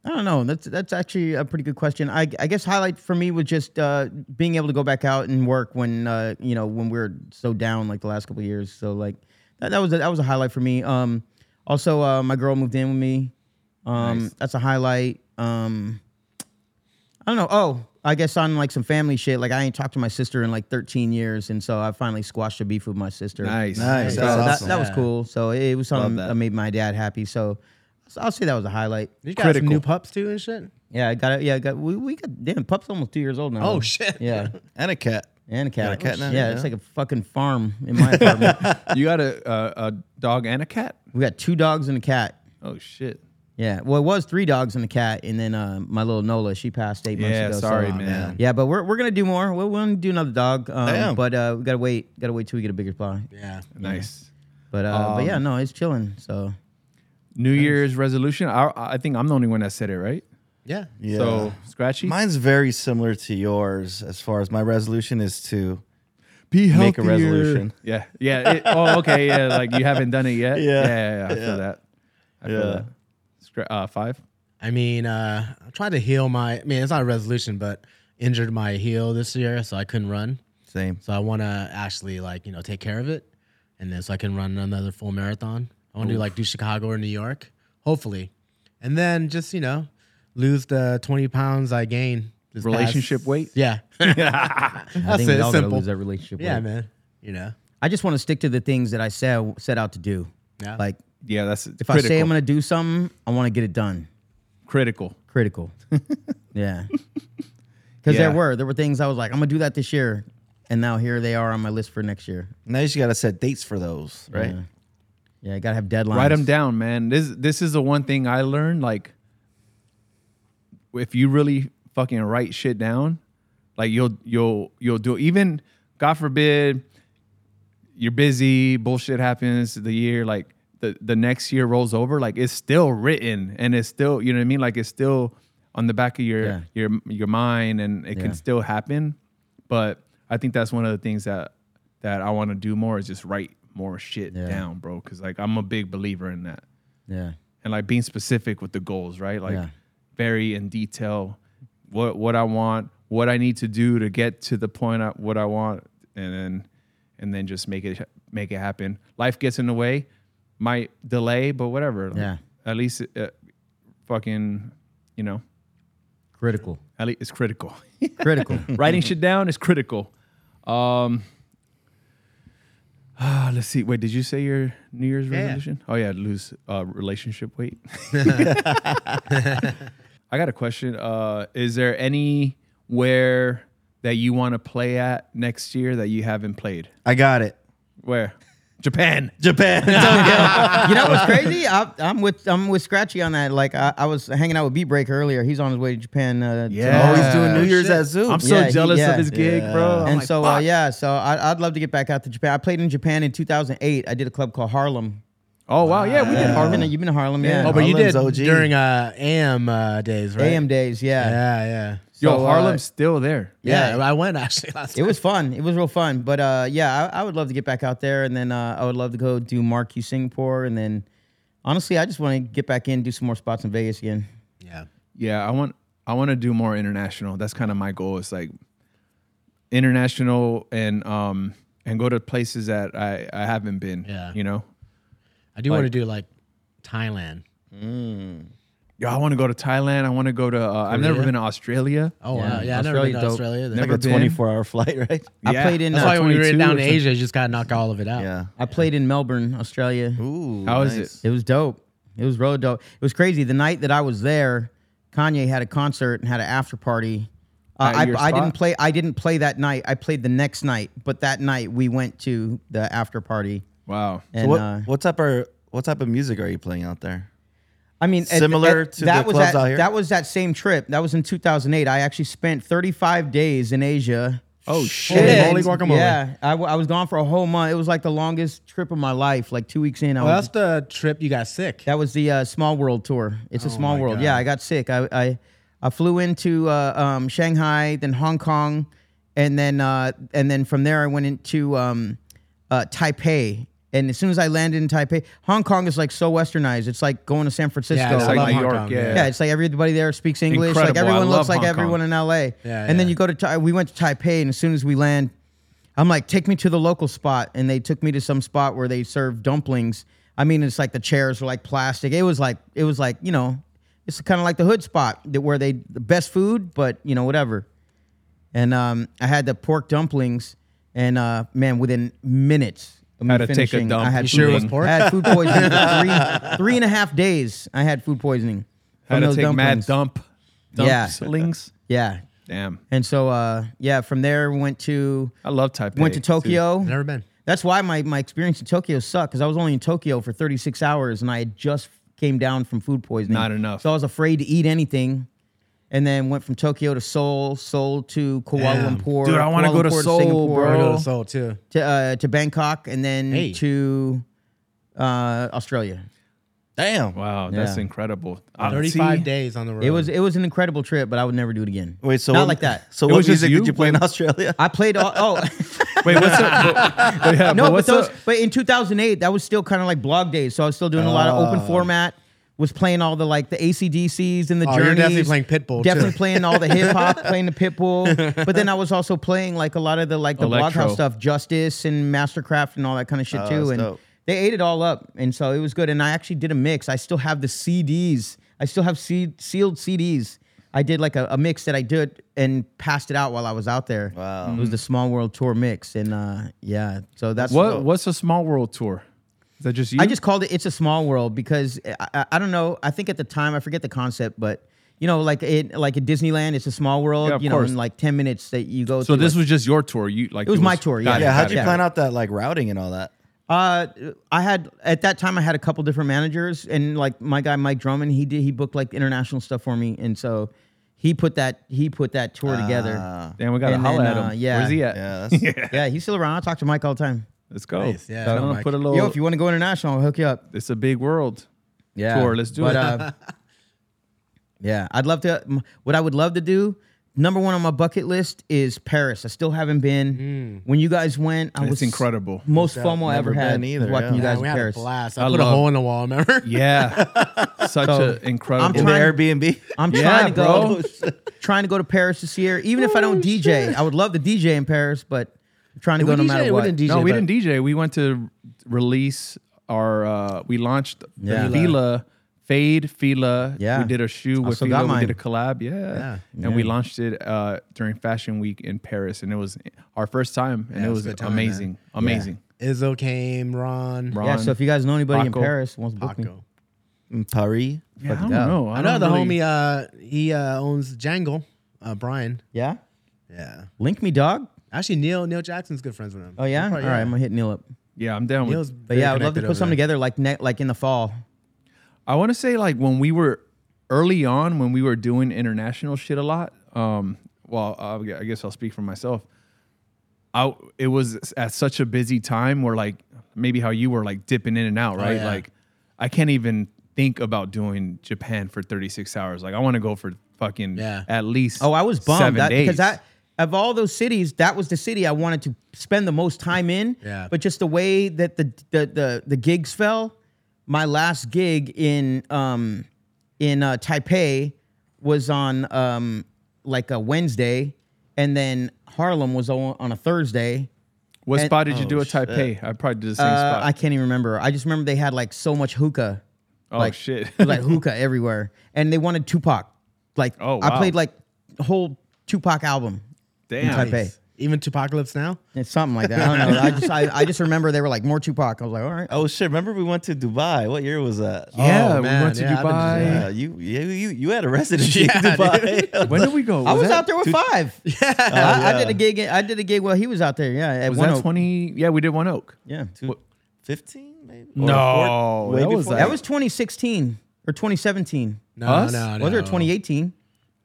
[SPEAKER 3] I don't know. That's that's actually a pretty good question. I, I guess highlight for me was just uh, being able to go back out and work when uh, you know when we were so down like the last couple of years. So like that, that was a, that was a highlight for me. Um, also uh, my girl moved in with me. Um,
[SPEAKER 2] Nice.
[SPEAKER 3] that's a highlight. Um, I don't know. Oh, I guess on like some family shit. Like I ain't talked to my sister in like 13 years, and so I finally squashed the beef with my sister.
[SPEAKER 2] Nice.
[SPEAKER 5] Nice.
[SPEAKER 3] So
[SPEAKER 5] That's
[SPEAKER 3] that,
[SPEAKER 5] Oh, awesome.
[SPEAKER 3] that was
[SPEAKER 4] Yeah.
[SPEAKER 3] cool. So it was something
[SPEAKER 2] Love
[SPEAKER 3] that.
[SPEAKER 2] that.
[SPEAKER 3] made my dad happy. So so I'll say that was a highlight.
[SPEAKER 4] You got
[SPEAKER 2] Critical.
[SPEAKER 4] some new pups too and shit.
[SPEAKER 3] Yeah, I got it. Yeah, I got we, we got damn pup's almost two years old now.
[SPEAKER 4] Oh shit.
[SPEAKER 3] Yeah,
[SPEAKER 5] And a cat.
[SPEAKER 3] and a cat.
[SPEAKER 5] Got a cat now,
[SPEAKER 3] yeah,
[SPEAKER 5] yeah.
[SPEAKER 3] it's like a fucking farm in my apartment.
[SPEAKER 2] You got a, a a dog and a cat.
[SPEAKER 3] we got two dogs and a cat.
[SPEAKER 2] Oh shit.
[SPEAKER 3] Yeah, well, it was three dogs and a cat, and then uh, my little Nola, she passed eight months
[SPEAKER 2] Yeah.
[SPEAKER 3] ago. so-
[SPEAKER 2] Sorry, man.
[SPEAKER 5] man.
[SPEAKER 3] Yeah, but we're, we're gonna do more. We're gonna do another dog. Um,
[SPEAKER 5] Damn.
[SPEAKER 3] But uh, we gotta wait. Gotta wait till we get a bigger supply.
[SPEAKER 4] Yeah.
[SPEAKER 2] Nice.
[SPEAKER 3] But uh, but
[SPEAKER 4] Um,
[SPEAKER 3] yeah, no, it's chilling. So
[SPEAKER 2] New Year's resolution. I I think I'm the only one that said it, right?
[SPEAKER 4] Yeah.
[SPEAKER 5] Yeah.
[SPEAKER 2] So scratchy.
[SPEAKER 5] mine's very similar to yours as far as my resolution is to
[SPEAKER 2] Be
[SPEAKER 5] make a resolution.
[SPEAKER 2] Yeah. Yeah. It, oh, okay. Yeah. Like you haven't done it yet.
[SPEAKER 5] Yeah.
[SPEAKER 2] Yeah. Yeah. yeah, I
[SPEAKER 5] Yeah.
[SPEAKER 2] feel that. I
[SPEAKER 5] Yeah.
[SPEAKER 2] feel that. Scra- uh, five.
[SPEAKER 4] I mean, uh, I tried to heal my. I mean, it's not a resolution, but injured my heel this year, so I couldn't run.
[SPEAKER 5] Same.
[SPEAKER 4] So I want to actually like you know take care of it, and then so I can run another full marathon. I want to do like do Chicago or New York, hopefully, and then just you know lose the twenty pounds I gained. this past-
[SPEAKER 2] Relationship weight?
[SPEAKER 4] Yeah,
[SPEAKER 3] I
[SPEAKER 4] that's
[SPEAKER 3] think we
[SPEAKER 4] it.
[SPEAKER 3] all gotta
[SPEAKER 4] Simple.
[SPEAKER 3] lose that relationship.
[SPEAKER 4] Yeah,
[SPEAKER 3] with-
[SPEAKER 4] man. You know.
[SPEAKER 3] I just want to stick to the things that I said set out to do.
[SPEAKER 4] Yeah.
[SPEAKER 3] Like
[SPEAKER 2] Yeah. That's
[SPEAKER 3] if
[SPEAKER 2] critical.
[SPEAKER 3] I say I'm going to do something, I want to get it done.
[SPEAKER 2] critical.
[SPEAKER 3] Critical. yeah. Because
[SPEAKER 2] Yeah.
[SPEAKER 3] there were there were things I was like I'm gonna do that this year, and now here they are on my list for next year.
[SPEAKER 5] Now you just gotta set dates for those, right?
[SPEAKER 3] Yeah, I gotta have deadlines.
[SPEAKER 2] Write them down, man. This this is the one thing I learned. Like, if you really fucking write shit down, like you'll you'll you'll do even. God forbid, you're busy. Bullshit happens. The year like the the next year rolls over. Like it's still written and it's still you know what I mean. Like it's still on the back of your
[SPEAKER 3] Yeah.
[SPEAKER 2] your your mind and it
[SPEAKER 3] Yeah.
[SPEAKER 2] can still happen. But I think that's one of the things that that I want to do more is just write more shit
[SPEAKER 3] Yeah.
[SPEAKER 2] down, bro. Cause like I'm a big believer in that.
[SPEAKER 3] Yeah.
[SPEAKER 2] And like being specific with the goals, right? Like
[SPEAKER 3] Yeah.
[SPEAKER 2] very in detail what what I want, what I need to do to get to the point I, what I want, and then and then just make it make it happen. Life gets in the way, might delay, but whatever. Like,
[SPEAKER 3] Yeah.
[SPEAKER 2] At least uh, fucking, you know,
[SPEAKER 3] Critical.
[SPEAKER 2] at least it's critical.
[SPEAKER 3] Critical.
[SPEAKER 2] Writing shit down is critical. Um, ah, let's see. Wait, did you say your New Year's
[SPEAKER 4] Yeah.
[SPEAKER 2] resolution? Oh yeah, lose uh, relationship weight. I got a question. Uh, is there anywhere that you want to play at next year that you haven't played?
[SPEAKER 5] I got it.
[SPEAKER 2] Where? Japan.
[SPEAKER 5] Japan.
[SPEAKER 3] you know what's crazy? I, I'm with I'm with Scratchy on that. Like I, I was hanging out with Beat Break earlier. He's on his way to Japan. Uh,
[SPEAKER 2] Yeah.
[SPEAKER 3] tomorrow.
[SPEAKER 5] Oh, he's doing New
[SPEAKER 2] shit.
[SPEAKER 5] Year's at Zoo.
[SPEAKER 2] I'm so
[SPEAKER 3] Yeah, he-
[SPEAKER 2] jealous
[SPEAKER 3] yeah.
[SPEAKER 2] of his gig, bro. I'm
[SPEAKER 3] and
[SPEAKER 2] like,
[SPEAKER 3] so uh,
[SPEAKER 2] fuck.
[SPEAKER 3] yeah, so I, I'd love to get back out to Japan. I played in Japan in 2008. I did a club called Harlem.
[SPEAKER 2] Oh wow, yeah, we did
[SPEAKER 3] You've
[SPEAKER 2] Harlem.
[SPEAKER 3] been, you've been to Harlem, yeah.
[SPEAKER 4] Oh, but you
[SPEAKER 5] Harlem's
[SPEAKER 4] did
[SPEAKER 5] OG.
[SPEAKER 4] during uh, AM uh, days, right?
[SPEAKER 3] AM days, yeah.
[SPEAKER 4] Yeah, yeah.
[SPEAKER 2] Yo,
[SPEAKER 3] So, uh,
[SPEAKER 2] Harlem's still there.
[SPEAKER 4] Yeah,
[SPEAKER 3] Yeah.
[SPEAKER 4] I went actually last.
[SPEAKER 3] It was fun. It was real fun. But uh, yeah, I, I would love to get back out there, and then uh, I would love to go do Marquee Singapore, and then honestly, I just want to get back in, do some more spots in Vegas again.
[SPEAKER 4] Yeah.
[SPEAKER 2] Yeah, I want I want to do more international. That's kind of my goal. It's like international and um and go to places that I I haven't been.
[SPEAKER 4] Yeah.
[SPEAKER 2] you know.
[SPEAKER 4] I do want to do like Thailand.
[SPEAKER 2] Yo, I want to go to Thailand. I want to go to. Uh, I've never
[SPEAKER 4] Korea?
[SPEAKER 2] been to Australia.
[SPEAKER 4] Oh
[SPEAKER 3] Yeah,
[SPEAKER 4] wow, yeah, I've never
[SPEAKER 3] Australia
[SPEAKER 4] been to
[SPEAKER 3] dope.
[SPEAKER 4] Australia. Either.
[SPEAKER 2] Never
[SPEAKER 5] like a
[SPEAKER 2] been.
[SPEAKER 5] 24 hour flight, right?
[SPEAKER 3] I played in,
[SPEAKER 4] That's
[SPEAKER 3] uh,
[SPEAKER 4] why when we were
[SPEAKER 2] 22
[SPEAKER 4] down
[SPEAKER 2] or
[SPEAKER 4] in Asia, you just gotta knock all of it out.
[SPEAKER 5] Yeah.
[SPEAKER 3] I played in Melbourne, Australia.
[SPEAKER 5] Ooh.
[SPEAKER 2] How is
[SPEAKER 5] nice.
[SPEAKER 3] It was dope. It was real dope. It was crazy. The night that I was there, Kanye had a concert and had an after party Uh,
[SPEAKER 2] At your
[SPEAKER 3] I, I didn't
[SPEAKER 2] spot?
[SPEAKER 3] play. I didn't play that night. I played the next night. But that night we went to the after party.
[SPEAKER 2] Wow.
[SPEAKER 3] And
[SPEAKER 5] So what,
[SPEAKER 3] uh,
[SPEAKER 5] what type of what type of music are you playing out there?
[SPEAKER 3] I mean, at-
[SPEAKER 5] Similar
[SPEAKER 3] at-
[SPEAKER 5] to
[SPEAKER 3] that
[SPEAKER 5] the
[SPEAKER 3] was
[SPEAKER 5] clubs
[SPEAKER 3] that,
[SPEAKER 5] out here?
[SPEAKER 3] That was that same trip. That was in 2008. I actually spent 35 days in Asia.
[SPEAKER 2] Oh shit.
[SPEAKER 4] Holy
[SPEAKER 3] And-
[SPEAKER 4] moly guacamole.
[SPEAKER 3] Yeah, I, w- I was gone for a whole month. It was like the longest trip of my life. Like two weeks in, I
[SPEAKER 4] Well,
[SPEAKER 3] was
[SPEAKER 4] that's the trip you got sick.
[SPEAKER 3] That was the uh, Small World tour. It's a Small
[SPEAKER 4] my
[SPEAKER 3] World.
[SPEAKER 4] God.
[SPEAKER 3] Yeah, I got sick. I I, I flew into uh, um, Shanghai, then Hong Kong, and then uh, and then from there I went into um, uh, Taipei. And as soon as I landed in Taipei, Hong Kong is like so westernized. It's like going to San Francisco.
[SPEAKER 4] it's
[SPEAKER 2] It's like
[SPEAKER 4] I love
[SPEAKER 2] New
[SPEAKER 4] Hong
[SPEAKER 2] York.
[SPEAKER 4] Kong,
[SPEAKER 2] yeah.
[SPEAKER 4] yeah.
[SPEAKER 3] Yeah, it's like everybody there speaks English. Like
[SPEAKER 2] Incredible. I
[SPEAKER 3] everyone
[SPEAKER 2] love
[SPEAKER 3] looks like
[SPEAKER 2] Hong
[SPEAKER 3] everyone in LA.
[SPEAKER 4] Yeah,
[SPEAKER 3] and
[SPEAKER 4] yeah.
[SPEAKER 3] then you go to Tai- we went to Taipei, and as soon as we land, I'm like, take me to the local spot, and they took me to some spot where they serve dumplings. I mean, it's like the chairs were like plastic. It was like it was like you know, it's kind of like the hood spot that where they the best food, but you know whatever. And um, I had the pork dumplings, and uh, man, within minutes. of me
[SPEAKER 2] Had to take a
[SPEAKER 3] finishing,
[SPEAKER 2] dump.
[SPEAKER 3] I had
[SPEAKER 2] You
[SPEAKER 4] sure it was
[SPEAKER 3] poisoning.
[SPEAKER 4] pork?
[SPEAKER 3] I had food poisoning for three, three and a half days. I had food poisoning.
[SPEAKER 2] Had
[SPEAKER 3] from
[SPEAKER 2] to
[SPEAKER 3] those
[SPEAKER 2] take mad
[SPEAKER 3] dumplings.
[SPEAKER 2] dump.
[SPEAKER 3] Yeah.
[SPEAKER 2] Dumplings.
[SPEAKER 3] Yeah.
[SPEAKER 2] Damn.
[SPEAKER 3] And so, uh, yeah, from there we went to
[SPEAKER 2] I love Taipei.
[SPEAKER 3] went to
[SPEAKER 2] too.
[SPEAKER 3] Tokyo.
[SPEAKER 4] Never been.
[SPEAKER 3] That's why my, my experience in Tokyo sucked because I was only in Tokyo for 36 hours and I had just came down from food poisoning.
[SPEAKER 2] Not enough.
[SPEAKER 3] So I was afraid to eat anything. And then went from Tokyo to Seoul, Seoul to Kuala
[SPEAKER 4] Damn.
[SPEAKER 3] Lumpur.
[SPEAKER 2] Dude, I wanna
[SPEAKER 3] want
[SPEAKER 2] go to Seoul,
[SPEAKER 4] I
[SPEAKER 2] bro.
[SPEAKER 4] wanna go to Seoul too.
[SPEAKER 3] To, uh, to Bangkok and then
[SPEAKER 4] Hey.
[SPEAKER 3] to uh, Australia.
[SPEAKER 5] Damn.
[SPEAKER 2] Wow, that's
[SPEAKER 3] Yeah.
[SPEAKER 2] incredible. Uh,
[SPEAKER 4] Thirty-five
[SPEAKER 2] see?
[SPEAKER 4] days on the road.
[SPEAKER 3] It was it was an incredible trip, but I would never do it again.
[SPEAKER 5] Wait, so
[SPEAKER 3] not
[SPEAKER 5] what-
[SPEAKER 3] like that.
[SPEAKER 5] So
[SPEAKER 2] It
[SPEAKER 5] what
[SPEAKER 2] was just
[SPEAKER 5] music
[SPEAKER 2] you?
[SPEAKER 5] did you play in Australia?
[SPEAKER 3] I played all, oh.
[SPEAKER 2] Wait, what's up? But- but yeah,
[SPEAKER 3] No,
[SPEAKER 2] but
[SPEAKER 3] but,
[SPEAKER 2] what's
[SPEAKER 3] those,
[SPEAKER 2] up?
[SPEAKER 3] but in 2008, that was still kind of like blog days. So I was still doing a lot of open format. Was playing all the like the ACDCs and the
[SPEAKER 4] Oh,
[SPEAKER 3] Journeys.
[SPEAKER 4] you're definitely playing Pitbull, too.
[SPEAKER 3] Definitely playing all the hip hop, playing the Pitbull. But then I was also playing like a lot of the like the
[SPEAKER 2] Electro.
[SPEAKER 3] bloghouse stuff, Justice and Mastercraft and all that kind of shit too.
[SPEAKER 5] that's
[SPEAKER 3] And
[SPEAKER 5] dope.
[SPEAKER 3] they ate it all up, and so it was good. And I actually did a mix. I still have the CDs. I still have C- sealed CDs. I did like a, a mix that I did and passed it out while I was out there.
[SPEAKER 5] Wow.
[SPEAKER 3] It was the Small World Tour mix, and uh, yeah, so that's
[SPEAKER 2] Mm-hmm. What what's a small world tour? Is that just you?
[SPEAKER 3] I just called it "It's a Small World" because eh, I, I, I don't know. I think at the time I forget the concept, but you know, like it, like at Disneyland, it's a small world.
[SPEAKER 2] Yeah, of
[SPEAKER 3] you know,
[SPEAKER 2] course.
[SPEAKER 3] in like ten minutes that you go.
[SPEAKER 2] so
[SPEAKER 3] through,
[SPEAKER 2] this
[SPEAKER 3] like-
[SPEAKER 2] was just your tour. You like it
[SPEAKER 3] was my tour,
[SPEAKER 2] got
[SPEAKER 3] yeah.
[SPEAKER 2] it,
[SPEAKER 5] Yeah, how'd
[SPEAKER 2] got
[SPEAKER 5] you
[SPEAKER 2] it.
[SPEAKER 5] plan out that like routing and all that?
[SPEAKER 3] Uh, I had at that time I had a couple different managers, and like my guy Mike Drummond, he did he booked like international stuff for me, and so he put that he put that tour together.
[SPEAKER 2] Damn, we got to
[SPEAKER 3] And
[SPEAKER 2] holler
[SPEAKER 3] then,
[SPEAKER 2] at him.
[SPEAKER 3] uh, yeah.
[SPEAKER 2] Where's he at?
[SPEAKER 5] Yeah, that's,
[SPEAKER 3] Yeah, he's still around. I talk to Mike all the time.
[SPEAKER 2] Let's go.
[SPEAKER 4] Nice, yeah.
[SPEAKER 2] I'm
[SPEAKER 4] Hello,
[SPEAKER 2] gonna
[SPEAKER 4] Mike.
[SPEAKER 2] put a little.
[SPEAKER 3] Yo, if you want to go international, I'll hook you up.
[SPEAKER 2] it's a big world.
[SPEAKER 3] yeah.
[SPEAKER 2] tour. Let's do
[SPEAKER 3] But,
[SPEAKER 2] it.
[SPEAKER 3] uh, yeah, I'd love to. m- What I would love to do, number one on my bucket list is Paris. I still haven't been. When you guys went, I
[SPEAKER 2] It's
[SPEAKER 3] was
[SPEAKER 2] incredible.
[SPEAKER 3] Most FOMO I
[SPEAKER 5] never
[SPEAKER 3] ever had was
[SPEAKER 5] been either,
[SPEAKER 3] watching
[SPEAKER 5] yeah.
[SPEAKER 3] you
[SPEAKER 4] Yeah,
[SPEAKER 3] guys
[SPEAKER 4] we
[SPEAKER 3] in
[SPEAKER 4] had
[SPEAKER 3] Paris.
[SPEAKER 4] a blast. I,
[SPEAKER 2] I
[SPEAKER 4] put
[SPEAKER 2] love-
[SPEAKER 4] a hole in the wall. Remember?
[SPEAKER 2] Yeah, such
[SPEAKER 3] So,
[SPEAKER 2] an incredible.
[SPEAKER 3] I'm
[SPEAKER 5] in
[SPEAKER 3] trying-
[SPEAKER 5] the Airbnb.
[SPEAKER 3] I'm
[SPEAKER 2] Yeah,
[SPEAKER 3] trying to go,
[SPEAKER 2] bro. Oh,
[SPEAKER 3] trying to go to Paris this year. Even if I don't DJ, I would love to DJ in Paris, but I'm trying to
[SPEAKER 4] Did
[SPEAKER 3] go no
[SPEAKER 4] we
[SPEAKER 3] matter
[SPEAKER 4] DJ? We
[SPEAKER 3] what.
[SPEAKER 4] didn't DJ.
[SPEAKER 2] no, we
[SPEAKER 4] but-
[SPEAKER 2] didn't DJ. We went to release our. Uh, we launched
[SPEAKER 3] Yeah.
[SPEAKER 2] the Fila Fade Fila.
[SPEAKER 3] Yeah.
[SPEAKER 2] we did a shoe with
[SPEAKER 3] still got
[SPEAKER 2] Fila. We
[SPEAKER 3] mine.
[SPEAKER 2] did a collab. Yeah, and we launched it uh, during Fashion Week in Paris, and it was our first time, and
[SPEAKER 4] it
[SPEAKER 2] it
[SPEAKER 4] was
[SPEAKER 2] was
[SPEAKER 4] a good time,
[SPEAKER 2] amazing, amazing.
[SPEAKER 4] Izzo came. Ron.
[SPEAKER 2] Ron,
[SPEAKER 3] Yeah, so if you guys know anybody
[SPEAKER 2] Paco.
[SPEAKER 3] in Paris, who wants to book me.
[SPEAKER 4] Paco.
[SPEAKER 5] In Paris.
[SPEAKER 2] Yeah, I don't
[SPEAKER 3] go.
[SPEAKER 2] know. I,
[SPEAKER 4] I know
[SPEAKER 2] don't
[SPEAKER 4] the
[SPEAKER 2] really-
[SPEAKER 4] homie. Uh, he uh, owns Jangle. Uh, Brian.
[SPEAKER 3] Yeah,
[SPEAKER 4] Yeah.
[SPEAKER 3] link me, dog.
[SPEAKER 4] Actually, Neil Neil Jackson's good friends with him.
[SPEAKER 3] Oh yeah, all right, I'm gonna hit Neil up.
[SPEAKER 2] Yeah, I'm down with.
[SPEAKER 4] Neil's
[SPEAKER 3] But yeah, I would love to put something together like ne- like in the fall.
[SPEAKER 2] I want to say like when we were early on when we were doing international shit a lot. Um, well, I gu- I guess I'll speak for myself. I it was at such a busy time where like maybe how you were like dipping in and
[SPEAKER 3] Oh,
[SPEAKER 2] out, right?
[SPEAKER 4] yeah.
[SPEAKER 2] Like I can't even think about doing Japan for 36 hours. Like I want to go for fucking
[SPEAKER 4] Yeah.
[SPEAKER 2] at least
[SPEAKER 3] Oh, I was
[SPEAKER 2] seven
[SPEAKER 3] bummed that,
[SPEAKER 2] days.
[SPEAKER 3] because that of all those cities, that was the city I wanted to spend the most time in.
[SPEAKER 4] Yeah.
[SPEAKER 3] But just the way that the the the, the gigs fell, my last gig in um in uh, Taipei was on um like a Wednesday, and then Harlem was on, on a Thursday.
[SPEAKER 2] what
[SPEAKER 3] and-
[SPEAKER 2] spot did you do
[SPEAKER 5] Oh,
[SPEAKER 2] at Taipei? I probably did the same
[SPEAKER 3] Uh,
[SPEAKER 2] spot.
[SPEAKER 3] I can't even remember. I just remember they had like so much hookah.
[SPEAKER 2] oh
[SPEAKER 3] like-
[SPEAKER 2] shit!
[SPEAKER 3] It was like hookah everywhere, and they wanted Tupac. Like
[SPEAKER 2] Oh,
[SPEAKER 3] I
[SPEAKER 2] wow.
[SPEAKER 3] played like whole Tupac album in
[SPEAKER 2] Damn.
[SPEAKER 3] Taipei.
[SPEAKER 4] Even Tupacalypse now?
[SPEAKER 3] It's something like that. I don't know. I just I, I just remember they were like more Tupac. I was like, all right.
[SPEAKER 5] Oh shit! Remember we went to Dubai? What year was that?
[SPEAKER 2] Yeah,
[SPEAKER 4] Oh, man,
[SPEAKER 2] we went to
[SPEAKER 4] yeah, I've been to
[SPEAKER 2] Dubai.
[SPEAKER 5] Yeah, you you you, you had a residency
[SPEAKER 4] Yeah,
[SPEAKER 5] in Dubai.
[SPEAKER 2] When did we go?
[SPEAKER 3] I was
[SPEAKER 2] that,
[SPEAKER 3] out there with five. Yeah. I,
[SPEAKER 5] Oh,
[SPEAKER 3] I did a gig. I did a gig while he was out there. Yeah. At
[SPEAKER 2] Was
[SPEAKER 3] one
[SPEAKER 2] that
[SPEAKER 3] Oak.
[SPEAKER 2] twenty? Yeah, we did one oak.
[SPEAKER 3] Yeah.
[SPEAKER 5] Two- Fifteen maybe. Or
[SPEAKER 2] No,
[SPEAKER 5] four- way
[SPEAKER 2] that was
[SPEAKER 5] before
[SPEAKER 2] like-
[SPEAKER 3] That was 2016 or 2017.
[SPEAKER 4] No,
[SPEAKER 2] Us?
[SPEAKER 4] no, no.
[SPEAKER 3] Was it 2018?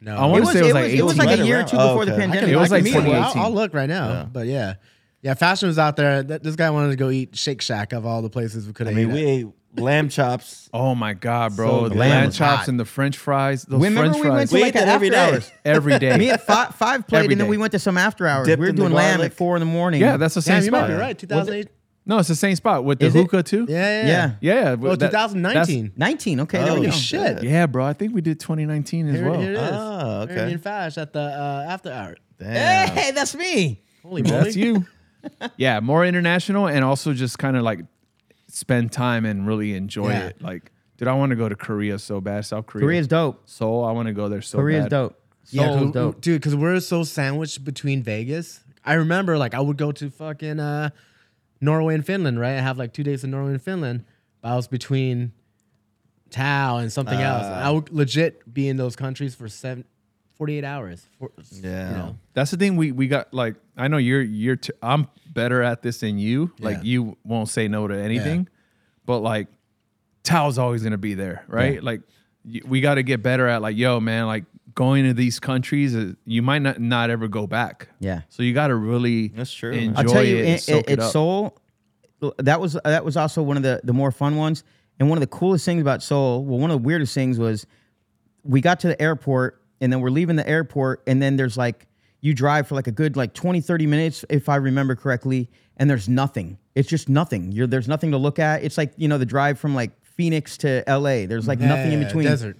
[SPEAKER 4] No.
[SPEAKER 2] I wanna
[SPEAKER 3] It was,
[SPEAKER 2] say
[SPEAKER 3] it, was like it
[SPEAKER 2] 18.
[SPEAKER 3] was like a
[SPEAKER 5] Right
[SPEAKER 3] year or
[SPEAKER 5] around-
[SPEAKER 3] two
[SPEAKER 5] oh,
[SPEAKER 3] before the
[SPEAKER 5] okay. I
[SPEAKER 4] I
[SPEAKER 3] pandemic.
[SPEAKER 4] can,
[SPEAKER 2] It was
[SPEAKER 4] I can
[SPEAKER 2] like
[SPEAKER 4] meet him. Well, I'll,
[SPEAKER 2] 2018.
[SPEAKER 4] I'll look right now. But yeah. Yeah, Fashion was out there. That, this guy wanted to go eat Shake Shack of all the places we could
[SPEAKER 5] I
[SPEAKER 4] have
[SPEAKER 5] mean,
[SPEAKER 4] eaten.
[SPEAKER 5] we ate lamb chops.
[SPEAKER 2] Oh my god, bro!
[SPEAKER 5] So
[SPEAKER 2] the
[SPEAKER 5] good.
[SPEAKER 2] lamb
[SPEAKER 5] Lamb was
[SPEAKER 2] chops
[SPEAKER 3] hot.
[SPEAKER 2] and the French fries. Those
[SPEAKER 3] Remember
[SPEAKER 2] French
[SPEAKER 3] we went
[SPEAKER 2] fries
[SPEAKER 3] to
[SPEAKER 5] We
[SPEAKER 3] like
[SPEAKER 5] ate
[SPEAKER 3] an
[SPEAKER 5] that every
[SPEAKER 3] after
[SPEAKER 5] day.
[SPEAKER 3] hours.
[SPEAKER 2] every day.
[SPEAKER 3] Me and five, five played,
[SPEAKER 2] Every
[SPEAKER 3] and then
[SPEAKER 2] day.
[SPEAKER 3] we went to some after hours.
[SPEAKER 5] Dipped
[SPEAKER 3] we were
[SPEAKER 5] in the
[SPEAKER 3] doing lamb at
[SPEAKER 5] garlic.
[SPEAKER 3] four in the morning.
[SPEAKER 2] yeah, that's the same
[SPEAKER 4] Damn, you might
[SPEAKER 2] spot.
[SPEAKER 4] be right. 2008.
[SPEAKER 2] No, it's the same spot with the
[SPEAKER 3] Is it?
[SPEAKER 2] hookah too.
[SPEAKER 4] Yeah, yeah,
[SPEAKER 3] Yeah.
[SPEAKER 2] yeah.
[SPEAKER 4] Oh,
[SPEAKER 2] that- that's-
[SPEAKER 4] 2019.
[SPEAKER 3] 19. Okay, there we
[SPEAKER 5] Oh,
[SPEAKER 3] go.
[SPEAKER 5] shit.
[SPEAKER 2] Yeah, bro. I think we did 2019 as
[SPEAKER 4] Here,
[SPEAKER 2] well.
[SPEAKER 4] here it is.
[SPEAKER 5] Ah, okay.
[SPEAKER 4] Arabian Fash at the uh, after hour.
[SPEAKER 5] Damn.
[SPEAKER 3] Hey, that's me.
[SPEAKER 4] Holy moly.
[SPEAKER 2] That's you. yeah, more international and also just kind of like spend time and really enjoy
[SPEAKER 4] Yeah.
[SPEAKER 2] it. Like, dude, I want to go to Korea so bad. South Korea.
[SPEAKER 3] Korea's dope.
[SPEAKER 2] Seoul. I want to go there so
[SPEAKER 3] Korea's
[SPEAKER 2] bad.
[SPEAKER 3] dope.
[SPEAKER 4] Yeah,
[SPEAKER 2] Oh,
[SPEAKER 3] Seoul's
[SPEAKER 4] cause,
[SPEAKER 3] dope.
[SPEAKER 4] dude, because we're so sandwiched between Vegas. I remember, like, I would go to fucking uh, Norway and Finland, right? I have like two days in Norway and Finland, but I was between Tao and something else.
[SPEAKER 2] Uh.
[SPEAKER 4] I would legit be in those countries for seven, 48 hours. For,
[SPEAKER 5] Yeah.
[SPEAKER 4] You know.
[SPEAKER 2] That's the thing we we got like I know you're you're t- I'm better at this than you. Like
[SPEAKER 4] Yeah.
[SPEAKER 2] you won't say no to anything. But like Tao's always going to be there, right? Like y- we got to get better at like yo man, like going to these countries is, you might not not ever go back.
[SPEAKER 3] Yeah.
[SPEAKER 2] So you got to really
[SPEAKER 5] That's true, man.
[SPEAKER 2] enjoy
[SPEAKER 5] I'll
[SPEAKER 3] I'll tell you,
[SPEAKER 2] it,
[SPEAKER 3] in-
[SPEAKER 2] and
[SPEAKER 3] in-
[SPEAKER 2] soak it
[SPEAKER 3] at
[SPEAKER 2] up.
[SPEAKER 3] Seoul, that was that was also one of the the more fun ones. And one of the coolest things about Seoul, well, one of the weirdest things was we got to the airport and then we're leaving the airport and then there's like you drive for like a good like 20 30 minutes if i remember correctly and there's nothing it's just nothing you're there's nothing to look at it's like you know the drive from like phoenix to la there's like nothing in
[SPEAKER 4] Yeah,
[SPEAKER 3] between
[SPEAKER 4] desert.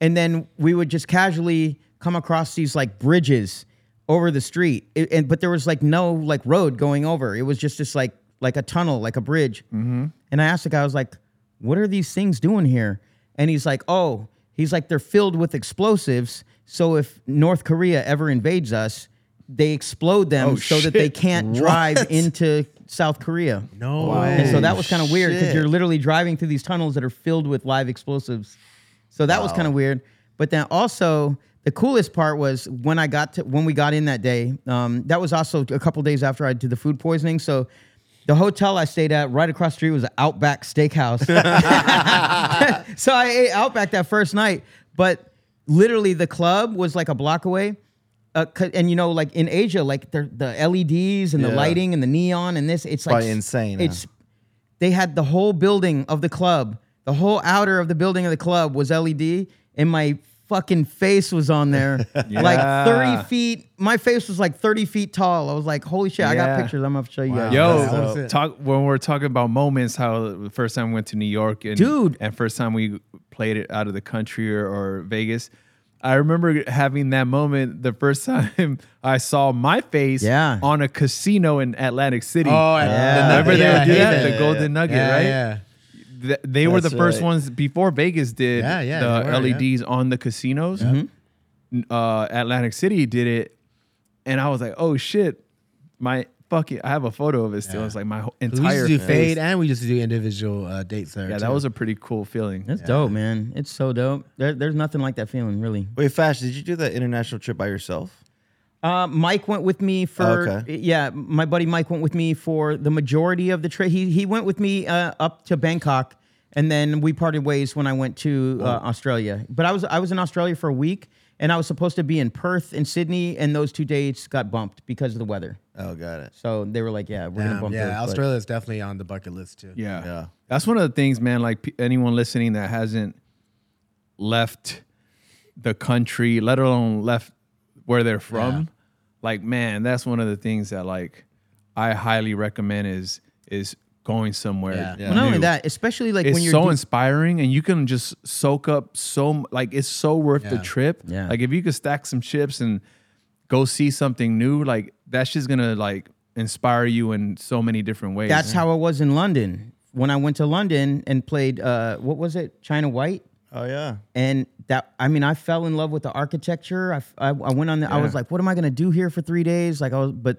[SPEAKER 3] and then we would just casually come across these like bridges over the street It- and but there was like no like road going over it was just this like like a tunnel like a bridge mm-hmm. and i asked the guy i was like what are these things doing here and he's like oh he's like they're filled with explosives so if north korea ever invades us they explode them
[SPEAKER 2] Oh,
[SPEAKER 3] so that they
[SPEAKER 2] shit.
[SPEAKER 3] can't drive into south korea
[SPEAKER 4] No
[SPEAKER 3] and so
[SPEAKER 4] way.
[SPEAKER 3] that was kind of weird because
[SPEAKER 5] shit.
[SPEAKER 3] you're literally driving through these tunnels that are filled with live explosives. So that was kind of weird. But then also the coolest part was when I got to when we got in that day. Um, that was also a couple days after I did the food poisoning. So the hotel I stayed at right across the street was Outback Steakhouse. so I ate Outback that first night, but literally the club was like a block away. Uh, 'cause- and you know, like in Asia, like the the LEDs and the
[SPEAKER 5] Yeah.
[SPEAKER 3] lighting and the neon and this, it's like
[SPEAKER 5] Probably insane, huh?
[SPEAKER 3] It's they had the whole building of the club, the whole outer of the building of the club was LED, and my fucking face was on there, like thirty feet. My face was like thirty feet tall. I was like, holy shit! I got
[SPEAKER 2] Yeah.
[SPEAKER 3] pictures. I'm gonna show you. guys.
[SPEAKER 2] Yo,
[SPEAKER 4] That was it.
[SPEAKER 2] talk when we're talking about moments. How the first time we went to New York and
[SPEAKER 3] Dude.
[SPEAKER 2] and first time we played it out of the country or, or Vegas. I remember having that moment the first time I saw my face
[SPEAKER 3] Yeah.
[SPEAKER 2] on a casino in Atlantic City.
[SPEAKER 4] Oh, at- Yeah.
[SPEAKER 2] remember
[SPEAKER 4] the Nugget.
[SPEAKER 2] they would do
[SPEAKER 4] Yeah,
[SPEAKER 2] that,
[SPEAKER 5] yeah,
[SPEAKER 2] the
[SPEAKER 5] yeah.
[SPEAKER 2] Golden Nugget,
[SPEAKER 4] yeah,
[SPEAKER 2] right?
[SPEAKER 4] yeah.
[SPEAKER 2] Th- they were the
[SPEAKER 5] That's
[SPEAKER 2] first
[SPEAKER 5] right.
[SPEAKER 2] ones before Vegas did
[SPEAKER 4] Yeah, yeah,
[SPEAKER 2] the
[SPEAKER 4] they were, yeah.
[SPEAKER 2] LEDs on the casinos. N- Uh, Atlantic City did it, and I was like, "Oh shit, my fucking!" I have a photo of it still. It's like my whole
[SPEAKER 4] We used
[SPEAKER 2] entire
[SPEAKER 4] to do
[SPEAKER 2] face.
[SPEAKER 4] fade and we used to do individual uh, dates there.
[SPEAKER 2] Yeah,
[SPEAKER 4] too.
[SPEAKER 2] that was a pretty cool feeling.
[SPEAKER 3] That's dope, man. It's so dope. There, there's nothing like that feeling, really.
[SPEAKER 5] Wait, Fash, did you do that international trip by yourself?
[SPEAKER 3] Uh, Mike went with me for
[SPEAKER 5] Okay.
[SPEAKER 3] yeah. My buddy Mike went with me for the majority of the trip. He he went with me uh, up to Bangkok, and then we parted ways when I went to uh,
[SPEAKER 4] Oh.
[SPEAKER 3] Australia. But I was I was in Australia for a week, and I was supposed to be in Perth and Sydney, and those two dates got bumped because of the weather.
[SPEAKER 5] Oh, got it.
[SPEAKER 3] So they were like, yeah, we're gonna
[SPEAKER 4] Damn,
[SPEAKER 3] bump.
[SPEAKER 4] yeah,
[SPEAKER 3] those, but-
[SPEAKER 4] Australia is definitely on the bucket list too.
[SPEAKER 2] Yeah.
[SPEAKER 5] Yeah.
[SPEAKER 2] That's one of the things, man. Like p- anyone listening that hasn't left the country, let alone left where they're from, like man, that's one of the things that like I highly recommend is is going somewhere.
[SPEAKER 4] Yeah.
[SPEAKER 5] Yeah.
[SPEAKER 3] Well, not only
[SPEAKER 2] new.
[SPEAKER 3] that, especially like
[SPEAKER 2] it's
[SPEAKER 3] when you're
[SPEAKER 2] so
[SPEAKER 3] do-
[SPEAKER 2] inspiring and you can just soak up so m- like it's so worth the
[SPEAKER 4] Yeah.
[SPEAKER 2] trip
[SPEAKER 3] Yeah.
[SPEAKER 2] like if you could stack some chips and go see something new like that's just gonna like inspire you in so many different ways
[SPEAKER 3] That's how I was in London when I went to London and played. Uh, what was it? China White.
[SPEAKER 5] Oh yeah.
[SPEAKER 3] and that i mean i fell in love with the architecture i, f- I- I went on the i was like what am i going to do here for three days like i was but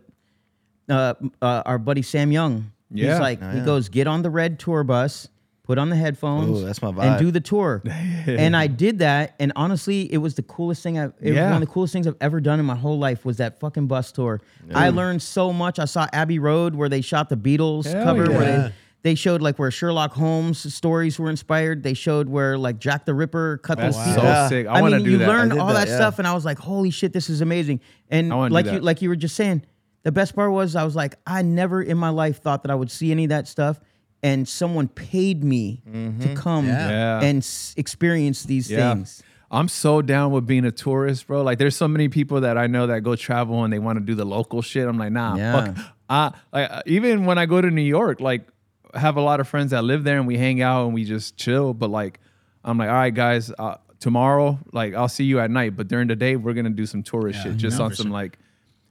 [SPEAKER 3] uh, uh, our buddy Sam Young.
[SPEAKER 2] Yeah.
[SPEAKER 3] He's like, he goes, get on the red tour bus, put on the headphones,
[SPEAKER 5] Ooh, that's my vibe.
[SPEAKER 3] and do the tour. and I did that, and honestly, it was the coolest thing I've. It
[SPEAKER 2] Yeah.
[SPEAKER 3] was one of the coolest things I've ever done in my whole life was that fucking bus tour. I learned so much. I saw Abbey Road where they shot the Beatles
[SPEAKER 2] Hell
[SPEAKER 3] cover where
[SPEAKER 2] yeah.
[SPEAKER 3] they. They showed like where Sherlock Holmes stories were inspired. They showed where like Jack the Ripper cut
[SPEAKER 2] That's
[SPEAKER 3] those people.
[SPEAKER 2] so
[SPEAKER 5] Yeah.
[SPEAKER 2] sick. I,
[SPEAKER 3] I,
[SPEAKER 2] want to
[SPEAKER 3] mean,
[SPEAKER 2] do
[SPEAKER 3] you
[SPEAKER 2] that.
[SPEAKER 3] learned
[SPEAKER 5] did
[SPEAKER 3] all
[SPEAKER 5] that,
[SPEAKER 3] that,
[SPEAKER 5] yeah.
[SPEAKER 3] stuff, and I was like, "Holy shit, this is amazing!" And
[SPEAKER 2] wanna do
[SPEAKER 3] like
[SPEAKER 2] that.
[SPEAKER 3] you, like you were just saying, the best part was I was like, I never in my life thought that I would see any of that stuff, and someone paid me to come
[SPEAKER 2] Mm-hmm. Yeah.
[SPEAKER 3] and s- experience these things.
[SPEAKER 2] I'm so down with being a tourist, bro. Like, there's so many people that I know that go travel and they want to do the local shit. I'm like, nah,
[SPEAKER 3] Yeah.
[SPEAKER 2] fuck. I, like, uh, even when I go to New York, like, I have a lot of friends that live there and we hang out and we just chill. But like, I'm like, all right, guys, uh, tomorrow, like, I'll see you at night. But during the day, we're gonna do some tourist shit, just on some like,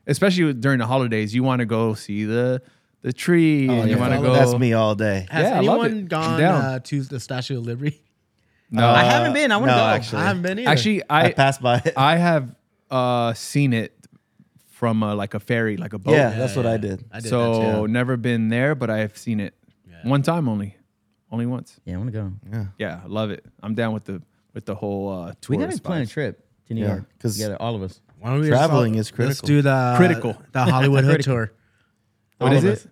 [SPEAKER 2] especially with- during the holidays, you want to go see the the tree and you
[SPEAKER 5] Oh, Yeah.
[SPEAKER 2] want to go.
[SPEAKER 5] That's me all day.
[SPEAKER 4] Has
[SPEAKER 2] Yeah, I love
[SPEAKER 4] anyone
[SPEAKER 2] it.
[SPEAKER 4] gone
[SPEAKER 2] Down.
[SPEAKER 4] uh, to the Statue of Liberty?
[SPEAKER 2] Uh, No,
[SPEAKER 3] I haven't been. I want to
[SPEAKER 5] no,
[SPEAKER 3] go.
[SPEAKER 5] actually.
[SPEAKER 4] I haven't been either.
[SPEAKER 2] actually,
[SPEAKER 5] I,
[SPEAKER 2] I,
[SPEAKER 5] passed by it.
[SPEAKER 2] I have uh, seen it from uh, like a ferry, like a boat.
[SPEAKER 5] yeah, that's what I did.
[SPEAKER 4] I did that
[SPEAKER 2] so
[SPEAKER 4] too.
[SPEAKER 2] never been there, but I have seen it one time only, only once.
[SPEAKER 3] Yeah, I want to go.
[SPEAKER 2] Yeah, I love it. I'm down with the with the whole uh,
[SPEAKER 3] We
[SPEAKER 2] tour.
[SPEAKER 3] gotta plan a trip to New
[SPEAKER 5] Yeah,
[SPEAKER 3] York
[SPEAKER 5] 'cause
[SPEAKER 3] together, all of us.
[SPEAKER 4] Why don't we
[SPEAKER 5] traveling
[SPEAKER 4] just,
[SPEAKER 5] is
[SPEAKER 4] let's
[SPEAKER 5] critical.
[SPEAKER 4] do the
[SPEAKER 2] Critical.
[SPEAKER 4] the Hollywood Hood tour.
[SPEAKER 2] What
[SPEAKER 4] All
[SPEAKER 2] is
[SPEAKER 4] of
[SPEAKER 2] it?
[SPEAKER 4] us.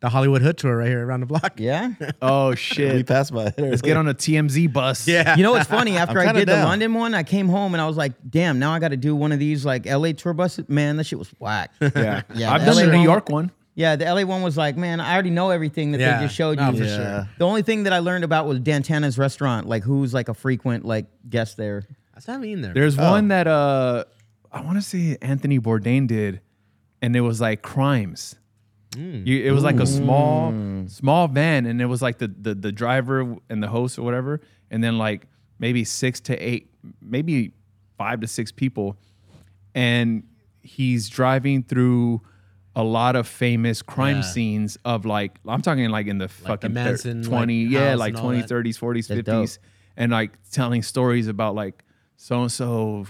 [SPEAKER 4] The Hollywood Hood tour right here around the block.
[SPEAKER 3] Yeah.
[SPEAKER 2] Oh
[SPEAKER 5] We
[SPEAKER 2] shit!
[SPEAKER 5] passed by it.
[SPEAKER 2] Let's get on a TMZ bus.
[SPEAKER 4] Yeah.
[SPEAKER 3] You know what's funny? After I
[SPEAKER 5] kinda
[SPEAKER 3] did the
[SPEAKER 5] down.
[SPEAKER 3] London one, I came home and I was like, "Damn! Now I got to do one of these like LA tour buses. Man, that shit was whack."
[SPEAKER 2] yeah.
[SPEAKER 3] Yeah,
[SPEAKER 2] I've done
[SPEAKER 3] the
[SPEAKER 2] the
[SPEAKER 3] LA
[SPEAKER 2] New
[SPEAKER 3] one-
[SPEAKER 2] York one.
[SPEAKER 3] Yeah, the LA one was like, man, I already know everything that
[SPEAKER 4] Yeah,
[SPEAKER 3] they just showed
[SPEAKER 4] no,
[SPEAKER 3] you.
[SPEAKER 4] for
[SPEAKER 5] Yeah. sure.
[SPEAKER 3] The only thing that I learned about was Dantana's restaurant, like who's like a frequent like guest there.
[SPEAKER 4] I still haven't eaten there.
[SPEAKER 2] There's one that uh, I want to say Anthony Bourdain did, and it was like crimes.
[SPEAKER 4] Hmm.
[SPEAKER 2] You, it was like a small, small van, and it was like the, the the driver and the host or whatever, and then like maybe six to eight, maybe five to six people, and he's driving through a lot of famous crime
[SPEAKER 4] Yeah.
[SPEAKER 2] scenes of like I'm talking like in the
[SPEAKER 4] Like the
[SPEAKER 2] fucking thir-
[SPEAKER 4] Manson, like,
[SPEAKER 2] 20 yeah
[SPEAKER 4] house
[SPEAKER 2] like
[SPEAKER 4] and all
[SPEAKER 2] 20
[SPEAKER 4] that.
[SPEAKER 2] 30s 40s
[SPEAKER 3] That's
[SPEAKER 2] 50s
[SPEAKER 3] dope.
[SPEAKER 2] and like telling stories about like so and so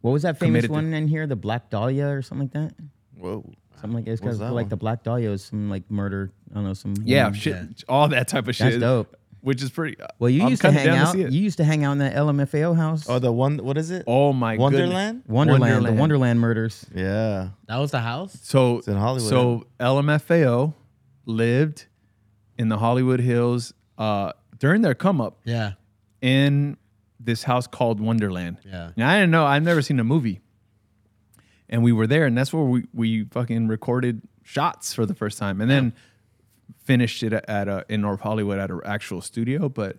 [SPEAKER 3] What was that famous
[SPEAKER 2] Committed to-
[SPEAKER 3] one in here? The Black Dahlia or something like that?
[SPEAKER 5] Whoa.
[SPEAKER 3] Something like it's got
[SPEAKER 5] that
[SPEAKER 3] like
[SPEAKER 5] one?
[SPEAKER 3] the Black Dahlia is some like murder. I don't know some
[SPEAKER 2] Yeah,
[SPEAKER 3] woman.
[SPEAKER 2] shit, all that type of shit.
[SPEAKER 3] Mm, That's dope.
[SPEAKER 2] Which is pretty. uh,
[SPEAKER 3] Well, you
[SPEAKER 2] I'm
[SPEAKER 3] used to
[SPEAKER 2] kinda
[SPEAKER 3] hang
[SPEAKER 2] down
[SPEAKER 3] out.
[SPEAKER 2] see it.
[SPEAKER 3] you used to hang out in that LMFAO house.
[SPEAKER 5] Oh, the one. What is it?
[SPEAKER 2] oh my
[SPEAKER 5] Wonderland?
[SPEAKER 2] goodness.
[SPEAKER 3] Wonderland, the Wonderland murders.
[SPEAKER 5] Yeah.
[SPEAKER 4] that was the house.
[SPEAKER 2] So
[SPEAKER 5] in Hollywood.
[SPEAKER 2] So LMFAO lived in the Hollywood Hills uh, during their come up
[SPEAKER 4] Yeah.
[SPEAKER 2] in this house called Wonderland.
[SPEAKER 4] Yeah.
[SPEAKER 2] Now I didn't know. I've never seen a movie. And we were there, and that's where we we fucking recorded shots for the first time, and then finished it at a in North Hollywood at an actual studio, but.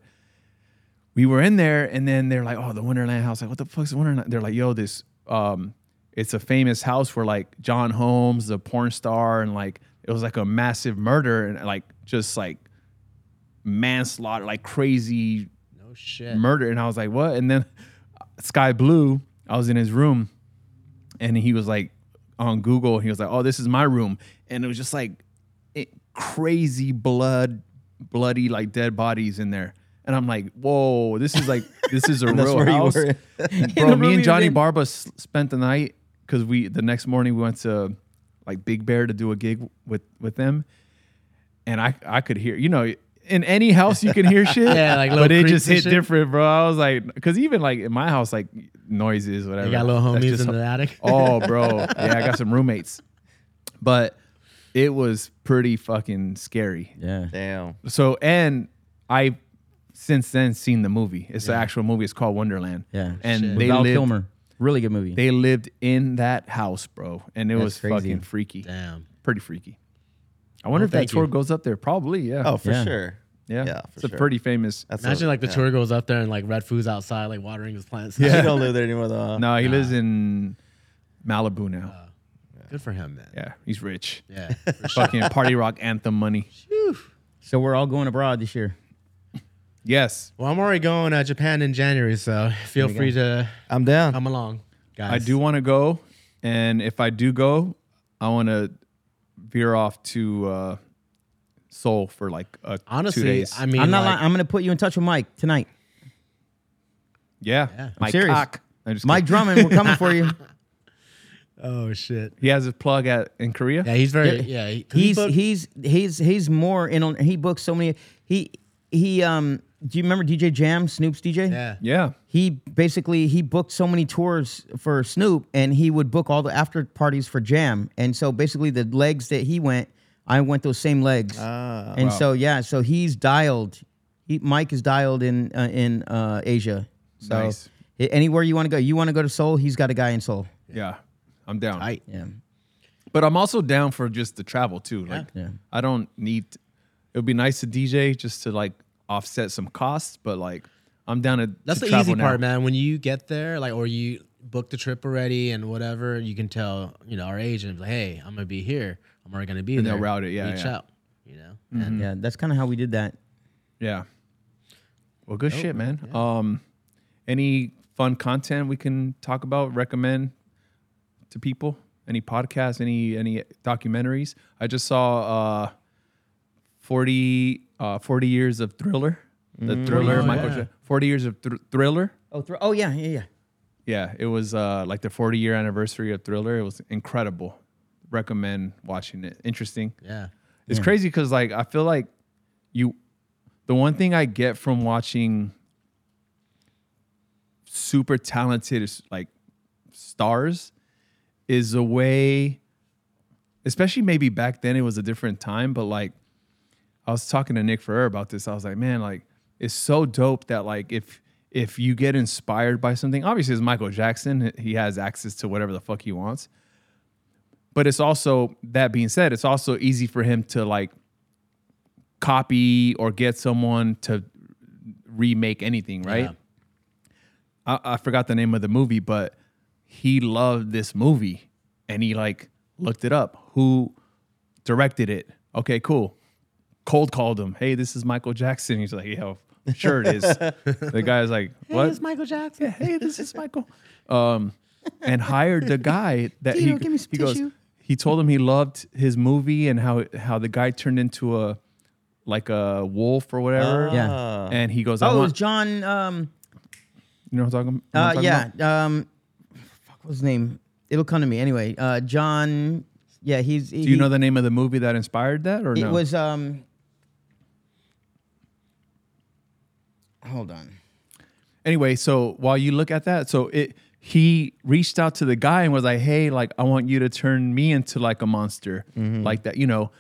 [SPEAKER 2] we were in there and then they're like, oh, the Wonderland house. Like, what the fuck's Wonderland? They're like, yo, this, um, it's a famous house where like John Holmes, the porn star, and like it was like a massive murder and like just like manslaughter, like crazy
[SPEAKER 4] No shit.
[SPEAKER 2] murder. And I was like, what? And then Sky Blue, I was in his room and he was like on Google, he was like, oh, this is my room. And it was just like it, crazy blood, bloody, like dead bodies in there. And I'm like, whoa, this is like, this is a
[SPEAKER 5] That's
[SPEAKER 2] real
[SPEAKER 5] where
[SPEAKER 2] house.
[SPEAKER 5] you were.
[SPEAKER 3] In the
[SPEAKER 2] Bro,
[SPEAKER 3] room
[SPEAKER 2] me
[SPEAKER 3] he
[SPEAKER 2] and
[SPEAKER 3] was
[SPEAKER 2] Johnny
[SPEAKER 3] in.
[SPEAKER 2] Barba s- spent the night because we, the next morning, we went to like Big Bear to do a gig with, with them. And I, I could hear, you know, in any house you can hear shit.
[SPEAKER 4] Yeah, like little
[SPEAKER 2] But it
[SPEAKER 4] creaks
[SPEAKER 2] just
[SPEAKER 4] and
[SPEAKER 2] hit
[SPEAKER 4] shit.
[SPEAKER 2] different, bro. I was like, because even like in my house, like noises, whatever.
[SPEAKER 4] You got little
[SPEAKER 2] That's
[SPEAKER 4] homies
[SPEAKER 2] just
[SPEAKER 4] in the attic.
[SPEAKER 2] Oh, bro. Yeah, I got some roommates. But it was pretty fucking scary.
[SPEAKER 3] Yeah.
[SPEAKER 5] Damn.
[SPEAKER 2] So, and I since then seen the movie. It's the actual movie. It's called Wonderland.
[SPEAKER 3] Yeah.
[SPEAKER 2] And
[SPEAKER 4] Shit.
[SPEAKER 2] they
[SPEAKER 3] Val
[SPEAKER 2] lived,
[SPEAKER 3] Kilmer. Really good movie.
[SPEAKER 2] they lived in that house, bro. And it was
[SPEAKER 3] crazy.
[SPEAKER 2] fucking freaky.
[SPEAKER 4] Damn. Oh,
[SPEAKER 2] Pretty freaky. I wonder if that
[SPEAKER 4] thank
[SPEAKER 2] tour
[SPEAKER 4] you.
[SPEAKER 2] goes up there. Probably, yeah.
[SPEAKER 5] Oh, for
[SPEAKER 3] Yeah.
[SPEAKER 5] sure.
[SPEAKER 2] yeah.
[SPEAKER 5] yeah, for
[SPEAKER 2] it's a
[SPEAKER 5] sure.
[SPEAKER 2] pretty famous.
[SPEAKER 5] That's
[SPEAKER 4] Imagine
[SPEAKER 5] a-
[SPEAKER 4] like the
[SPEAKER 5] yeah.
[SPEAKER 4] tour goes up there and like Red Food's outside, like watering his plants.
[SPEAKER 5] He don't live there anymore though. huh?
[SPEAKER 2] No, he lives in Malibu now.
[SPEAKER 4] Good for him, man.
[SPEAKER 2] yeah, he's rich.
[SPEAKER 4] Yeah.
[SPEAKER 2] Fucking party rock anthem money.
[SPEAKER 3] so we're all going abroad this year.
[SPEAKER 2] Yes,
[SPEAKER 4] well, I'm already going to Japan in January, so feel free to
[SPEAKER 5] I'm down.
[SPEAKER 4] come along, guys.
[SPEAKER 2] I do want to go, and if I do go, I want to veer off to uh, Seoul for like uh, two
[SPEAKER 4] Honestly,
[SPEAKER 2] days.
[SPEAKER 4] I mean,
[SPEAKER 3] I'm not.
[SPEAKER 4] like,
[SPEAKER 3] lying. I'm gonna put you in touch with Mike tonight.
[SPEAKER 2] yeah,
[SPEAKER 4] Yeah. I'm
[SPEAKER 2] my
[SPEAKER 3] serious.
[SPEAKER 2] cock. I'm just
[SPEAKER 3] Mike Drummond, we're coming for you.
[SPEAKER 4] Oh shit.
[SPEAKER 2] He has his plug at in Korea.
[SPEAKER 4] Yeah, he's very. Yeah, he, 'cause he
[SPEAKER 3] he's
[SPEAKER 4] booked-
[SPEAKER 3] he's he's he's more in on. He books so many. He he um. Do you remember DJ Jam, Snoop's DJ?
[SPEAKER 4] yeah.
[SPEAKER 2] Yeah.
[SPEAKER 3] He basically he booked so many tours for Snoop, and he would book all the after parties for Jam. And so basically, the legs that he went, I went those same legs.
[SPEAKER 2] Ah,
[SPEAKER 3] and so yeah, so he's dialed. He, Mike is dialed in uh, in uh, Asia. So
[SPEAKER 2] Nice.
[SPEAKER 3] a- anywhere you want to go, you want to go to Seoul. He's got a guy in Seoul.
[SPEAKER 2] Yeah. I'm down.
[SPEAKER 4] Tight.
[SPEAKER 3] Yeah.
[SPEAKER 2] But I'm also down for just the travel too. Like
[SPEAKER 3] Yeah.
[SPEAKER 2] I don't need it would be nice to DJ just to like offset some costs, but like I'm down to
[SPEAKER 4] That's
[SPEAKER 2] to
[SPEAKER 4] the
[SPEAKER 2] travel
[SPEAKER 4] easy part,
[SPEAKER 2] now.
[SPEAKER 4] man. When you get there, like, or you book the trip already and whatever, you can tell, you know, our agent, like, hey, I'm gonna be here. I'm already gonna be
[SPEAKER 2] And
[SPEAKER 4] there.
[SPEAKER 2] they'll route it, yeah,
[SPEAKER 4] Reach
[SPEAKER 2] yeah. Hmm.
[SPEAKER 4] out. You know.
[SPEAKER 2] Mm-hmm.
[SPEAKER 3] Yeah, that's kind of how we did that.
[SPEAKER 2] Yeah. Well,
[SPEAKER 4] Oh,
[SPEAKER 2] good shit, man. Um any fun content we can talk about, recommend to people? Any podcasts, any any documentaries? I just saw uh 40 uh 40 years of Thriller. The Thriller,
[SPEAKER 4] Oh,
[SPEAKER 2] Michael
[SPEAKER 4] yeah.
[SPEAKER 2] J- 40 years of thr- Thriller.
[SPEAKER 3] Oh, thr- oh yeah, yeah, yeah.
[SPEAKER 2] Yeah, it was uh, like the 40 year anniversary of Thriller. It was incredible. Recommend watching it. Interesting.
[SPEAKER 4] Yeah.
[SPEAKER 2] It's crazy because like I feel like you, the one thing I get from watching super talented like stars is a way, especially maybe back then it was a different time, but like I was talking to Nick Ferrer about this. I was like, man, like it's so dope that like if if you get inspired by something, obviously it's Michael Jackson. He has access to whatever the fuck he wants. But it's also that being said, it's also easy for him to like copy or get someone to remake anything, right? I, I forgot the name of the movie, but he loved this movie and he like looked it up. Who directed it? Okay, cool cold called him. Hey, this is Michael Jackson. He's like, yeah, sure it is. the guy's like, what?
[SPEAKER 4] It's Michael Jackson.
[SPEAKER 2] hey, this is Michael. Um, and hired the guy that
[SPEAKER 3] Tito,
[SPEAKER 2] he,
[SPEAKER 3] give me some
[SPEAKER 2] he goes.
[SPEAKER 3] tissue.
[SPEAKER 2] He told him he loved his movie and how how the guy turned into a like a wolf or whatever.
[SPEAKER 3] Yeah.
[SPEAKER 2] And he goes, I
[SPEAKER 3] Oh, it was
[SPEAKER 2] want,
[SPEAKER 3] John. Um,
[SPEAKER 2] you know what I'm talking, you know what I'm
[SPEAKER 3] uh,
[SPEAKER 2] talking
[SPEAKER 3] yeah.
[SPEAKER 2] about?
[SPEAKER 3] Um, fuck, what's his name? It'll come to me anyway. Uh, John. Yeah, he's.
[SPEAKER 2] Do you know the name of the movie that inspired that or
[SPEAKER 3] It
[SPEAKER 2] no?
[SPEAKER 3] was. Um, hold on.
[SPEAKER 2] anyway, so while you look at that, so it he reached out to the guy and was like, "Hey, like I want you to turn me into like a monster,
[SPEAKER 3] Mm-hmm.
[SPEAKER 2] like that, you know."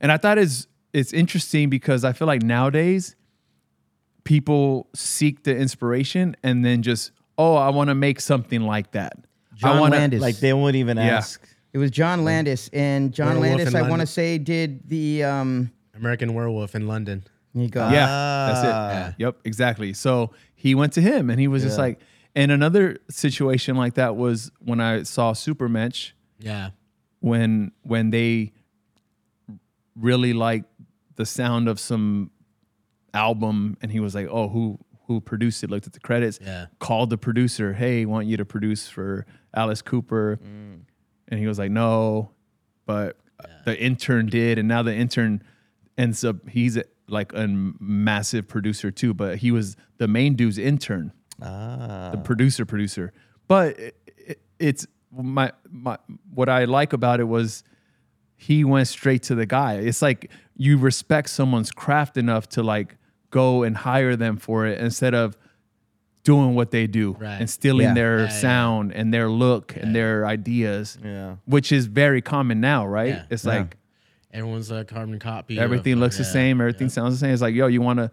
[SPEAKER 2] And I thought it's it's interesting because I feel like nowadays people seek the inspiration and then just, "Oh, I want to make something like that."
[SPEAKER 3] John
[SPEAKER 2] I wanna,
[SPEAKER 3] Landis.
[SPEAKER 5] Like they wouldn't even
[SPEAKER 2] Yeah.
[SPEAKER 5] ask.
[SPEAKER 3] It was John Landis, and John
[SPEAKER 4] Werewolf
[SPEAKER 3] Landis,
[SPEAKER 4] in
[SPEAKER 3] I want to
[SPEAKER 4] London.
[SPEAKER 3] say, did the. Um, uh,
[SPEAKER 4] American Werewolf in London.
[SPEAKER 3] here you go.
[SPEAKER 2] Yeah,
[SPEAKER 5] Ah.
[SPEAKER 2] that's it. Yep, exactly. So he went to him, and he was just like. And another situation like that was when I saw Supermatch.
[SPEAKER 4] Yeah.
[SPEAKER 2] when when they really liked the sound of some album and he was like oh who who produced it looked at the credits
[SPEAKER 4] Yeah.
[SPEAKER 2] called the producer hey want you to produce for alice cooper and he was like no but the intern did and now the intern ends up he's like a massive producer too but he was the main dude's intern
[SPEAKER 4] Ah.
[SPEAKER 2] the producer producer but it, it, it's my my what i like about it was he went straight to the guy it's like you respect someone's craft enough to like go and hire them for it instead of doing what they do
[SPEAKER 4] Right.
[SPEAKER 2] and stealing
[SPEAKER 3] Yeah.
[SPEAKER 2] their
[SPEAKER 4] Yeah, yeah.
[SPEAKER 2] sound and their look and their ideas
[SPEAKER 5] Yeah.
[SPEAKER 2] which is very common now right
[SPEAKER 4] Yeah.
[SPEAKER 2] it's
[SPEAKER 3] Yeah.
[SPEAKER 2] like
[SPEAKER 4] Everyone's a carbon copy. of-
[SPEAKER 2] everything looks the
[SPEAKER 4] yeah,
[SPEAKER 2] same everything
[SPEAKER 4] yeah.
[SPEAKER 2] sounds the same it's like yo you want to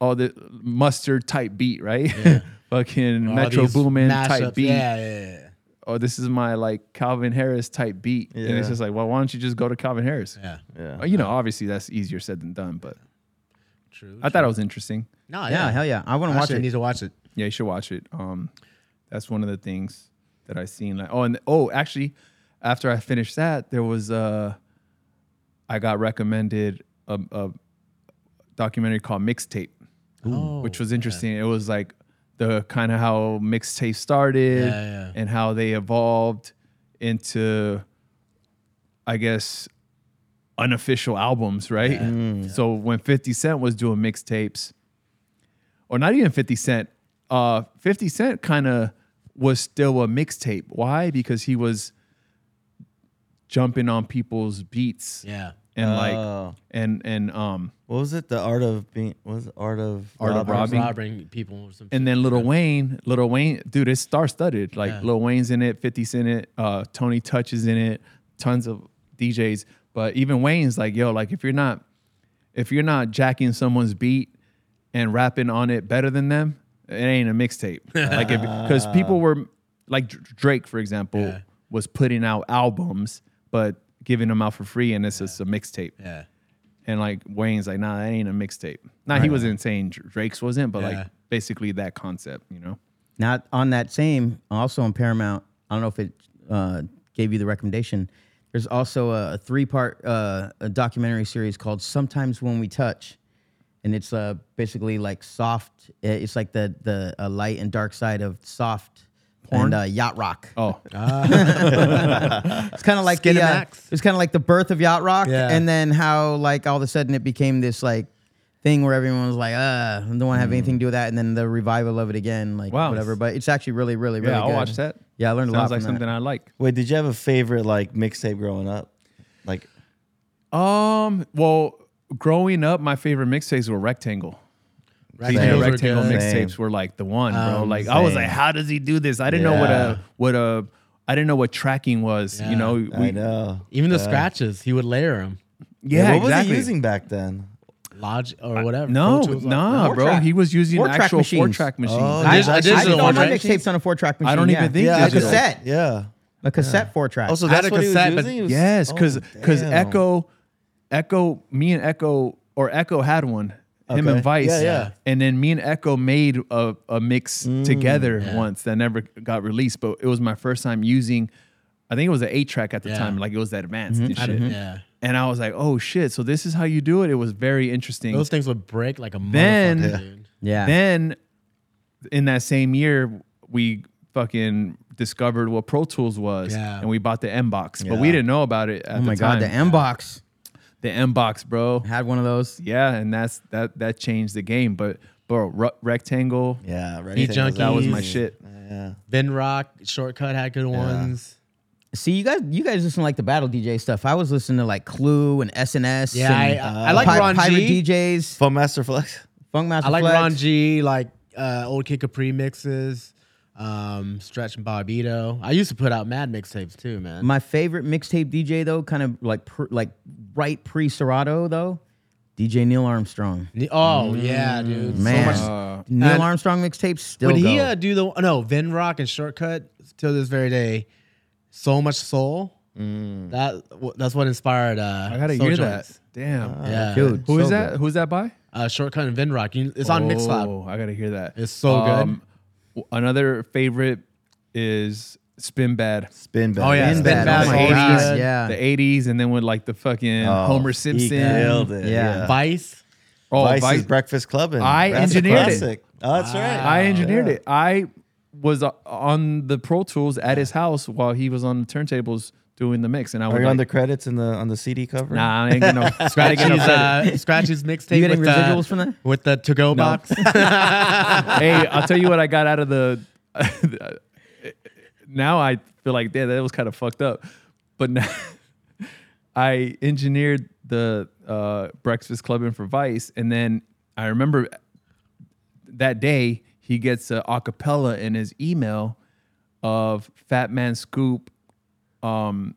[SPEAKER 2] all the mustard type beat right fucking
[SPEAKER 4] All
[SPEAKER 2] metro
[SPEAKER 4] these
[SPEAKER 2] boomin type
[SPEAKER 4] mashups.
[SPEAKER 2] beat
[SPEAKER 4] Yeah, yeah, yeah.
[SPEAKER 2] oh this is my like calvin harris type beat and it's
[SPEAKER 5] Yeah.
[SPEAKER 2] just like well why don't you just go to calvin harris
[SPEAKER 4] Yeah.
[SPEAKER 5] Yeah.
[SPEAKER 2] Uh, you know obviously that's easier said than done but
[SPEAKER 4] True.
[SPEAKER 2] i thought it was interesting
[SPEAKER 4] No, yeah.
[SPEAKER 3] Yeah, hell yeah. I want to watch
[SPEAKER 4] Actually, I
[SPEAKER 3] it.
[SPEAKER 4] need to watch it.
[SPEAKER 2] yeah you should watch it um that's one of the things that i seen like oh and oh actually after i finished that there was uh i got recommended a, a documentary called mixtape
[SPEAKER 4] Oh,
[SPEAKER 2] which was interesting. It was like the kind of how mixtape started
[SPEAKER 4] Yeah, yeah.
[SPEAKER 2] and how they evolved into, I guess, unofficial albums, right? So when 50 Cent was doing mixtapes, or not even 50 Cent, uh, 50 Cent kind of was still a mixtape. Why? Because he was jumping on people's beats
[SPEAKER 4] Yeah.
[SPEAKER 2] and
[SPEAKER 5] Oh.
[SPEAKER 2] like and and um
[SPEAKER 5] What was it? The art of being what was it? art of
[SPEAKER 2] Art of
[SPEAKER 5] robbing?
[SPEAKER 2] Robbing.
[SPEAKER 4] robbing people or something.
[SPEAKER 2] and then Little Wayne, Little Wayne, dude, it's star studded. Like
[SPEAKER 4] Yeah.
[SPEAKER 2] Lil Wayne's in it, 50's in it, uh, Tony Touch is in it, tons of DJs. But even Wayne's like, yo, like if you're not if you're not jacking someone's beat and rapping on it better than them, it ain't a mixtape. like if because people were like Dr- Drake, for example,
[SPEAKER 4] Yeah.
[SPEAKER 2] was putting out albums, but giving them out for free and it's just a mixtape.
[SPEAKER 4] yeah.
[SPEAKER 2] And like Wayne's like, nah, that ain't a mixtape. Nah, he wasn't saying Dr- Drake's wasn't, but
[SPEAKER 4] Yeah.
[SPEAKER 2] like basically that concept, you know?
[SPEAKER 3] Not on that same, also on Paramount. I don't know if it uh, gave you the recommendation. There's also a three-part uh, a documentary series called "Sometimes When We Touch," and it's uh, basically like soft. It's like the the uh, light and dark side of soft
[SPEAKER 2] Porn?
[SPEAKER 3] and uh, yacht rock.
[SPEAKER 2] Oh,
[SPEAKER 3] It's kind of like the uh,
[SPEAKER 4] Skinamax.
[SPEAKER 3] it's kind of like the birth of yacht rock,
[SPEAKER 4] Yeah.
[SPEAKER 3] and then how like all of a sudden it became this like thing where everyone was like, uh, don't want to have anything to do with that, and then the revival of it again, like
[SPEAKER 2] Wow.
[SPEAKER 3] whatever. But it's actually really, really, really
[SPEAKER 2] yeah, I'll
[SPEAKER 3] good.
[SPEAKER 2] watch that.
[SPEAKER 3] Yeah, I learned a lot.
[SPEAKER 2] Sounds like
[SPEAKER 3] from that.
[SPEAKER 2] something I like.
[SPEAKER 5] Wait, did you have a favorite like mixtape growing up? Like
[SPEAKER 2] Um, well, growing up, my favorite mixtapes were Rectangle.
[SPEAKER 4] Rectangles
[SPEAKER 2] DJ
[SPEAKER 4] were
[SPEAKER 2] Rectangle
[SPEAKER 4] good.
[SPEAKER 2] mixtapes
[SPEAKER 5] Same.
[SPEAKER 2] were like the one, bro.
[SPEAKER 4] Um,
[SPEAKER 2] Like I was
[SPEAKER 5] same.
[SPEAKER 2] like, how does he do this? I didn't know what a what a I didn't know what tracking was.
[SPEAKER 4] Yeah,
[SPEAKER 2] you know, we,
[SPEAKER 5] I know.
[SPEAKER 4] Even the scratches, he would layer them.
[SPEAKER 2] yeah,
[SPEAKER 5] what
[SPEAKER 2] exactly.
[SPEAKER 5] was he using back then?
[SPEAKER 4] Lodge or whatever.
[SPEAKER 2] No,
[SPEAKER 4] Pro Tools, like-
[SPEAKER 2] nah, bro.
[SPEAKER 3] track-
[SPEAKER 2] He was using
[SPEAKER 3] four track
[SPEAKER 2] actual four
[SPEAKER 3] machines.
[SPEAKER 2] track machines.
[SPEAKER 5] Oh,
[SPEAKER 2] I-
[SPEAKER 5] yeah.
[SPEAKER 4] Dis- a
[SPEAKER 5] I- I
[SPEAKER 3] I
[SPEAKER 4] digital
[SPEAKER 3] did all my
[SPEAKER 4] track.
[SPEAKER 3] mixtapes on a four track machine.
[SPEAKER 2] I don't
[SPEAKER 3] yeah.
[SPEAKER 2] even think
[SPEAKER 5] Yeah,
[SPEAKER 3] a
[SPEAKER 5] I did.
[SPEAKER 2] digital.
[SPEAKER 3] cassette,
[SPEAKER 5] Yeah.
[SPEAKER 3] a cassette four track.
[SPEAKER 5] Oh, so
[SPEAKER 4] I had
[SPEAKER 5] that's
[SPEAKER 4] a
[SPEAKER 5] what
[SPEAKER 4] cassette,
[SPEAKER 5] he
[SPEAKER 4] but-
[SPEAKER 5] was using. He was-
[SPEAKER 2] Yes,
[SPEAKER 5] oh,
[SPEAKER 2] because because
[SPEAKER 5] damn.
[SPEAKER 2] Echo, Echo, me and Echo or Echo had one. Him and
[SPEAKER 5] Okay.
[SPEAKER 2] Vice,
[SPEAKER 5] Yeah, yeah. Mm.
[SPEAKER 2] and then me and Echo made a, a mix together once that never got released. But it was my first time using, I think it was an eight track at the
[SPEAKER 4] Yeah.
[SPEAKER 2] time, like it was advanced
[SPEAKER 5] Mm-hmm.
[SPEAKER 2] and
[SPEAKER 4] I
[SPEAKER 2] shit.
[SPEAKER 4] didn't- Yeah.
[SPEAKER 2] And I was like, oh shit! So this is how you do it. It was very interesting.
[SPEAKER 4] Those things would break like a
[SPEAKER 2] Then-
[SPEAKER 4] motherfucker,
[SPEAKER 2] Yeah.
[SPEAKER 4] dude.
[SPEAKER 3] yeah.
[SPEAKER 2] Then in that same year, we fucking discovered what Pro Tools was,
[SPEAKER 4] Yeah.
[SPEAKER 2] and we bought the M box, but we
[SPEAKER 5] Yeah.
[SPEAKER 2] didn't know about it. At
[SPEAKER 3] oh my
[SPEAKER 2] the
[SPEAKER 3] god,
[SPEAKER 2] time.
[SPEAKER 3] the M box
[SPEAKER 2] the M box, bro.
[SPEAKER 3] had one of those.
[SPEAKER 2] Yeah, and that's that that changed the game. But bro, re- rectangle,
[SPEAKER 5] Yeah, right.
[SPEAKER 4] Junkies.
[SPEAKER 2] that was my
[SPEAKER 4] Easy.
[SPEAKER 2] shit.
[SPEAKER 5] Yeah.
[SPEAKER 4] Then Rock, Shortcut had good ones.
[SPEAKER 3] See, you guys, you guys listen to like the battle DJ stuff. I was listening to like Clue and SNS.
[SPEAKER 4] Yeah,
[SPEAKER 3] and, uh,
[SPEAKER 4] I- I- I like
[SPEAKER 3] Pi-
[SPEAKER 4] Ron
[SPEAKER 3] Pirate
[SPEAKER 4] G.
[SPEAKER 3] DJs,
[SPEAKER 5] Fun Master Flex.
[SPEAKER 3] Funkmaster.
[SPEAKER 4] I like
[SPEAKER 3] Flex.
[SPEAKER 4] Ron G, like uh, old Kick Capri mixes, um, Stretch and Bobito. I used to put out mad mixtapes too, man.
[SPEAKER 3] My favorite mixtape DJ though, kind of like pr- like right pre Serato though, DJ Neil Armstrong.
[SPEAKER 4] Ne- oh yeah, dude.
[SPEAKER 3] Man,
[SPEAKER 4] So much.
[SPEAKER 2] Uh,
[SPEAKER 3] Neil
[SPEAKER 4] and-
[SPEAKER 3] Armstrong mixtapes still
[SPEAKER 4] When
[SPEAKER 3] go.
[SPEAKER 4] he uh, do the no Vin Rock and Shortcut till this very day, so much soul. That w- that's what inspired. Uh,
[SPEAKER 2] I gotta
[SPEAKER 4] Soul
[SPEAKER 2] hear
[SPEAKER 4] Joints.
[SPEAKER 2] that. Damn.
[SPEAKER 4] Yeah,
[SPEAKER 2] uh,
[SPEAKER 3] Dude,
[SPEAKER 2] Who is
[SPEAKER 3] so
[SPEAKER 2] that?
[SPEAKER 3] good.
[SPEAKER 2] Who's that by?
[SPEAKER 4] Uh, Shortcut and Vin Rock. You- It's on Mixcloud.
[SPEAKER 2] Oh, I gotta hear that.
[SPEAKER 4] It's so good.
[SPEAKER 2] good. Another favorite is Spin Bad.
[SPEAKER 5] Spin Bad.
[SPEAKER 4] Oh, yeah,
[SPEAKER 5] Spin
[SPEAKER 3] Spin Bad.
[SPEAKER 5] Bad.
[SPEAKER 3] Oh,
[SPEAKER 2] the
[SPEAKER 3] my
[SPEAKER 4] God.
[SPEAKER 2] '80s,
[SPEAKER 3] Yeah.
[SPEAKER 2] the '80s, and then with like the fucking
[SPEAKER 5] Oh,
[SPEAKER 2] Homer
[SPEAKER 5] he
[SPEAKER 2] Simpson.
[SPEAKER 5] killed it,
[SPEAKER 3] Yeah.
[SPEAKER 5] Yeah.
[SPEAKER 4] Vice.
[SPEAKER 2] Oh,
[SPEAKER 5] Vice's
[SPEAKER 2] Vice-
[SPEAKER 5] Breakfast Club. And
[SPEAKER 2] I
[SPEAKER 5] that's a
[SPEAKER 2] engineered it.
[SPEAKER 5] classic. Oh, that's right.
[SPEAKER 2] I engineered it. I was uh, on the Pro Tools at his house while he was on the turntables doing the mix, and I was
[SPEAKER 5] Are you
[SPEAKER 2] like,
[SPEAKER 5] on the credits in the on the CD cover?
[SPEAKER 2] Nah, I ain't getting no I ain't
[SPEAKER 4] Scratchy's,
[SPEAKER 2] getting no credit.
[SPEAKER 4] uh, Scratchy's mixtape.
[SPEAKER 3] You getting
[SPEAKER 4] with, uh,
[SPEAKER 3] residuals from that?
[SPEAKER 4] With the to go box.
[SPEAKER 2] hey, I'll tell you what I got out of the. now I feel like damn, that was kind of fucked up, but now I engineered the uh, Breakfast Club in for Vice, and then I remember that day he gets a acapella in his email of Fat Man Scoop, um,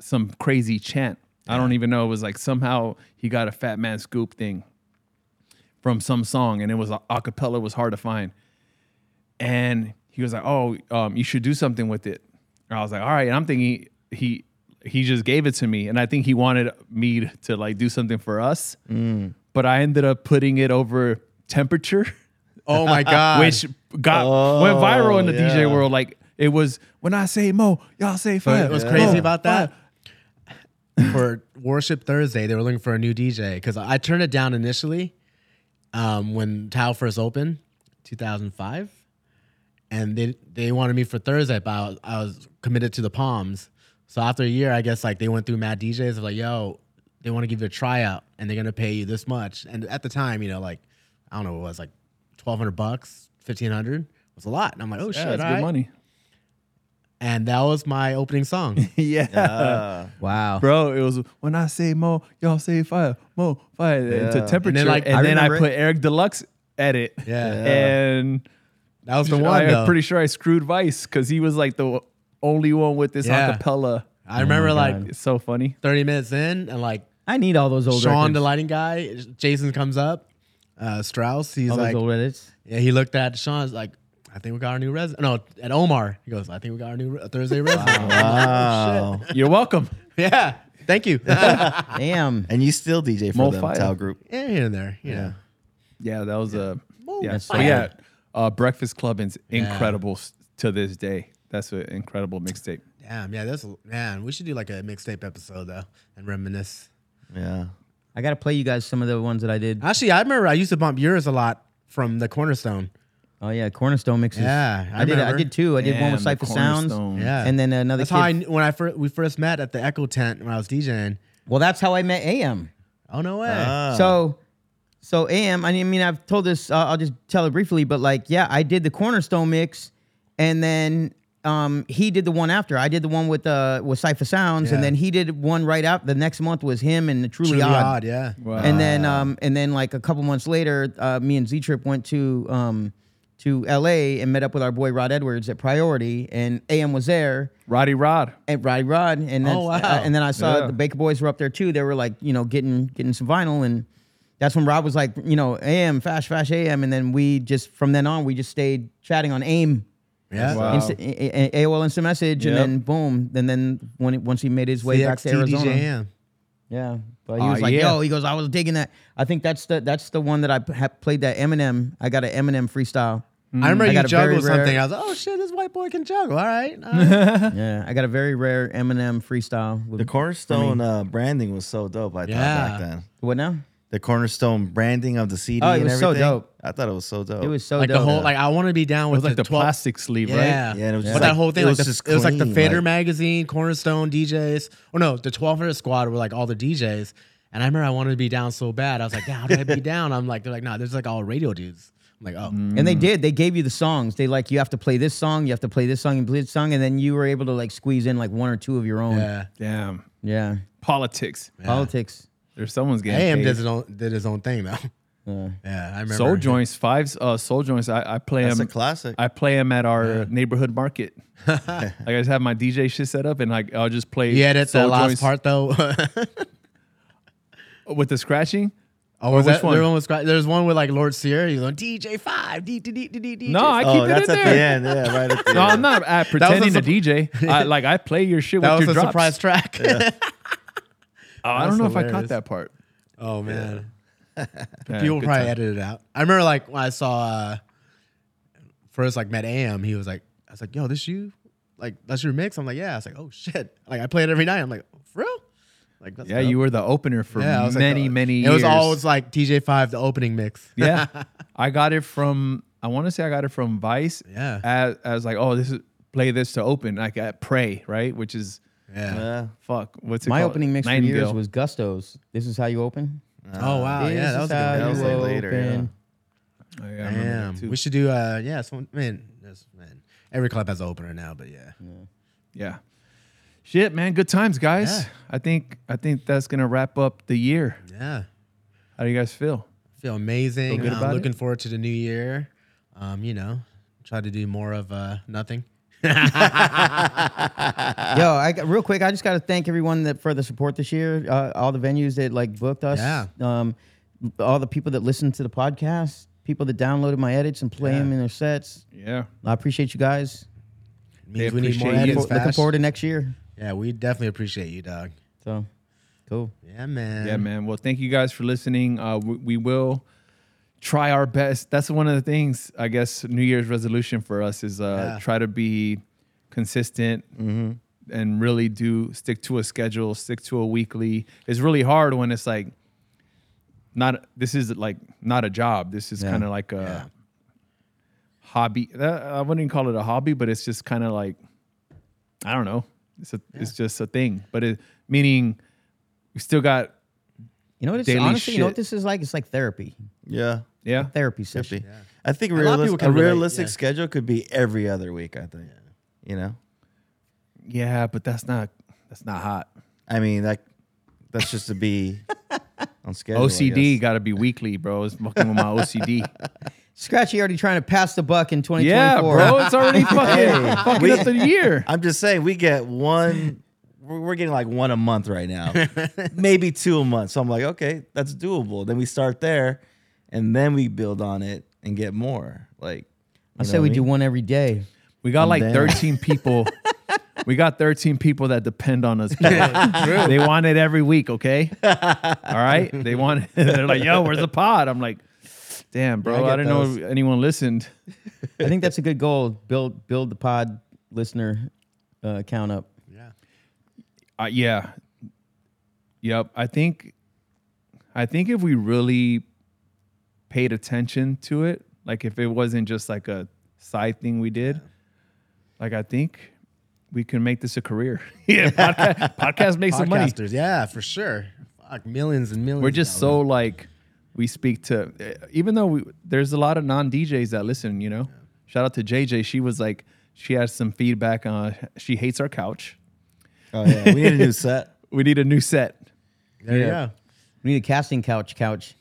[SPEAKER 2] some crazy chant. I don't even know. It was like somehow he got a Fat Man Scoop thing from some song, and it was a acapella was hard to find. And he was like, "Oh, um, you should do something with it." And I was like, "All right." And I'm thinking he he just gave it to me, and I think he wanted me to like do something for us. But I ended up putting it over temperature,
[SPEAKER 4] Oh my god.
[SPEAKER 2] which got
[SPEAKER 5] Oh,
[SPEAKER 2] went viral in the
[SPEAKER 5] yeah.
[SPEAKER 2] DJ world. Like it was when I say mo, y'all say fire.
[SPEAKER 4] But what's
[SPEAKER 2] Mo,
[SPEAKER 4] crazy about that?
[SPEAKER 2] fire.
[SPEAKER 4] Oh, for Worship Thursday, they were looking for a new DJ because I turned it down initially um, when Tile first opened, 2005, and they they wanted me for Thursday, but I was, I was committed to the Palms. So after a year, I guess like they went through mad DJs of like, yo, they want to give you a tryout and they're gonna pay you this much. And at the time, you know, like I don't know, what it was like 1,200 bucks, 1,500. was a lot. And I'm like, oh shit,
[SPEAKER 2] Yeah, that's
[SPEAKER 4] all
[SPEAKER 2] good
[SPEAKER 4] right.
[SPEAKER 2] money.
[SPEAKER 4] And that was my opening song.
[SPEAKER 2] yeah.
[SPEAKER 5] Uh,
[SPEAKER 3] Wow.
[SPEAKER 2] Bro, it was when I say mo, y'all say fire, mo, fire
[SPEAKER 5] Yeah.
[SPEAKER 2] to temperature. And then,
[SPEAKER 4] like,
[SPEAKER 2] I,
[SPEAKER 4] I
[SPEAKER 3] remember it.
[SPEAKER 2] put Eric Deluxe at it.
[SPEAKER 4] Yeah. Yeah.
[SPEAKER 2] And
[SPEAKER 4] That was the one.
[SPEAKER 2] I'm
[SPEAKER 4] though.
[SPEAKER 2] pretty sure I screwed Vice because he was like the only one with this
[SPEAKER 4] Yeah.
[SPEAKER 2] acapella.
[SPEAKER 4] I remember like
[SPEAKER 2] It's so funny.
[SPEAKER 4] 30 minutes in, and like
[SPEAKER 3] I need all those old
[SPEAKER 4] Sean,
[SPEAKER 3] records.
[SPEAKER 4] the lighting guy, Jason comes up. Uh, Strauss, he's
[SPEAKER 3] all
[SPEAKER 4] like,
[SPEAKER 3] those old edits.
[SPEAKER 4] yeah, he looked at Sean, he's like, I think we got our new res. No, at Omar, he goes, I think we got our new re- Thursday res.
[SPEAKER 5] wow.
[SPEAKER 2] You're welcome.
[SPEAKER 4] yeah, thank you. yeah,
[SPEAKER 3] Damn.
[SPEAKER 5] and you still DJ for
[SPEAKER 2] Mo
[SPEAKER 5] them,
[SPEAKER 2] Fire.
[SPEAKER 5] Tao Group.
[SPEAKER 4] here and there, you know.
[SPEAKER 2] Yeah, that was a yeah.
[SPEAKER 3] That's
[SPEAKER 2] So
[SPEAKER 3] fire.
[SPEAKER 2] yeah, uh, Breakfast Club is incredible s- to this day. That's an incredible mixtape.
[SPEAKER 4] Damn, yeah, that's man. We should do like a mixtape episode though and reminisce.
[SPEAKER 5] Yeah.
[SPEAKER 3] I gotta play you guys some of the ones that I did.
[SPEAKER 4] Actually, I remember I used to bump yours a lot from the Cornerstone.
[SPEAKER 3] Oh yeah, Cornerstone mixes.
[SPEAKER 4] Yeah,
[SPEAKER 3] I,
[SPEAKER 4] I
[SPEAKER 3] did. I
[SPEAKER 4] remember.
[SPEAKER 3] did two. I did one
[SPEAKER 2] Damn,
[SPEAKER 3] with
[SPEAKER 2] the
[SPEAKER 3] Cypher Sounds.
[SPEAKER 2] Cornerstone.
[SPEAKER 4] Yeah,
[SPEAKER 3] And then another
[SPEAKER 4] that's
[SPEAKER 3] kid.
[SPEAKER 4] how I kn- when I first we first met at the Echo Tent when I was DJing.
[SPEAKER 3] well, that's how I met AM.
[SPEAKER 4] Oh no way!
[SPEAKER 5] Ah.
[SPEAKER 3] So, so AM. I mean, I've told this. Uh, I'll just tell it briefly. But like, yeah, I did the Cornerstone mix, and then um, he did the one after. I did the one with uh, with Cypher Sounds, and
[SPEAKER 4] Yeah.
[SPEAKER 3] then he did one right out. The next month was him and the Truly,
[SPEAKER 4] Truly
[SPEAKER 3] Odd.
[SPEAKER 4] odd, yeah.
[SPEAKER 3] And then um and then like a couple months later, uh, me and Z Trip went to um to LA and met up with our boy Rod Edwards at Priority and AM was there
[SPEAKER 2] Roddy Rod.
[SPEAKER 3] and Roddy Rod and then uh,
[SPEAKER 4] Oh, wow.
[SPEAKER 3] and then I saw
[SPEAKER 2] Yeah.
[SPEAKER 3] the Baker Boys were up there too. They were like, you know, getting getting some vinyl and that's when Rod was like, you know, AM, Fash, Fash, AM. And then we just, from then on, we just stayed chatting on AIM,
[SPEAKER 4] Yeah.
[SPEAKER 2] Wow.
[SPEAKER 3] Insta- A- A- AOL Instant Message. And
[SPEAKER 2] Yep.
[SPEAKER 3] then boom. And then when it, once he made his way back to Arizona.
[SPEAKER 4] DJM.
[SPEAKER 3] Yeah, but he
[SPEAKER 4] Oh,
[SPEAKER 2] Aw,
[SPEAKER 3] was like,
[SPEAKER 2] yeah.
[SPEAKER 3] "Yo," he goes, "I was digging that. I think that's the that's the one that I p- ha- played that Eminem. I got an Eminem freestyle.
[SPEAKER 4] I remember
[SPEAKER 3] I
[SPEAKER 4] you
[SPEAKER 3] got a very
[SPEAKER 4] juggled
[SPEAKER 3] rare-
[SPEAKER 4] something. I was like, oh shit, this white boy can juggle. All right. all right.
[SPEAKER 3] yeah, I got a very rare Eminem freestyle. With,
[SPEAKER 5] The Cornerstone uh, branding was so dope, I
[SPEAKER 4] Yeah.
[SPEAKER 5] thought back then.
[SPEAKER 3] what now?
[SPEAKER 5] The Cornerstone branding of the CD
[SPEAKER 3] Oh, it
[SPEAKER 5] and
[SPEAKER 3] was so
[SPEAKER 5] everything.
[SPEAKER 3] dope.
[SPEAKER 5] I thought it was so dope.
[SPEAKER 3] It was so
[SPEAKER 4] like
[SPEAKER 3] dope.
[SPEAKER 4] the whole, like I want to be down
[SPEAKER 2] It
[SPEAKER 4] with
[SPEAKER 2] was like the
[SPEAKER 4] 12
[SPEAKER 2] plastic sleeve,
[SPEAKER 4] Yeah.
[SPEAKER 2] right?
[SPEAKER 5] Yeah, and it was
[SPEAKER 4] but
[SPEAKER 5] just
[SPEAKER 4] that
[SPEAKER 5] like-
[SPEAKER 4] whole thing,
[SPEAKER 5] it
[SPEAKER 4] like
[SPEAKER 5] was
[SPEAKER 4] the-
[SPEAKER 5] just
[SPEAKER 4] it was like the
[SPEAKER 5] clean,
[SPEAKER 4] Fader
[SPEAKER 5] like-
[SPEAKER 4] magazine, Cornerstone DJs. Oh no, the 1200 squad were like all the DJs. And I remember I wanted to be down so bad. I was like, "Yeah, how do I be down? I'm like, they're like, nah, there's like all radio dudes. I'm like, oh,
[SPEAKER 3] and they did. They gave you the songs. They like you have to play this song. You have to play this song and play this song, and then you were able to like squeeze in like one or two of your own. Yeah,
[SPEAKER 4] yeah.
[SPEAKER 2] Damn. Politics.
[SPEAKER 3] politics.
[SPEAKER 2] There's someone's getting
[SPEAKER 4] AM
[SPEAKER 2] paid.
[SPEAKER 4] did his own did his own thing though.
[SPEAKER 3] Yeah.
[SPEAKER 4] Yeah, I remember.
[SPEAKER 2] Soul joints, fives, uh, soul joints. I, I play
[SPEAKER 5] That's
[SPEAKER 2] them.
[SPEAKER 5] a classic.
[SPEAKER 2] I play them at our neighborhood market. like I just have my DJ shit set up, and like I'll just play.
[SPEAKER 4] Yeah, that's
[SPEAKER 2] soul
[SPEAKER 4] that last
[SPEAKER 2] joints
[SPEAKER 4] part though.
[SPEAKER 2] with the scratching.
[SPEAKER 4] Oh, was
[SPEAKER 2] which
[SPEAKER 4] that
[SPEAKER 2] one?
[SPEAKER 4] There was, there's one with like Lord Sierra. He's on DJ five. D D D D D. D-
[SPEAKER 2] No, I keep
[SPEAKER 5] oh,
[SPEAKER 2] it
[SPEAKER 5] that's
[SPEAKER 2] in
[SPEAKER 5] at
[SPEAKER 2] there.
[SPEAKER 5] the end. Yeah, right at the
[SPEAKER 2] No,
[SPEAKER 5] end.
[SPEAKER 2] I'm not uh,
[SPEAKER 4] was a
[SPEAKER 2] pretending to DJ. I, like I play your shit
[SPEAKER 4] that
[SPEAKER 2] with
[SPEAKER 4] was a
[SPEAKER 2] your drops.
[SPEAKER 4] surprise track.
[SPEAKER 2] Oh, I don't
[SPEAKER 4] That's
[SPEAKER 2] know if I caught
[SPEAKER 4] hilarious.
[SPEAKER 2] that part.
[SPEAKER 4] oh man,
[SPEAKER 2] Yeah,
[SPEAKER 4] people
[SPEAKER 2] good
[SPEAKER 4] probably
[SPEAKER 2] time.
[SPEAKER 4] edited it out. I remember like when I saw uh, first like met Am. He was like, I was like, yo, this you? Like that's your mix? I'm like, yeah. I was like, oh shit. Like I play it every night. I'm like, for real? Like that's
[SPEAKER 2] Yeah, you were the opener for
[SPEAKER 4] I was like,
[SPEAKER 2] many,
[SPEAKER 4] oh.
[SPEAKER 2] many
[SPEAKER 4] It
[SPEAKER 2] years.
[SPEAKER 4] was always like DJ five, the opening mix.
[SPEAKER 2] yeah. I got it from I want to say I got it from Vice.
[SPEAKER 4] Yeah.
[SPEAKER 2] As, as like, oh, this is play this to open, like at Prey, right? Which is
[SPEAKER 4] yeah.
[SPEAKER 2] Uh,
[SPEAKER 5] Yeah.
[SPEAKER 2] fuck. What's it
[SPEAKER 3] My
[SPEAKER 2] called?
[SPEAKER 3] opening mix for
[SPEAKER 2] Nightingale.
[SPEAKER 3] years was Gusto's. This is how you open.
[SPEAKER 4] Oh wow.
[SPEAKER 3] This
[SPEAKER 4] Yeah, that
[SPEAKER 3] is
[SPEAKER 4] was a
[SPEAKER 3] how
[SPEAKER 4] good.
[SPEAKER 5] that
[SPEAKER 3] you
[SPEAKER 5] was like later, yeah.
[SPEAKER 3] open.
[SPEAKER 2] Oh, yeah, I remember that
[SPEAKER 4] Damn.
[SPEAKER 2] too.
[SPEAKER 4] We should do uh yeah, so, man, that's, man. Every club has an opener now, but yeah.
[SPEAKER 2] Yeah. Shit, man. Good times, guys.
[SPEAKER 4] Yeah.
[SPEAKER 2] I think I think that's gonna wrap up the year.
[SPEAKER 4] Yeah.
[SPEAKER 2] How do you guys feel?
[SPEAKER 4] Feel amazing.
[SPEAKER 2] Feel good
[SPEAKER 4] I'm
[SPEAKER 2] about
[SPEAKER 4] looking forward to the new year. Um, you know, try to do more of uh nothing.
[SPEAKER 3] Yo, I got- real quick, I just got to thank everyone that for the support this year. Uh, all the venues that like booked us.
[SPEAKER 4] Yeah.
[SPEAKER 3] Um, all the people that listened to the podcast, people that downloaded my edits and play them in their sets.
[SPEAKER 2] Yeah.
[SPEAKER 3] I appreciate you guys.
[SPEAKER 4] Means
[SPEAKER 2] They
[SPEAKER 4] we need more
[SPEAKER 2] appreciate you.
[SPEAKER 4] edits.
[SPEAKER 2] It's
[SPEAKER 3] Looking
[SPEAKER 4] Fast.
[SPEAKER 3] forward to next year.
[SPEAKER 4] Yeah, we definitely appreciate you, dog.
[SPEAKER 3] So, cool.
[SPEAKER 4] Yeah, man.
[SPEAKER 2] Yeah, man. Well, thank you guys for listening. Uh, we, we will try our best. That's one of the things, I guess, New Year's resolution for us is uh,
[SPEAKER 4] Yeah. Mm-hmm.
[SPEAKER 2] try to be consistent and really do stick to a schedule, stick to a weekly. It's really hard when it's like, not this is like not a job. This is kind of like a hobby. Uh, I wouldn't even call it a hobby, but it's just kind of like I don't know. It's a, it's just a thing. But it meaning we still got
[SPEAKER 3] You know what? It's
[SPEAKER 2] Daily
[SPEAKER 3] honestly, you know
[SPEAKER 2] shit.
[SPEAKER 3] what this is like? It's like therapy.
[SPEAKER 5] Yeah.
[SPEAKER 2] Yeah.
[SPEAKER 3] therapy
[SPEAKER 5] Could be.
[SPEAKER 3] session.
[SPEAKER 5] I think
[SPEAKER 4] lot of
[SPEAKER 5] realis-
[SPEAKER 4] people
[SPEAKER 5] a
[SPEAKER 4] can relate,
[SPEAKER 5] realistic
[SPEAKER 4] yeah.
[SPEAKER 5] schedule could be every other week. I think. You know,
[SPEAKER 2] Yeah, but that's not that's not hot.
[SPEAKER 5] I mean that. That's just to be on schedule. I
[SPEAKER 2] OCD
[SPEAKER 5] guess.
[SPEAKER 2] got to be weekly, bro. It's fucking with my OCD.
[SPEAKER 3] Scratchy already trying to pass the buck in 2024.
[SPEAKER 2] yeah, bro. It's already fucking fucking up the year.
[SPEAKER 5] I'm just saying we get one. We're we're getting like one a month right now, maybe two a month. So I'm like, okay, that's doable. Then we start there, and then we build on it and get more. Like
[SPEAKER 3] I say we do one every day.
[SPEAKER 2] We got like
[SPEAKER 5] down.
[SPEAKER 2] 13 people. we got 13 people that depend on us. they want it every week, okay? All right? They want it. They're like, "Yo, where's the pod?" I'm like, "Damn, bro.
[SPEAKER 5] I
[SPEAKER 2] I,
[SPEAKER 5] get
[SPEAKER 2] didn't
[SPEAKER 5] those.
[SPEAKER 2] know anyone listened."
[SPEAKER 3] I think that's a good goal. Build build the pod listener uh, count up.
[SPEAKER 2] Uh, yeah. Yep. I think I think if we really paid attention to it, like if it wasn't just like a side thing we did, like I think we can make this a career. yeah, podcast, podcast makes some money.
[SPEAKER 4] Podcasters, yeah, for sure. Fuck, millions and millions.
[SPEAKER 2] We're just so like we speak to eh, even though we there's a lot of non DJs that listen, you know. Shout out to JJ. She was like she has some feedback on she hates our couch.
[SPEAKER 5] Oh yeah, we need a new set.
[SPEAKER 2] We need a new set.
[SPEAKER 4] There
[SPEAKER 5] Yeah.
[SPEAKER 4] you go.
[SPEAKER 3] We need a casting couch couch.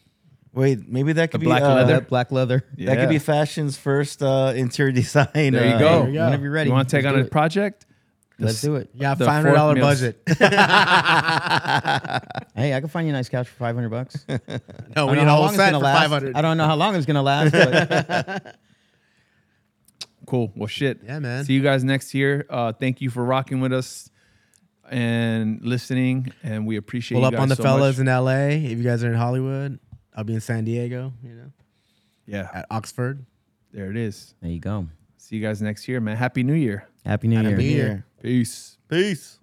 [SPEAKER 5] Wait, maybe that could be
[SPEAKER 2] black
[SPEAKER 5] uh,
[SPEAKER 2] leather.
[SPEAKER 3] That black leather.
[SPEAKER 5] That could be
[SPEAKER 2] Yeah.
[SPEAKER 5] fashion's first uh, interior design.
[SPEAKER 2] There you
[SPEAKER 5] uh,
[SPEAKER 2] go.
[SPEAKER 4] you go.
[SPEAKER 3] Whenever you're ready.
[SPEAKER 2] You want to take
[SPEAKER 3] let's
[SPEAKER 2] on
[SPEAKER 3] do
[SPEAKER 2] a
[SPEAKER 3] it.
[SPEAKER 2] project?
[SPEAKER 3] Let's do it.
[SPEAKER 4] Yeah,
[SPEAKER 2] The
[SPEAKER 4] five hundred dollar
[SPEAKER 2] fourth meals.
[SPEAKER 4] budget.
[SPEAKER 3] Hey, I can find you a nice couch for 500 bucks. I
[SPEAKER 4] no, we need
[SPEAKER 3] don't know
[SPEAKER 4] a
[SPEAKER 3] how
[SPEAKER 4] whole
[SPEAKER 3] long it's
[SPEAKER 4] set
[SPEAKER 3] gonna
[SPEAKER 4] for
[SPEAKER 3] last.
[SPEAKER 4] five hundred.
[SPEAKER 3] I don't know how long it's gonna last. But
[SPEAKER 2] Cool. Well, shit.
[SPEAKER 4] Yeah, man.
[SPEAKER 2] See you guys next year. Uh, thank you for rocking with us and listening, and we appreciate.
[SPEAKER 4] Pull
[SPEAKER 2] you
[SPEAKER 4] up
[SPEAKER 2] guys
[SPEAKER 4] on the
[SPEAKER 2] so
[SPEAKER 4] fellas
[SPEAKER 2] much.
[SPEAKER 4] in L.A. If you guys are in Hollywood, I'll be in San Diego. You know,
[SPEAKER 2] Yeah,
[SPEAKER 4] at Oxford.
[SPEAKER 2] there it is.
[SPEAKER 3] there you go.
[SPEAKER 2] See you guys next year, man. Happy New Year.
[SPEAKER 3] Happy New Year.
[SPEAKER 5] New Year.
[SPEAKER 2] Peace.
[SPEAKER 5] Peace.